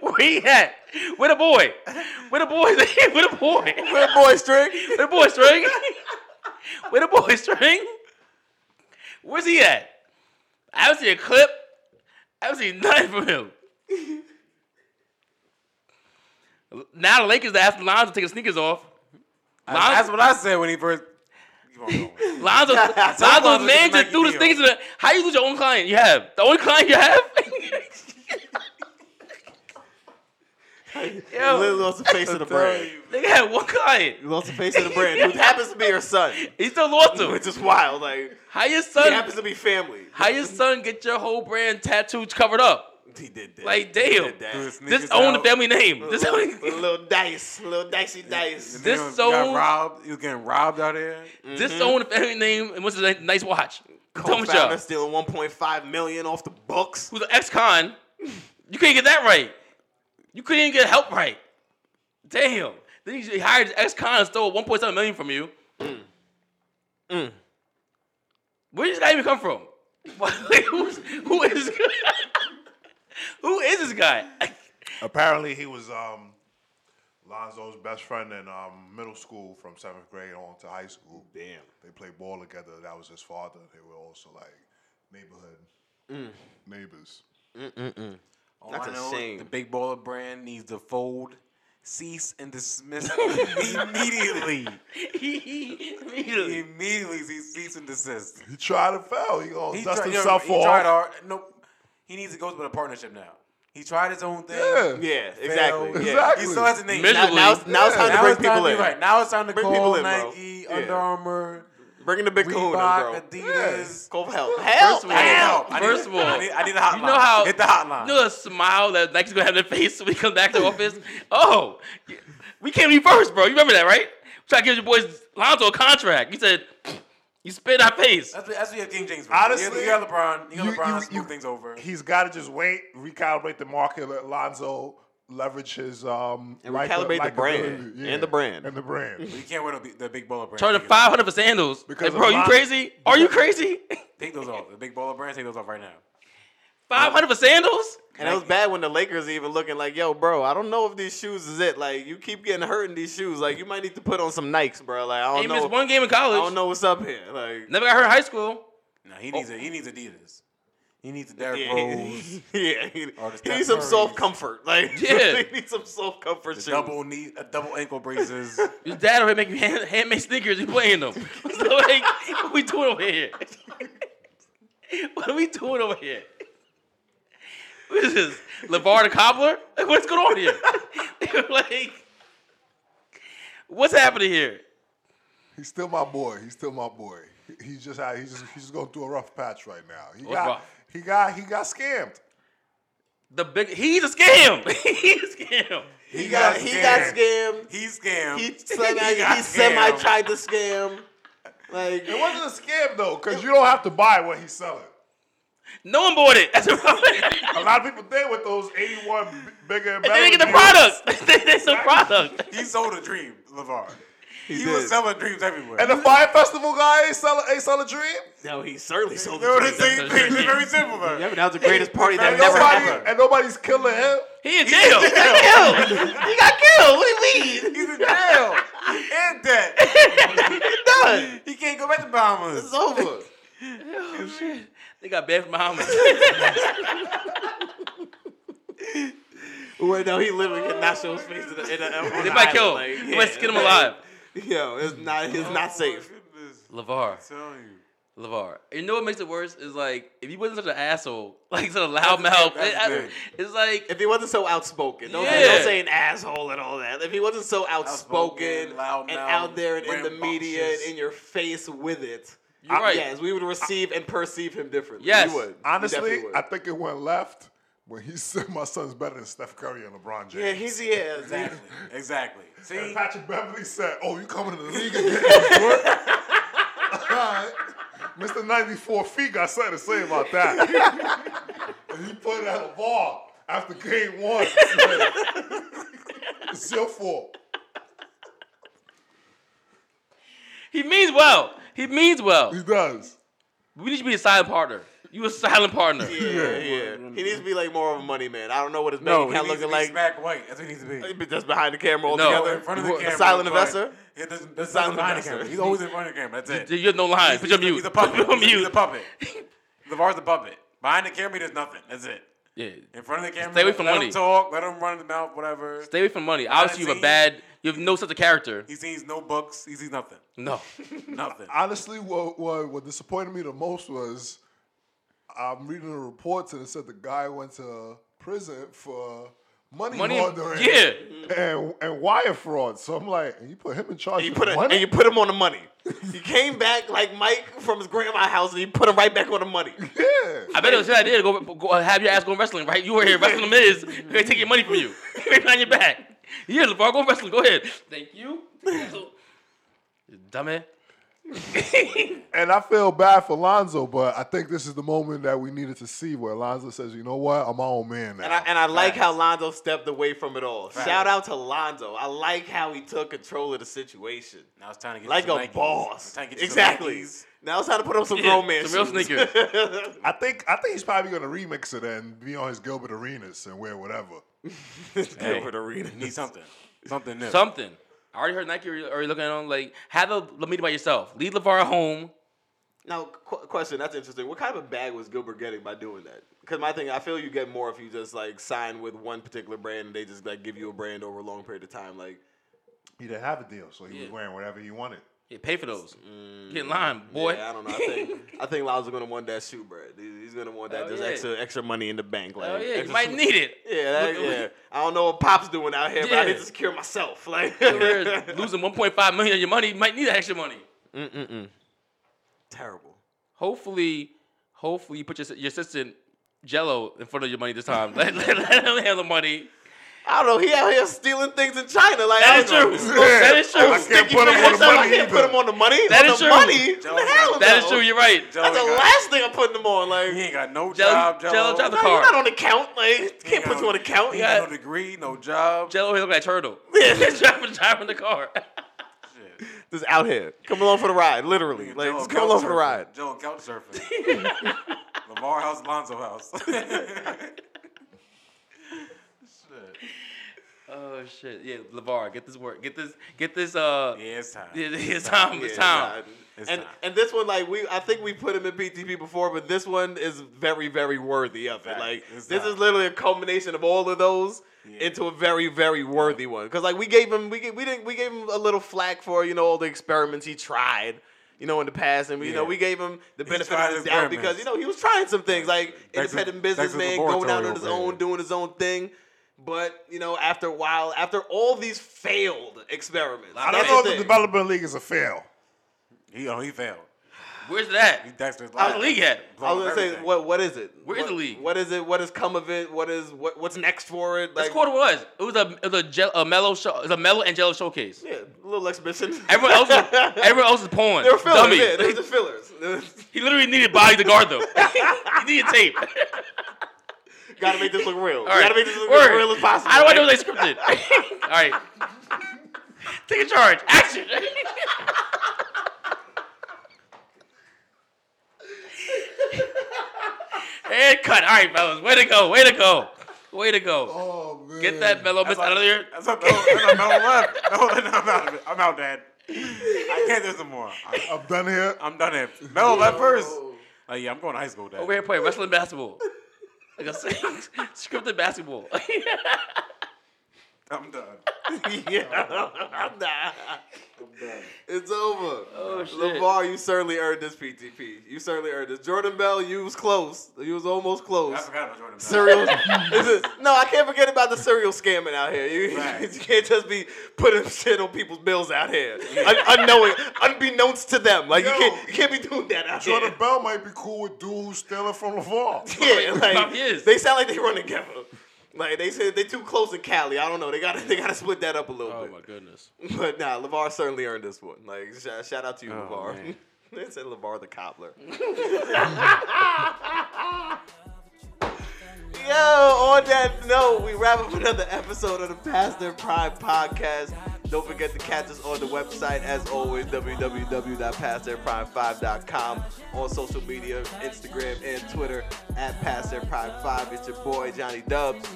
[SPEAKER 3] Where he at? Where the boy? Where the boy? Where the boy?
[SPEAKER 2] Good boy, Strick.
[SPEAKER 3] Where the boy string? Where the boy string? Where's he at? I haven't seen a clip. I haven't seen nothing from him. now the Lakers are asking Lonzo to take his sneakers off.
[SPEAKER 5] I- that's what I said when he first. Keep on going.
[SPEAKER 3] Lonzo, Lonzo
[SPEAKER 5] Lonzo just
[SPEAKER 3] managed it
[SPEAKER 5] make it
[SPEAKER 3] through the
[SPEAKER 5] deal.
[SPEAKER 3] sneakers. to the- How you lose your own client? You have the only client you have.
[SPEAKER 2] You
[SPEAKER 3] Yo,
[SPEAKER 2] literally lost the face of the brand.
[SPEAKER 3] nigga had one guy.
[SPEAKER 2] You lost the face of the brand, who happens to be her son,
[SPEAKER 3] He still lost him.
[SPEAKER 2] which is wild. Like
[SPEAKER 3] How your
[SPEAKER 2] he
[SPEAKER 3] son?
[SPEAKER 2] happens to be family.
[SPEAKER 3] How your son get your whole brand tattooed covered up?
[SPEAKER 2] He did that.
[SPEAKER 3] Like
[SPEAKER 2] He
[SPEAKER 3] damn,
[SPEAKER 2] did that.
[SPEAKER 5] Dude, sneakers
[SPEAKER 3] this own the
[SPEAKER 5] out.
[SPEAKER 3] family name.
[SPEAKER 2] With
[SPEAKER 3] This
[SPEAKER 2] a
[SPEAKER 3] own.
[SPEAKER 2] little, with a little dice, a little dicey dice.
[SPEAKER 3] This
[SPEAKER 5] Nigga
[SPEAKER 3] so-
[SPEAKER 5] got robbed. He was getting robbed out here.
[SPEAKER 2] Mm, Mm-hmm.
[SPEAKER 3] This own the family name and what's his name? nice watch. Thomas
[SPEAKER 2] Co-founder
[SPEAKER 3] Shaw,
[SPEAKER 2] stealing 1.5 million off the books.
[SPEAKER 3] who's an ex-con. You couldn't get that right. You couldn't even get help right. Damn. Then you hired this ex-con and stole 1.7 million from you.
[SPEAKER 2] Mm.
[SPEAKER 3] Where did this guy even come from? Like, who's, who is this guy? who is this guy?
[SPEAKER 4] Apparently, he was um, Lonzo's best friend in um, middle school from seventh grade on to high school. Damn. They played ball together. That was his father. They were also like neighborhood neighbors.
[SPEAKER 5] All
[SPEAKER 2] That's
[SPEAKER 5] I
[SPEAKER 2] a
[SPEAKER 5] know is
[SPEAKER 2] shame.
[SPEAKER 5] The big baller brand needs to fold, cease, and dismiss immediately.
[SPEAKER 3] Immediately.
[SPEAKER 5] immediately cease, cease and desist.
[SPEAKER 4] He tried and fell. He gonna
[SPEAKER 5] He
[SPEAKER 4] dust
[SPEAKER 5] tried,
[SPEAKER 4] himself
[SPEAKER 5] he
[SPEAKER 4] off.
[SPEAKER 5] tried hard. No, he needs to go with a partnership now. He tried his own thing.
[SPEAKER 4] yeah.
[SPEAKER 2] Yeah,
[SPEAKER 5] failed.
[SPEAKER 2] exactly. Yeah.
[SPEAKER 4] Exactly.
[SPEAKER 5] He still has a name.
[SPEAKER 2] Now,
[SPEAKER 3] Miserable.
[SPEAKER 2] now, it's- now it's time
[SPEAKER 5] Now
[SPEAKER 2] to
[SPEAKER 5] it's
[SPEAKER 2] bring people
[SPEAKER 5] to-
[SPEAKER 2] in.
[SPEAKER 5] Right now, it's time to
[SPEAKER 2] Bring people
[SPEAKER 5] call
[SPEAKER 2] in, bro.
[SPEAKER 5] Nike,
[SPEAKER 2] Yeah.
[SPEAKER 5] Under Armour,
[SPEAKER 2] Bring in the big kahuna,
[SPEAKER 5] Reebok,
[SPEAKER 2] bro.
[SPEAKER 5] Adidas.
[SPEAKER 2] Call for help.
[SPEAKER 3] First of all,
[SPEAKER 5] I need help. I need-
[SPEAKER 3] First of all,
[SPEAKER 5] I need, I need a hotline.
[SPEAKER 3] You know how
[SPEAKER 5] hit the hotline.
[SPEAKER 3] You know the smile that Nike's gonna have in their face when we come back to the office. Oh, we came to you first, bro. You remember that, right? We tried to give your boys Lonzo a contract. You said you spit in our face.
[SPEAKER 5] that's, what, that's what you have King James. For.
[SPEAKER 4] Honestly,
[SPEAKER 5] you got you got LeBron. You got
[SPEAKER 4] you-
[SPEAKER 5] LeBron.
[SPEAKER 4] you-
[SPEAKER 5] smooth
[SPEAKER 4] you-
[SPEAKER 5] things over.
[SPEAKER 4] He's got to just wait, recalibrate the market, let Lonzo leverage his um
[SPEAKER 2] And recalibrate the brand.
[SPEAKER 4] likability.
[SPEAKER 2] And the brand.
[SPEAKER 4] and the brand.
[SPEAKER 5] You can't wear the big, the big baller brand.
[SPEAKER 3] Charging
[SPEAKER 5] Take those-
[SPEAKER 3] five hundred for sandals. Like,
[SPEAKER 4] Because
[SPEAKER 3] bro,
[SPEAKER 4] of
[SPEAKER 3] you
[SPEAKER 4] Lon-
[SPEAKER 3] crazy? Are you crazy?
[SPEAKER 5] Take those off. The big baller brand. Take those off right now.
[SPEAKER 3] Five hundred for sandals?
[SPEAKER 2] And it was bad when the Lakers even looking like, yo, bro, I don't know if these shoes is it. Like, you keep getting hurt in these shoes. Like, you might need to put on some Nikes, bro. Like, I
[SPEAKER 3] He
[SPEAKER 2] don't
[SPEAKER 3] missed
[SPEAKER 2] know.
[SPEAKER 3] one game in
[SPEAKER 2] Oh, I
[SPEAKER 3] college.
[SPEAKER 2] don't know what's up here. Like,
[SPEAKER 3] Never got hurt in high school.
[SPEAKER 5] No, he needs a, he needs Adidas. He needs a Derrick
[SPEAKER 2] yeah,
[SPEAKER 5] Rose.
[SPEAKER 2] he, yeah, he,
[SPEAKER 5] Or the
[SPEAKER 2] he
[SPEAKER 5] Steph
[SPEAKER 2] needs some soft
[SPEAKER 5] Currys.
[SPEAKER 2] comfort. Like,
[SPEAKER 3] Yeah.
[SPEAKER 2] he needs some soft comfort shoes.
[SPEAKER 5] double knee, uh, double ankle braces.
[SPEAKER 3] Your dad over here making hand, handmade sneakers. You playing them? so like, what we doing over here? what are we doing over here? What is this? Levar the cobbler? Like, what's going on here? like, what's happening here?
[SPEAKER 4] He's still my boy. He's still my boy. He's just had- he's just he's just going through a rough patch right now. He
[SPEAKER 3] What's
[SPEAKER 4] got
[SPEAKER 3] rough?
[SPEAKER 4] he got he got scammed.
[SPEAKER 3] The big he's a scam. he's a scam.
[SPEAKER 2] He got, he got scammed.
[SPEAKER 5] He scammed.
[SPEAKER 2] He, semi-
[SPEAKER 5] He got
[SPEAKER 2] he semi
[SPEAKER 5] scammed.
[SPEAKER 2] tried to scam. Like,
[SPEAKER 4] It wasn't a scam though, because you don't have to buy what he's selling.
[SPEAKER 3] No one bought it. That's a problem.
[SPEAKER 4] A lot of people did with those eighty-one b- bigger
[SPEAKER 3] And
[SPEAKER 4] and
[SPEAKER 3] they
[SPEAKER 4] better.
[SPEAKER 3] didn't get the
[SPEAKER 4] deals.
[SPEAKER 3] product. they didn't sell product.
[SPEAKER 5] He sold a dream, Levar. He,
[SPEAKER 2] did.
[SPEAKER 5] was selling dreams everywhere.
[SPEAKER 4] And the Fire Festival guy ain't selling ain't selling dream.
[SPEAKER 2] no, he certainly sold
[SPEAKER 5] they were the
[SPEAKER 2] it.
[SPEAKER 5] same thing. They're very simple, though.
[SPEAKER 2] That was the greatest party that
[SPEAKER 4] And
[SPEAKER 2] never
[SPEAKER 4] nobody
[SPEAKER 2] happened.
[SPEAKER 4] and nobody's killing him.
[SPEAKER 3] He in jail. He got killed. He got killed. What do you mean?
[SPEAKER 5] He's in jail and debt.
[SPEAKER 2] Done.
[SPEAKER 5] He can't go back to Bahamas.
[SPEAKER 2] It's over.
[SPEAKER 3] Oh, shit. They got banned from Bahamas.
[SPEAKER 2] Well, no, he literally cannot show his face in the. In the on
[SPEAKER 3] They
[SPEAKER 2] the
[SPEAKER 3] might kill
[SPEAKER 2] island, like,
[SPEAKER 3] him. They might
[SPEAKER 2] yeah,
[SPEAKER 3] skin him
[SPEAKER 2] like,
[SPEAKER 3] alive.
[SPEAKER 2] Yo, it's not. It's not safe.
[SPEAKER 3] LeVar.
[SPEAKER 5] Oh, I'm telling you.
[SPEAKER 3] LeVar. You know what makes it worse is like if he wasn't such an asshole, like such a loud mouth.
[SPEAKER 5] that's
[SPEAKER 3] it- I-
[SPEAKER 5] big.
[SPEAKER 3] it's like
[SPEAKER 2] If he wasn't so outspoken, don't,
[SPEAKER 3] Yeah.
[SPEAKER 2] don't say an asshole and all that. If he wasn't so outspoken,
[SPEAKER 5] Outspoken, loud
[SPEAKER 2] and
[SPEAKER 5] mouth,
[SPEAKER 2] out there and in the
[SPEAKER 5] rambunctious.
[SPEAKER 2] media and in your face with it,
[SPEAKER 3] You're right.
[SPEAKER 2] yes, we would receive and perceive him differently.
[SPEAKER 3] Yes.
[SPEAKER 2] we would. We
[SPEAKER 4] Honestly,
[SPEAKER 2] definitely would.
[SPEAKER 4] I think it went left when he said my son's better than Steph Curry and LeBron
[SPEAKER 2] yeah,
[SPEAKER 4] James.
[SPEAKER 2] he's yeah, exactly.
[SPEAKER 5] Exactly. Exactly. See,
[SPEAKER 4] Patrick Beverly said, "Oh, you coming to the league again?" All right. Mr. 94 feet got something to say about that. and he put it at a bar after game one. it's your fault.
[SPEAKER 3] he means well. He means well.
[SPEAKER 4] He does.
[SPEAKER 3] We need you to be a silent partner. You a silent partner.
[SPEAKER 2] Yeah, yeah. He needs to be like more of a money man. I don't know what his
[SPEAKER 5] no,
[SPEAKER 2] bank
[SPEAKER 5] he
[SPEAKER 2] account
[SPEAKER 5] needs
[SPEAKER 2] Oh, looking
[SPEAKER 5] to be
[SPEAKER 2] like.
[SPEAKER 5] smack white. That's what he needs to be.
[SPEAKER 2] But Just behind the camera
[SPEAKER 3] No.
[SPEAKER 5] Oh,
[SPEAKER 2] altogether.
[SPEAKER 5] in front of the
[SPEAKER 2] A
[SPEAKER 5] camera.
[SPEAKER 2] silent
[SPEAKER 5] but-
[SPEAKER 2] investor.
[SPEAKER 5] Yeah, that's,
[SPEAKER 2] Silent
[SPEAKER 5] that's silent behind the
[SPEAKER 2] investor.
[SPEAKER 5] camera. He's always in front of the camera. That's it.
[SPEAKER 3] You have no lines. Put your mute.
[SPEAKER 5] He's a
[SPEAKER 3] Put
[SPEAKER 5] puppet.
[SPEAKER 3] your
[SPEAKER 5] He's a
[SPEAKER 3] mute.
[SPEAKER 5] puppet. LeVar's a puppet. Behind the camera, he does nothing. That's it.
[SPEAKER 3] Yeah.
[SPEAKER 5] In front of the camera,
[SPEAKER 3] Stay away from
[SPEAKER 5] let
[SPEAKER 3] money.
[SPEAKER 5] him talk, let him run his mouth, whatever.
[SPEAKER 3] Stay away from money. Obviously, you have a
[SPEAKER 5] see.
[SPEAKER 3] bad. You have no such a character.
[SPEAKER 5] He sees no books. He sees nothing.
[SPEAKER 3] No.
[SPEAKER 5] Nothing.
[SPEAKER 4] Honestly, what, what, what disappointed me the most was I'm reading the reports and it said the guy went to prison for money,
[SPEAKER 3] Money-
[SPEAKER 4] laundering,
[SPEAKER 3] yeah.
[SPEAKER 4] and and wire fraud. So I'm like, you put him in charge.
[SPEAKER 2] You
[SPEAKER 4] of
[SPEAKER 2] put
[SPEAKER 4] the
[SPEAKER 2] a,
[SPEAKER 4] money?
[SPEAKER 2] and you put him on the money. He came back like Mike from his grandma's house, and he put him right back on the money.
[SPEAKER 4] yeah.
[SPEAKER 3] I bet it was your idea to go, go uh, have your ass go wrestling, right? You were here wrestling the Miz. They take your money from you. Right behind your back. Yeah, LeVar, go wrestling. Go ahead. Thank you. Dumbass.
[SPEAKER 4] And I feel bad for Lonzo, but I think this is the moment that we needed to see where Lonzo says, "You know what? I'm my own man now."
[SPEAKER 2] And I, and I like how Lonzo stepped away from it all. Shout out to Lonzo. I like how he took control of the situation.
[SPEAKER 5] Now it's time to get
[SPEAKER 2] Like
[SPEAKER 5] you some
[SPEAKER 2] a
[SPEAKER 5] Nikes. It's
[SPEAKER 2] boss.
[SPEAKER 5] time to get you some
[SPEAKER 2] Exactly.
[SPEAKER 5] Nikes.
[SPEAKER 2] Now it's time to put on some
[SPEAKER 3] Yeah,
[SPEAKER 2] grown man
[SPEAKER 3] some real
[SPEAKER 2] shoes.
[SPEAKER 3] sneakers.
[SPEAKER 4] I think I think he's probably gonna remix it and be on his Gilbert Arenas and wear whatever.
[SPEAKER 2] Gilbert Arenas.
[SPEAKER 5] Need something. Something new.
[SPEAKER 3] Something. I already heard Nike already looking at him like, have a meeting by yourself. Leave LeVar home.
[SPEAKER 2] Now, qu- question. That's interesting. What kind of a bag was Gilbert getting by doing that? Because my thing, I feel you get more if you just like sign with one particular brand and they just like give you a brand over a long period of time. Like,
[SPEAKER 4] He didn't have a deal, so he
[SPEAKER 3] Yeah.
[SPEAKER 4] was wearing whatever he wanted.
[SPEAKER 3] Yeah, pay for those. Get in line, boy.
[SPEAKER 2] Mm. yeah, I don't know. I think I think Lyles gonna want that shoe bread. He- He's gonna want that
[SPEAKER 3] Hell
[SPEAKER 2] just
[SPEAKER 3] Oh, yeah.
[SPEAKER 2] extra extra money in the bank. Like,
[SPEAKER 3] Oh yeah, you
[SPEAKER 2] extra
[SPEAKER 3] might
[SPEAKER 2] sw-
[SPEAKER 3] need it.
[SPEAKER 2] Yeah, that,
[SPEAKER 3] Look at-
[SPEAKER 2] yeah. I don't know what Pop's doing out here, but
[SPEAKER 3] Yeah.
[SPEAKER 2] I need to secure myself. Like,
[SPEAKER 3] You're losing 1.5 million of your money, you might need that extra money.
[SPEAKER 2] terrible.
[SPEAKER 3] Hopefully, hopefully you put your your assistant Jello in front of your money this time. let, let, let him handle money.
[SPEAKER 2] I don't know. He out here stealing things in China. Like, I
[SPEAKER 3] That is
[SPEAKER 2] don't
[SPEAKER 3] true.
[SPEAKER 2] know.
[SPEAKER 3] That is true.
[SPEAKER 4] I can't put him on the
[SPEAKER 2] So I
[SPEAKER 4] money.
[SPEAKER 2] can't put
[SPEAKER 4] either.
[SPEAKER 2] him on the money.
[SPEAKER 3] That
[SPEAKER 2] on
[SPEAKER 3] is
[SPEAKER 2] the
[SPEAKER 3] true.
[SPEAKER 2] Money. What
[SPEAKER 5] Jones
[SPEAKER 2] the hell?
[SPEAKER 5] got-
[SPEAKER 3] That is
[SPEAKER 2] no.
[SPEAKER 3] true. You're right.
[SPEAKER 5] Jello
[SPEAKER 2] That's the
[SPEAKER 5] got-
[SPEAKER 2] last thing I'm putting him on. Like,
[SPEAKER 5] He ain't got no
[SPEAKER 3] Jello-
[SPEAKER 5] job.
[SPEAKER 3] Jello
[SPEAKER 5] Jello
[SPEAKER 3] drive the
[SPEAKER 2] No,
[SPEAKER 3] car.
[SPEAKER 2] you're not on the count. Like,
[SPEAKER 5] He ain't
[SPEAKER 2] can't put
[SPEAKER 5] got
[SPEAKER 2] you on the count.
[SPEAKER 5] He
[SPEAKER 2] Yeah.
[SPEAKER 3] got-
[SPEAKER 5] ain't got no degree, no job.
[SPEAKER 3] Jello here look like a turtle. He's driving, driving the car.
[SPEAKER 5] Shit.
[SPEAKER 2] Just out here. Come along for the ride, literally. Like,
[SPEAKER 5] Jello
[SPEAKER 2] just come
[SPEAKER 5] couch
[SPEAKER 2] along for the
[SPEAKER 5] surfing.
[SPEAKER 2] ride.
[SPEAKER 5] Jello couch surfing. Lamar house, Lonzo house. Shit.
[SPEAKER 3] Oh shit. Yeah, Levar, get this work. Get this. Get this. Uh.
[SPEAKER 5] Yeah, it's time.
[SPEAKER 3] Yeah, it's time. It's
[SPEAKER 2] Yeah,
[SPEAKER 3] time.
[SPEAKER 2] nah.
[SPEAKER 5] It's
[SPEAKER 2] and
[SPEAKER 5] time.
[SPEAKER 2] and this one, like we, I think we put him in PTP before, but this one is very, very worthy of it.
[SPEAKER 5] Fact.
[SPEAKER 2] Like
[SPEAKER 5] It's
[SPEAKER 2] this
[SPEAKER 5] time.
[SPEAKER 2] is literally a culmination of all of those
[SPEAKER 5] Yeah.
[SPEAKER 2] into a very, very worthy one. Because like we gave him, we gave, we didn't, we gave him a little flack for you know all the experiments he tried. You know, in the past, and we, you know,
[SPEAKER 5] Yeah.
[SPEAKER 2] we gave him the benefit
[SPEAKER 5] tried
[SPEAKER 2] of the doubt because
[SPEAKER 5] experiments.
[SPEAKER 2] you know he was trying some things, like
[SPEAKER 5] Back to-
[SPEAKER 2] independent
[SPEAKER 5] back to the
[SPEAKER 2] businessman, going out
[SPEAKER 5] laboratory
[SPEAKER 2] on his
[SPEAKER 5] over
[SPEAKER 2] own,
[SPEAKER 5] here.
[SPEAKER 2] doing his own thing. But you know, after a while, after all these failed experiments,
[SPEAKER 4] I
[SPEAKER 2] that's
[SPEAKER 4] don't know
[SPEAKER 2] the
[SPEAKER 4] if the
[SPEAKER 2] thing.
[SPEAKER 4] development league is a fail.
[SPEAKER 5] He, oh, he failed.
[SPEAKER 3] Where's
[SPEAKER 5] He
[SPEAKER 3] that?
[SPEAKER 5] Dexter's
[SPEAKER 3] How's the league at?
[SPEAKER 2] I was gonna say,
[SPEAKER 5] Everything.
[SPEAKER 2] what what is it?
[SPEAKER 3] Where is
[SPEAKER 2] What-
[SPEAKER 3] the league?
[SPEAKER 2] What is it? What has come of it? What is what what's next for it?
[SPEAKER 3] That's what it was. It was a it was a, gel, a mellow show. It was a mellow and jello showcase.
[SPEAKER 2] Yeah, a little exhibition.
[SPEAKER 3] Everyone else, was, everyone else is pawing.
[SPEAKER 2] they were fillers.
[SPEAKER 3] Dummies.
[SPEAKER 2] Yeah, they were just fillers.
[SPEAKER 3] He literally needed body to guard them. he needed tape.
[SPEAKER 2] gotta make this look real.
[SPEAKER 3] All right.
[SPEAKER 2] Gotta make this look
[SPEAKER 3] Word.
[SPEAKER 2] as real as possible.
[SPEAKER 3] I don't
[SPEAKER 2] right?
[SPEAKER 3] want to do like scripted. All right. Take a charge. Action. and cut. All right, fellas. Way to go. Way to go. Way to go.
[SPEAKER 4] Oh man,
[SPEAKER 3] Get that mellow miss out of there.
[SPEAKER 5] That's a mellow, that's a mellow left. No, no, no, I'm out of it. I'm out, Dad. I can't do this anymore. I'm,
[SPEAKER 4] I'm done here.
[SPEAKER 5] I'm done here. Mellow left first. Like, yeah, I'm going to high school, Dad.
[SPEAKER 3] Over here playing wrestling basketball. Like a scripted basketball. Oh,
[SPEAKER 5] I'm done.
[SPEAKER 2] yeah, I'm not. It's over.
[SPEAKER 3] Oh, shit.
[SPEAKER 2] Levar, you certainly earned this PTP. You certainly earned this. Jordan Bell, you was close. You was almost
[SPEAKER 5] I
[SPEAKER 2] close.
[SPEAKER 5] forgot about Jordan. Bell.
[SPEAKER 2] Serial. Is it- no, I can't forget about the serial scamming out here. You,
[SPEAKER 5] Right.
[SPEAKER 2] you can't just be putting shit on people's bills out here, Un- unknowing, unbeknownst to them. Like
[SPEAKER 4] Yo.
[SPEAKER 2] you can't, you can't be doing that out
[SPEAKER 4] Jordan Bell might be cool with dude who's stealing from LeVar.
[SPEAKER 2] here. Yeah, like
[SPEAKER 3] Probably is.
[SPEAKER 2] they sound like they run together. Like they said, they too close in Cali. I don't know. They got to they got to split that up a little
[SPEAKER 3] oh
[SPEAKER 2] bit.
[SPEAKER 3] my goodness.
[SPEAKER 2] But nah, Levar certainly earned this one. Like shout, shout out to you,
[SPEAKER 5] Oh,
[SPEAKER 2] Levar.
[SPEAKER 5] man.
[SPEAKER 2] they said Levar the cobbler. Yo, on that note, we wrap up another episode of the Past Their Prime podcast. Don't forget to catch us on the website as always, www.pasttheirprime5.com. On social media, Instagram and Twitter at Past Their Prime 5. It's your boy, Johnny Dubs.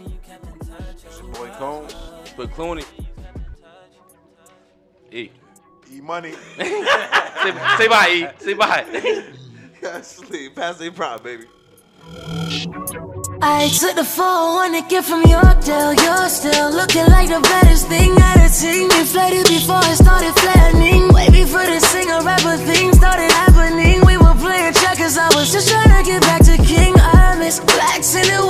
[SPEAKER 5] It's your boy Combs.
[SPEAKER 3] But Clooney. E.
[SPEAKER 4] E money.
[SPEAKER 3] Say, say bye, E. Say bye.
[SPEAKER 2] Sleep, Past Their Prime, baby.
[SPEAKER 7] I took the 401 to get from Yorkdale. You're still looking like the baddest thing that I've seen. Inflated before it started flattening. Way before the singer rapper thing started happening. We were playing checkers. I was just trying to get back to King. I miss blacks in the oh